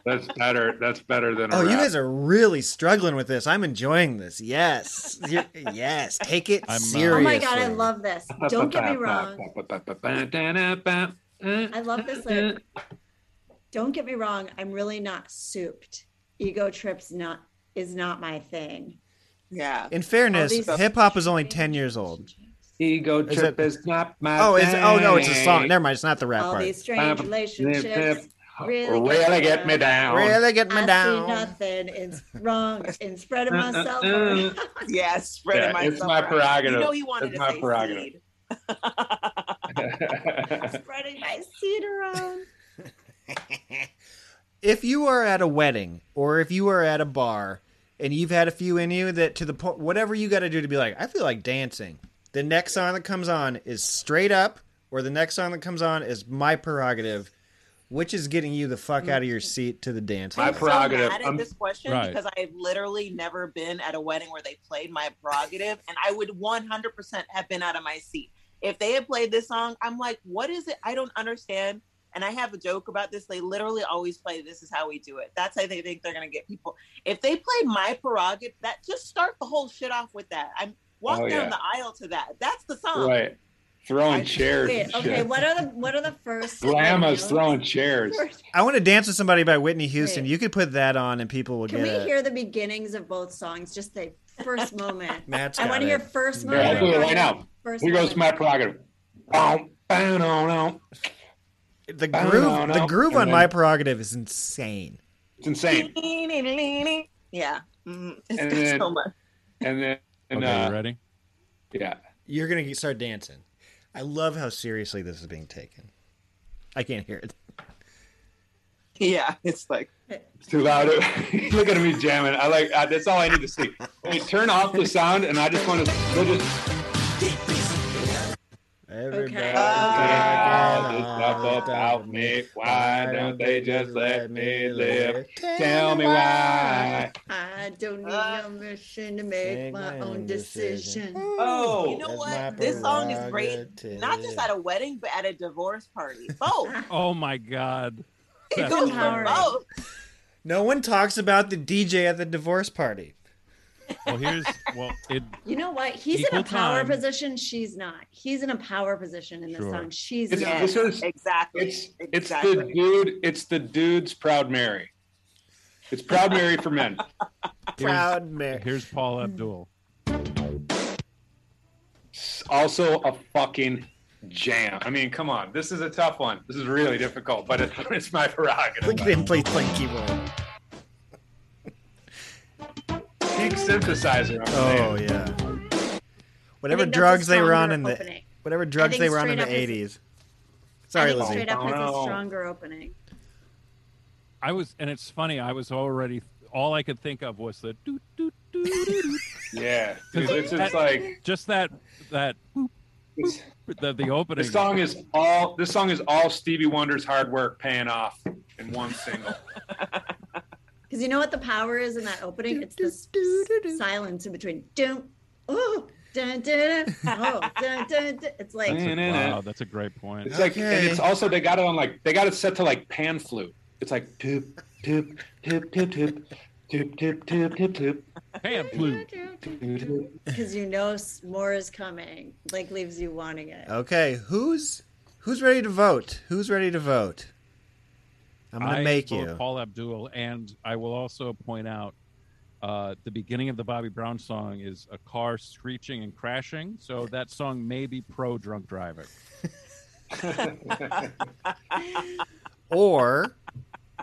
[SPEAKER 9] That's better. That's better than. A
[SPEAKER 7] Oh, you
[SPEAKER 9] rap.
[SPEAKER 7] guys are really struggling with this. I'm enjoying this. Yes, Y- yes. Take it
[SPEAKER 9] I'm, uh,
[SPEAKER 7] seriously.
[SPEAKER 8] Oh my god, I love this. Don't get me wrong. I
[SPEAKER 9] I
[SPEAKER 8] love this lyric. Don't get me wrong. I'm really not souped. Ego trips not is not my thing.
[SPEAKER 11] Yeah.
[SPEAKER 7] In fairness,
[SPEAKER 8] All these-
[SPEAKER 7] hip hop is only 10 years old.
[SPEAKER 9] Ego
[SPEAKER 7] Is
[SPEAKER 9] trip
[SPEAKER 7] it-
[SPEAKER 9] is not my.
[SPEAKER 7] Oh, it's oh no, it's a
[SPEAKER 9] thing.
[SPEAKER 7] song. Never mind, it's not the rap
[SPEAKER 8] All
[SPEAKER 7] part.
[SPEAKER 8] these strange relationships. Really,
[SPEAKER 9] Really get me down.
[SPEAKER 7] Really get me
[SPEAKER 8] I see
[SPEAKER 7] down.
[SPEAKER 8] nothing. It's wrong. In spreading
[SPEAKER 9] Uh, uh,
[SPEAKER 8] myself.
[SPEAKER 9] uh.
[SPEAKER 8] around.
[SPEAKER 11] Yeah, spread
[SPEAKER 9] Yeah,
[SPEAKER 11] it myself.
[SPEAKER 9] it's my
[SPEAKER 11] out.
[SPEAKER 9] prerogative.
[SPEAKER 11] You know he wanted
[SPEAKER 9] It's
[SPEAKER 11] to
[SPEAKER 9] my
[SPEAKER 11] say
[SPEAKER 9] prerogative.
[SPEAKER 11] seed.
[SPEAKER 8] spreading my seed around.
[SPEAKER 7] If you are at a wedding or if you are at a bar and you've had a few in you that to the point, whatever you got to do to be like, I feel like dancing. The next song that comes on is straight up, or the next song that comes on is my prerogative, which is getting you the
[SPEAKER 8] Mm.
[SPEAKER 7] fuck out of your seat to the dance.
[SPEAKER 11] I'm
[SPEAKER 7] floor.
[SPEAKER 11] so mad at this question
[SPEAKER 7] Right.
[SPEAKER 11] because I've literally never been at a wedding where they played my prerogative, and I would 100% have been out of my seat if they had played this song. I'm like, what is it? I don't understand. And I have a joke about this. They literally always play "This is how we do it." That's how they think they're gonna get people. If they played my prerogative, that just start the whole shit off with that. I'm walk
[SPEAKER 9] Oh,
[SPEAKER 11] down
[SPEAKER 9] yeah.
[SPEAKER 11] the aisle to that. That's the song.
[SPEAKER 9] Right. Throwing chairs.
[SPEAKER 8] Wait,
[SPEAKER 9] and
[SPEAKER 8] okay,
[SPEAKER 9] shit.
[SPEAKER 8] what are the what are the first?
[SPEAKER 9] Grandma's throwing chairs.
[SPEAKER 7] I want to dance with somebody by Whitney Houston.
[SPEAKER 8] Wait.
[SPEAKER 7] You could put that on and people will
[SPEAKER 8] Can we
[SPEAKER 7] get it.
[SPEAKER 8] hear the beginnings of both songs? Just the first moment.
[SPEAKER 7] Matt's
[SPEAKER 8] I
[SPEAKER 7] got
[SPEAKER 8] want to
[SPEAKER 7] it.
[SPEAKER 8] hear first
[SPEAKER 9] Yeah,
[SPEAKER 8] moment.
[SPEAKER 9] I'll do it right now.
[SPEAKER 8] First
[SPEAKER 9] Here goes
[SPEAKER 8] moment.
[SPEAKER 9] my prerogative. Boom, boom, no, no.
[SPEAKER 7] The
[SPEAKER 9] Boom,
[SPEAKER 7] groove,
[SPEAKER 9] no, no.
[SPEAKER 7] the groove
[SPEAKER 9] And
[SPEAKER 7] on
[SPEAKER 9] then-
[SPEAKER 7] my prerogative is insane.
[SPEAKER 9] It's insane.
[SPEAKER 11] Yeah, Mhm. it's
[SPEAKER 9] And
[SPEAKER 11] good
[SPEAKER 9] then-
[SPEAKER 11] so much.
[SPEAKER 9] And then, and,
[SPEAKER 5] Okay, you
[SPEAKER 9] uh,
[SPEAKER 5] ready?
[SPEAKER 9] Yeah.
[SPEAKER 7] You're gonna get- start dancing. I love how seriously this is being taken. I can't hear it.
[SPEAKER 11] Yeah, it's like
[SPEAKER 9] It's too loud. Look at me jamming. I like uh, that's all I need to see. Hey, turn off the sound, and I just want to. We'll just
[SPEAKER 7] Everybody
[SPEAKER 9] okay. Ah.
[SPEAKER 8] Ah.
[SPEAKER 9] up about me. Why don't they just let me live? Tell me why.
[SPEAKER 8] I don't need your mission to make my own decision.
[SPEAKER 9] Oh,
[SPEAKER 11] you know
[SPEAKER 9] that's
[SPEAKER 11] what?
[SPEAKER 9] my
[SPEAKER 11] This song is great,
[SPEAKER 9] prerogative.
[SPEAKER 11] not just at a wedding, but at a divorce party. Both.
[SPEAKER 5] Oh my god.
[SPEAKER 11] it
[SPEAKER 5] That's
[SPEAKER 11] goes for
[SPEAKER 5] hilarious.
[SPEAKER 11] both.
[SPEAKER 7] No one talks about the DJ at the divorce party.
[SPEAKER 5] Well, here's well, it
[SPEAKER 8] You know what? He's in
[SPEAKER 7] Equal
[SPEAKER 8] a power
[SPEAKER 7] time.
[SPEAKER 8] position. She's not. He's in a power position in this
[SPEAKER 9] Sure.
[SPEAKER 8] song. She's
[SPEAKER 9] It's-
[SPEAKER 8] not.
[SPEAKER 9] this is-
[SPEAKER 11] exactly.
[SPEAKER 9] It's it's the dude. It's the dude's proud Mary. It's proud Mary for men.
[SPEAKER 7] Proud Mary.
[SPEAKER 5] Here's Paul Abdul.
[SPEAKER 9] also a fucking jam. I mean, come on. This is a tough one. This is really difficult, but it's, it's my prerogative.
[SPEAKER 7] Look at him play playing keyboard.
[SPEAKER 9] Peak synthesizer. I'm
[SPEAKER 7] Oh
[SPEAKER 9] saying.
[SPEAKER 7] yeah. Whatever
[SPEAKER 8] that's a
[SPEAKER 7] drugs they were on
[SPEAKER 8] stronger
[SPEAKER 7] in the
[SPEAKER 8] opening.
[SPEAKER 7] whatever
[SPEAKER 8] I
[SPEAKER 7] drugs
[SPEAKER 8] think
[SPEAKER 7] they were on in
[SPEAKER 8] straight
[SPEAKER 7] the
[SPEAKER 8] up is-
[SPEAKER 7] eighties.
[SPEAKER 8] I
[SPEAKER 7] Sorry,
[SPEAKER 8] think
[SPEAKER 7] Lizzie.
[SPEAKER 8] straight up
[SPEAKER 9] Oh,
[SPEAKER 8] has a
[SPEAKER 9] no.
[SPEAKER 8] stronger opening.
[SPEAKER 5] I was, and it's funny. I was already all I could think of was the doot doot doot doot.
[SPEAKER 9] Yeah. Dude, it's
[SPEAKER 5] That-
[SPEAKER 9] just like
[SPEAKER 5] just that that
[SPEAKER 9] It's-
[SPEAKER 5] the the opening.
[SPEAKER 9] this song is all this song is all Stevie Wonder's hard work paying off in one single.
[SPEAKER 8] Because you know what the power is in that opening? It's this silence in between. Dun, ooh, dun, dun, dun, oh, dun, dun, dun. It's like
[SPEAKER 5] That's a-
[SPEAKER 9] Mm, mm, mm.
[SPEAKER 5] wow, that's a great point.
[SPEAKER 9] It's like and it's also they got it on like they got it set to like pan flute. It's like tip tip tip tip tip tip tip tip tip tip.
[SPEAKER 5] pan flute.
[SPEAKER 8] because you know s- more is coming. Like leaves you wanting it.
[SPEAKER 7] Okay, who's who's ready to vote? Who's ready to vote? I'm gonna
[SPEAKER 5] I
[SPEAKER 7] make
[SPEAKER 5] vote
[SPEAKER 7] you.
[SPEAKER 5] Paul Abdul, and I will also point out uh, the beginning of the Bobby Brown song is a car screeching and crashing. So that song may be pro drunk driving.
[SPEAKER 7] or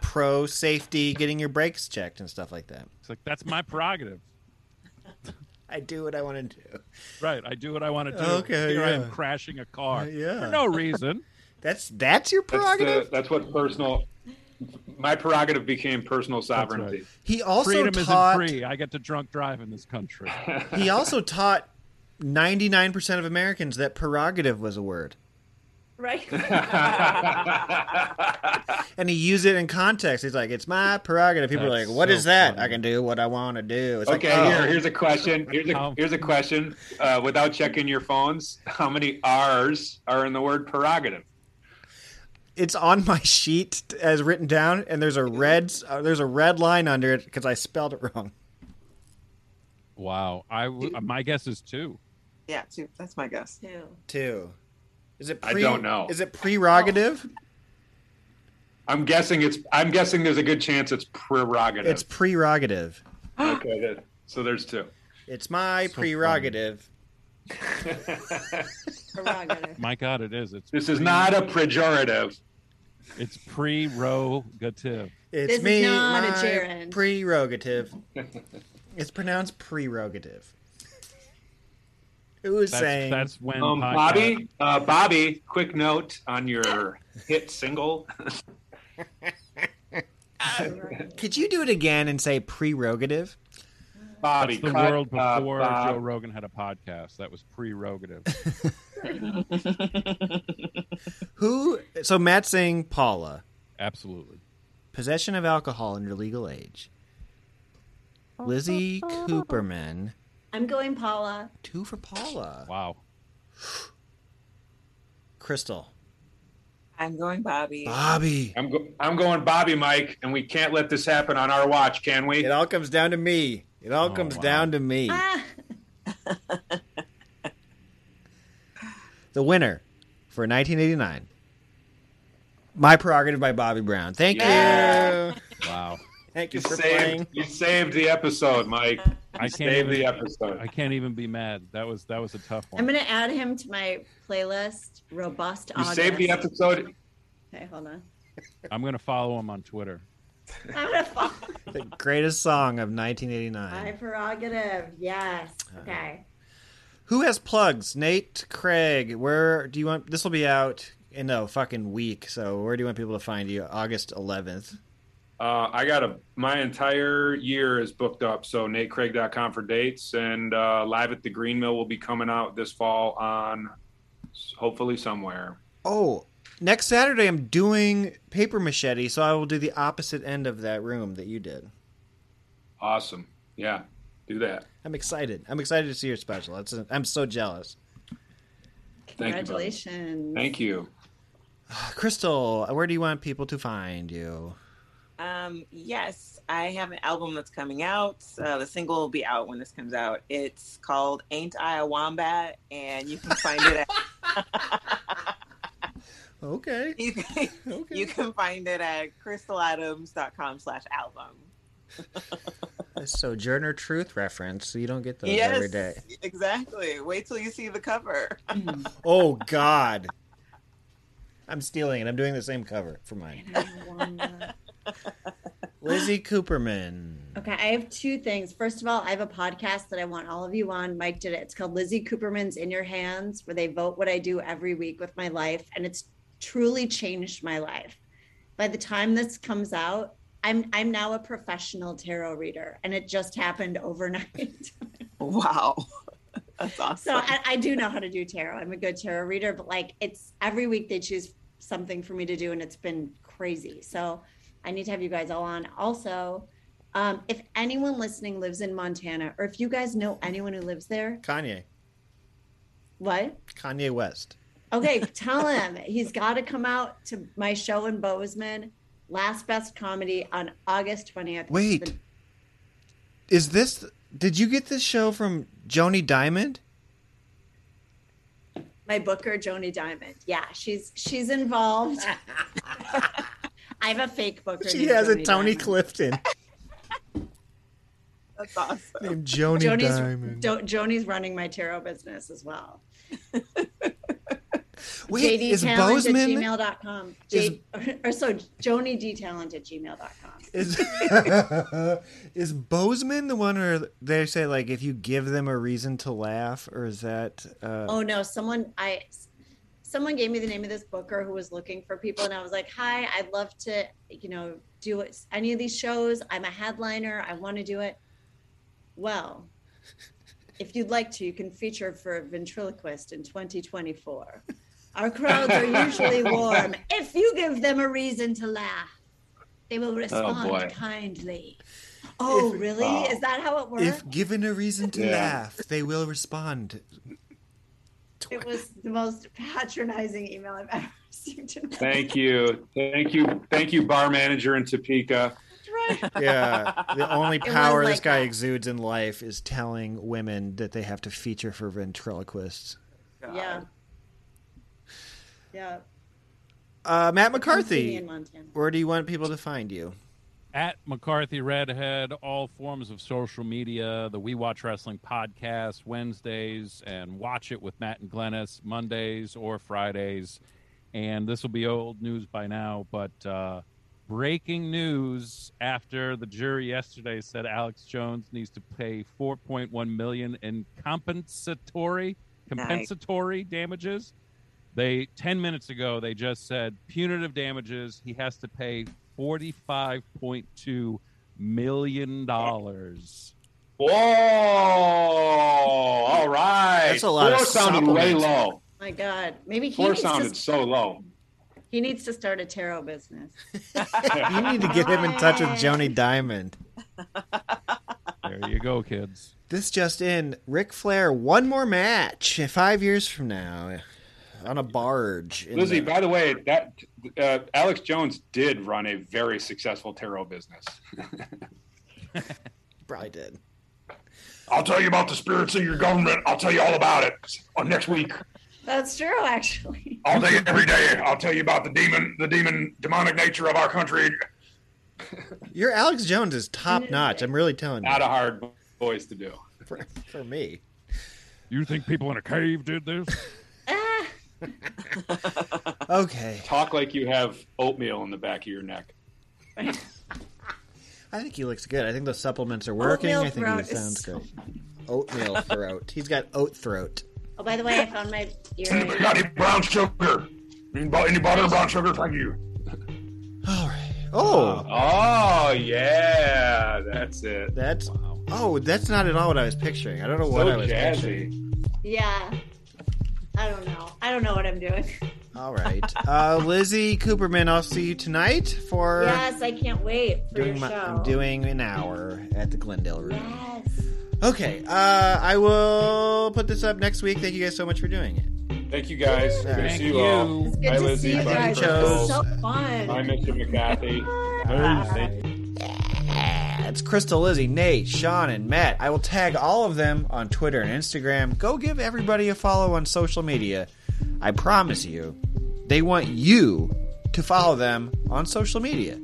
[SPEAKER 7] pro safety, getting your brakes checked and stuff like that.
[SPEAKER 5] It's like that's my prerogative.
[SPEAKER 7] I do what I want to do.
[SPEAKER 5] Right, I do what I want to do.
[SPEAKER 7] Okay,
[SPEAKER 5] here I am
[SPEAKER 7] yeah.
[SPEAKER 5] crashing a car.
[SPEAKER 7] Yeah.
[SPEAKER 5] for no reason.
[SPEAKER 7] That's that's your
[SPEAKER 9] That's,
[SPEAKER 7] prerogative.
[SPEAKER 9] the, that's what personal. My prerogative became personal sovereignty.
[SPEAKER 7] He also
[SPEAKER 5] freedom
[SPEAKER 7] taught-
[SPEAKER 5] isn't free. I get to drunk drive in this country.
[SPEAKER 7] he also taught 99% of Americans that prerogative was a word.
[SPEAKER 8] Right.
[SPEAKER 7] And he used it in context. He's like, it's my prerogative. People are
[SPEAKER 9] That's
[SPEAKER 7] like, "What
[SPEAKER 9] so
[SPEAKER 7] is that? I can do what I want to do. It's
[SPEAKER 9] okay,
[SPEAKER 7] like, oh.
[SPEAKER 9] here, here's a question. Here's a
[SPEAKER 5] Um,
[SPEAKER 9] here's a question. Uh, without checking your phones, how many R's are in the word prerogative?
[SPEAKER 7] It's on my sheet as written down, and there's a red uh, there's a red line under it because I spelled it wrong.
[SPEAKER 5] Wow, I w- my guess is two.
[SPEAKER 11] Yeah, two. That's my guess.
[SPEAKER 8] Two.
[SPEAKER 7] Two. Is it?
[SPEAKER 9] I don't know.
[SPEAKER 7] Is it prerogative?
[SPEAKER 9] I'm guessing it's. I'm guessing there's a good chance it's prerogative.
[SPEAKER 7] It's prerogative.
[SPEAKER 9] okay, good. so there's two.
[SPEAKER 7] It's my prerogative.
[SPEAKER 5] My God, it is. It's
[SPEAKER 9] This is not a pejorative.
[SPEAKER 5] It's prerogative.
[SPEAKER 7] It's
[SPEAKER 8] This is
[SPEAKER 7] me.
[SPEAKER 8] not a
[SPEAKER 7] my
[SPEAKER 8] gerund.
[SPEAKER 7] Prerogative. it's pronounced prerogative. Who is
[SPEAKER 9] That's-
[SPEAKER 7] saying?
[SPEAKER 9] that's when Um, podcast- Bobby, uh, Bobby, quick note on your hit single.
[SPEAKER 7] Could you do it again and say prerogative?
[SPEAKER 9] Bobby,
[SPEAKER 5] That's the
[SPEAKER 9] cut,
[SPEAKER 5] world
[SPEAKER 9] uh,
[SPEAKER 5] before
[SPEAKER 9] Bob.
[SPEAKER 5] Joe Rogan had a podcast. That was prerogative.
[SPEAKER 7] Who? So Matt's saying Paula.
[SPEAKER 5] Absolutely.
[SPEAKER 7] Possession of alcohol under legal age. Lizzie Cooperman.
[SPEAKER 8] I'm going Paula.
[SPEAKER 7] Two for Paula.
[SPEAKER 5] Wow.
[SPEAKER 7] Crystal.
[SPEAKER 11] I'm going Bobby.
[SPEAKER 7] Bobby.
[SPEAKER 9] I'm go- I'm going Bobby, Mike, and we can't let this happen on our watch, can we? It
[SPEAKER 7] all comes down to me. It all comes down to me.
[SPEAKER 8] Ah,
[SPEAKER 7] the winner for 1989. My prerogative by Bobby Brown. Thank
[SPEAKER 9] Yeah.
[SPEAKER 7] you.
[SPEAKER 5] Wow.
[SPEAKER 7] Thank you, for
[SPEAKER 9] saved,
[SPEAKER 7] playing.
[SPEAKER 9] You saved the episode, Mike. You
[SPEAKER 5] I can't
[SPEAKER 9] saved
[SPEAKER 5] even,
[SPEAKER 9] the episode.
[SPEAKER 5] I can't even be mad. That was that was a tough one.
[SPEAKER 8] I'm gonna add him to my playlist. Robust
[SPEAKER 5] You
[SPEAKER 8] August.
[SPEAKER 5] saved the episode.
[SPEAKER 8] Okay, hold on.
[SPEAKER 5] I'm gonna follow him on Twitter.
[SPEAKER 8] I'm gonna fall.
[SPEAKER 7] The greatest song of 1989.
[SPEAKER 8] My prerogative. Yes. Okay.
[SPEAKER 7] Who has plugs? Nate, Craig. Where do you want? This will be out in a fucking week. So where do you want people to find you? August 11th.
[SPEAKER 9] Uh, I got a my entire year is booked up, so natecraig.com for dates, and uh, live at the Green Mill will be coming out this fall on s- hopefully somewhere.
[SPEAKER 7] Oh, next Saturday I'm doing paper machete, so I will do the opposite end of that room that you did.
[SPEAKER 9] Awesome, yeah, do that.
[SPEAKER 7] I'm excited. I'm excited to see your special. It's I'm so jealous.
[SPEAKER 9] Thank you, buddy.
[SPEAKER 8] Congratulations.
[SPEAKER 9] Thank you.
[SPEAKER 7] Crystal, where do you want people to find you?
[SPEAKER 11] Um, yes, I have an album that's coming out. Uh, the single will be out when this comes out. It's called "Ain't I a Wombat," and you can find it. At,
[SPEAKER 7] okay.
[SPEAKER 11] You can, You can find it at crystaladams.com/album.
[SPEAKER 7] A Sojourner Truth reference. So you don't get those
[SPEAKER 11] yes,
[SPEAKER 7] every day.
[SPEAKER 11] exactly. Wait till you see the cover.
[SPEAKER 7] Oh God. I'm stealing it. I'm doing the same cover for mine.
[SPEAKER 8] Mm.
[SPEAKER 7] Lizzie Cooperman.
[SPEAKER 8] Okay, I have two things. First of all, I have a podcast that I want all of you on. Mike did it. It's called Lizzie Cooperman's In Your Hands, where they vote what I do every week with my life. And it's truly changed my life. By the time this comes out, I'm I'm now a professional tarot reader. And it just happened overnight.
[SPEAKER 11] wow. That's awesome.
[SPEAKER 8] So I, I do know how to do tarot. I'm a good tarot reader, but like it's every week they choose something for me to do, and it's been crazy. So I need to have you guys all on. Also, um, if anyone listening lives in Montana, or if you guys know anyone who lives there,
[SPEAKER 7] Kanye.
[SPEAKER 8] what?
[SPEAKER 7] Kanye West.
[SPEAKER 8] Okay, tell him he's got to come out to my show in Bozeman, Last Best Comedy on August 20th.
[SPEAKER 7] Wait. Is this did you get this show from Joni Diamond?
[SPEAKER 8] my booker Joni Diamond. Yeah, she's she's involved. I have a fake booker.
[SPEAKER 7] She
[SPEAKER 8] named
[SPEAKER 7] has a
[SPEAKER 8] Joni
[SPEAKER 7] Tony
[SPEAKER 8] Diamond.
[SPEAKER 7] Clifton
[SPEAKER 11] That's awesome.
[SPEAKER 7] named Joni
[SPEAKER 8] Joni's
[SPEAKER 7] Diamond.
[SPEAKER 8] Do- Joni's running my tarot business as well.
[SPEAKER 7] Wait,
[SPEAKER 8] JD
[SPEAKER 7] is
[SPEAKER 8] Talent
[SPEAKER 7] Bozeman-
[SPEAKER 8] at gmail.com. J- or so Joni D Talent at gmail.com.
[SPEAKER 7] Is is Bozeman the one where they say like if you give them a reason to laugh, or is that? Uh,
[SPEAKER 8] oh no, someone I someone gave me the name of this booker who was looking for people and I was like, "Hi, I'd love to, you know, do it, any of these shows. I'm a headliner. I want to do it." Well, if you'd like to, you can feature for ventriloquist in 2024. Our crowds are usually warm. If you give them a reason to laugh, they will respond
[SPEAKER 7] Oh, boy.
[SPEAKER 8] kindly. Oh, really?
[SPEAKER 7] Wow.
[SPEAKER 8] Is that how it works?
[SPEAKER 7] If given a reason to
[SPEAKER 8] Yeah.
[SPEAKER 7] laugh, they will respond.
[SPEAKER 8] It was the most patronizing email I've ever received. In my
[SPEAKER 9] Thank you, thank you, thank you, bar manager in Topeka.
[SPEAKER 7] Yeah, the only
[SPEAKER 8] It was
[SPEAKER 7] power this
[SPEAKER 8] like
[SPEAKER 7] guy exudes in life is telling women that they have to feature for ventriloquists.
[SPEAKER 8] Yeah. Yeah.
[SPEAKER 7] Uh,
[SPEAKER 8] Come see
[SPEAKER 7] Matt
[SPEAKER 8] me
[SPEAKER 7] McCarthy,
[SPEAKER 8] in Montana.
[SPEAKER 7] where do you want people to find you?
[SPEAKER 5] at McCarthy Redhead, all forms of social media, the We Watch Wrestling podcast, Wednesdays, and Watch It with Matt and Glennis, Mondays or Fridays. And this will be old news by now, but uh, breaking news after the jury yesterday said Alex Jones needs to pay 4.1 million in compensatory compensatory damages. They 10 minutes ago they just said punitive damages he has to pay 45.2 million dollars.
[SPEAKER 9] Whoa! All right,
[SPEAKER 5] That's a lot of
[SPEAKER 9] Four sounded way
[SPEAKER 5] supplements.
[SPEAKER 9] low.
[SPEAKER 8] My God. Maybe he
[SPEAKER 9] Four
[SPEAKER 8] needs,
[SPEAKER 9] sounded
[SPEAKER 8] to,
[SPEAKER 9] so low.
[SPEAKER 8] he needs to start a tarot business.
[SPEAKER 7] You need to get him in touch with Joni Diamond.
[SPEAKER 5] There you go, kids.
[SPEAKER 7] This just in: Ric Flair, one more match five years from now, on a barge. in
[SPEAKER 9] Lizzie,
[SPEAKER 7] the-
[SPEAKER 9] by the way, that uh, Alex Jones did run a very successful tarot business.
[SPEAKER 7] Probably did.
[SPEAKER 9] I'll tell you about the spirits of your government. I'll tell you all about it on next week.
[SPEAKER 8] That's true, actually.
[SPEAKER 9] All day, every day. I'll tell you about the demon, the demon, demonic nature of our country.
[SPEAKER 7] Your Alex Jones is
[SPEAKER 8] Mm-hmm.
[SPEAKER 7] top notch. I'm really telling you.
[SPEAKER 9] Not a hard voice to do.
[SPEAKER 7] For, for me.
[SPEAKER 5] You think people in a cave did this?
[SPEAKER 8] Ah.
[SPEAKER 7] Okay.
[SPEAKER 9] Talk like you have oatmeal in the back of your neck.
[SPEAKER 7] I think he looks good. I think the supplements are working.
[SPEAKER 8] Oatmeal
[SPEAKER 7] I think
[SPEAKER 8] throat
[SPEAKER 7] he
[SPEAKER 8] is
[SPEAKER 7] sounds
[SPEAKER 8] so-
[SPEAKER 7] good. Oatmeal throat. He's got oat throat.
[SPEAKER 8] Oh, by the way, I found my earring.
[SPEAKER 9] Got any brown sugar? Any bu- any butter, brown sugar? Thank you.
[SPEAKER 7] Oh.
[SPEAKER 9] Oh yeah, that's it.
[SPEAKER 7] That's oh, that's not at all what I was picturing. I don't know what
[SPEAKER 9] So
[SPEAKER 7] I was
[SPEAKER 9] jazzy.
[SPEAKER 7] picturing.
[SPEAKER 8] Yeah. I don't know. I don't know what I'm doing.
[SPEAKER 7] All right, uh, Lizzie Cooperman. I'll see you tonight for
[SPEAKER 8] Yes, I can't wait for
[SPEAKER 7] doing
[SPEAKER 8] your
[SPEAKER 7] my,
[SPEAKER 8] show.
[SPEAKER 7] I'm doing an hour at the Glendale Room.
[SPEAKER 8] Yes.
[SPEAKER 7] Okay, uh, I will put this up next week. Thank you guys so much for doing it.
[SPEAKER 9] Thank you guys. Good to
[SPEAKER 7] Thank
[SPEAKER 9] see you,
[SPEAKER 7] you.
[SPEAKER 9] all.
[SPEAKER 7] It's
[SPEAKER 8] good
[SPEAKER 9] Bye,
[SPEAKER 8] to
[SPEAKER 9] Lizzie.
[SPEAKER 8] see you
[SPEAKER 9] Bye,
[SPEAKER 8] guys.
[SPEAKER 9] Crystal.
[SPEAKER 8] So fun.
[SPEAKER 9] Bye, Mr. McCarthy.
[SPEAKER 7] It's Crystal, Lizzie, Nate, Sean, and Matt. I will tag all of them on Twitter and Instagram. Go give everybody a follow on social media. I promise you, they want you to follow them on social media.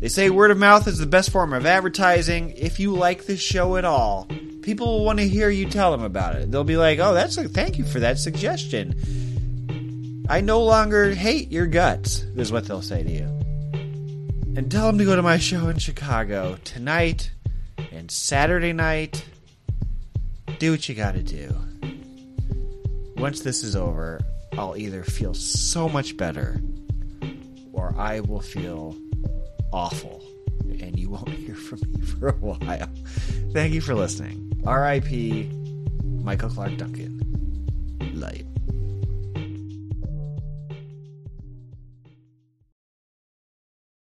[SPEAKER 7] They say word of mouth is the best form of advertising. If you like this show at all, people will want to hear you tell them about it. They'll be like, "Oh, that's a, thank you for that suggestion." I no longer hate your guts, is what they'll say to you and tell them to go to my show in Chicago tonight and Saturday night. Do what you gotta do. Once this is over, I'll either feel so much better or I will feel awful and you won't hear from me for a while. Thank you for listening. R.I.P. Michael Clark Duncan. Light.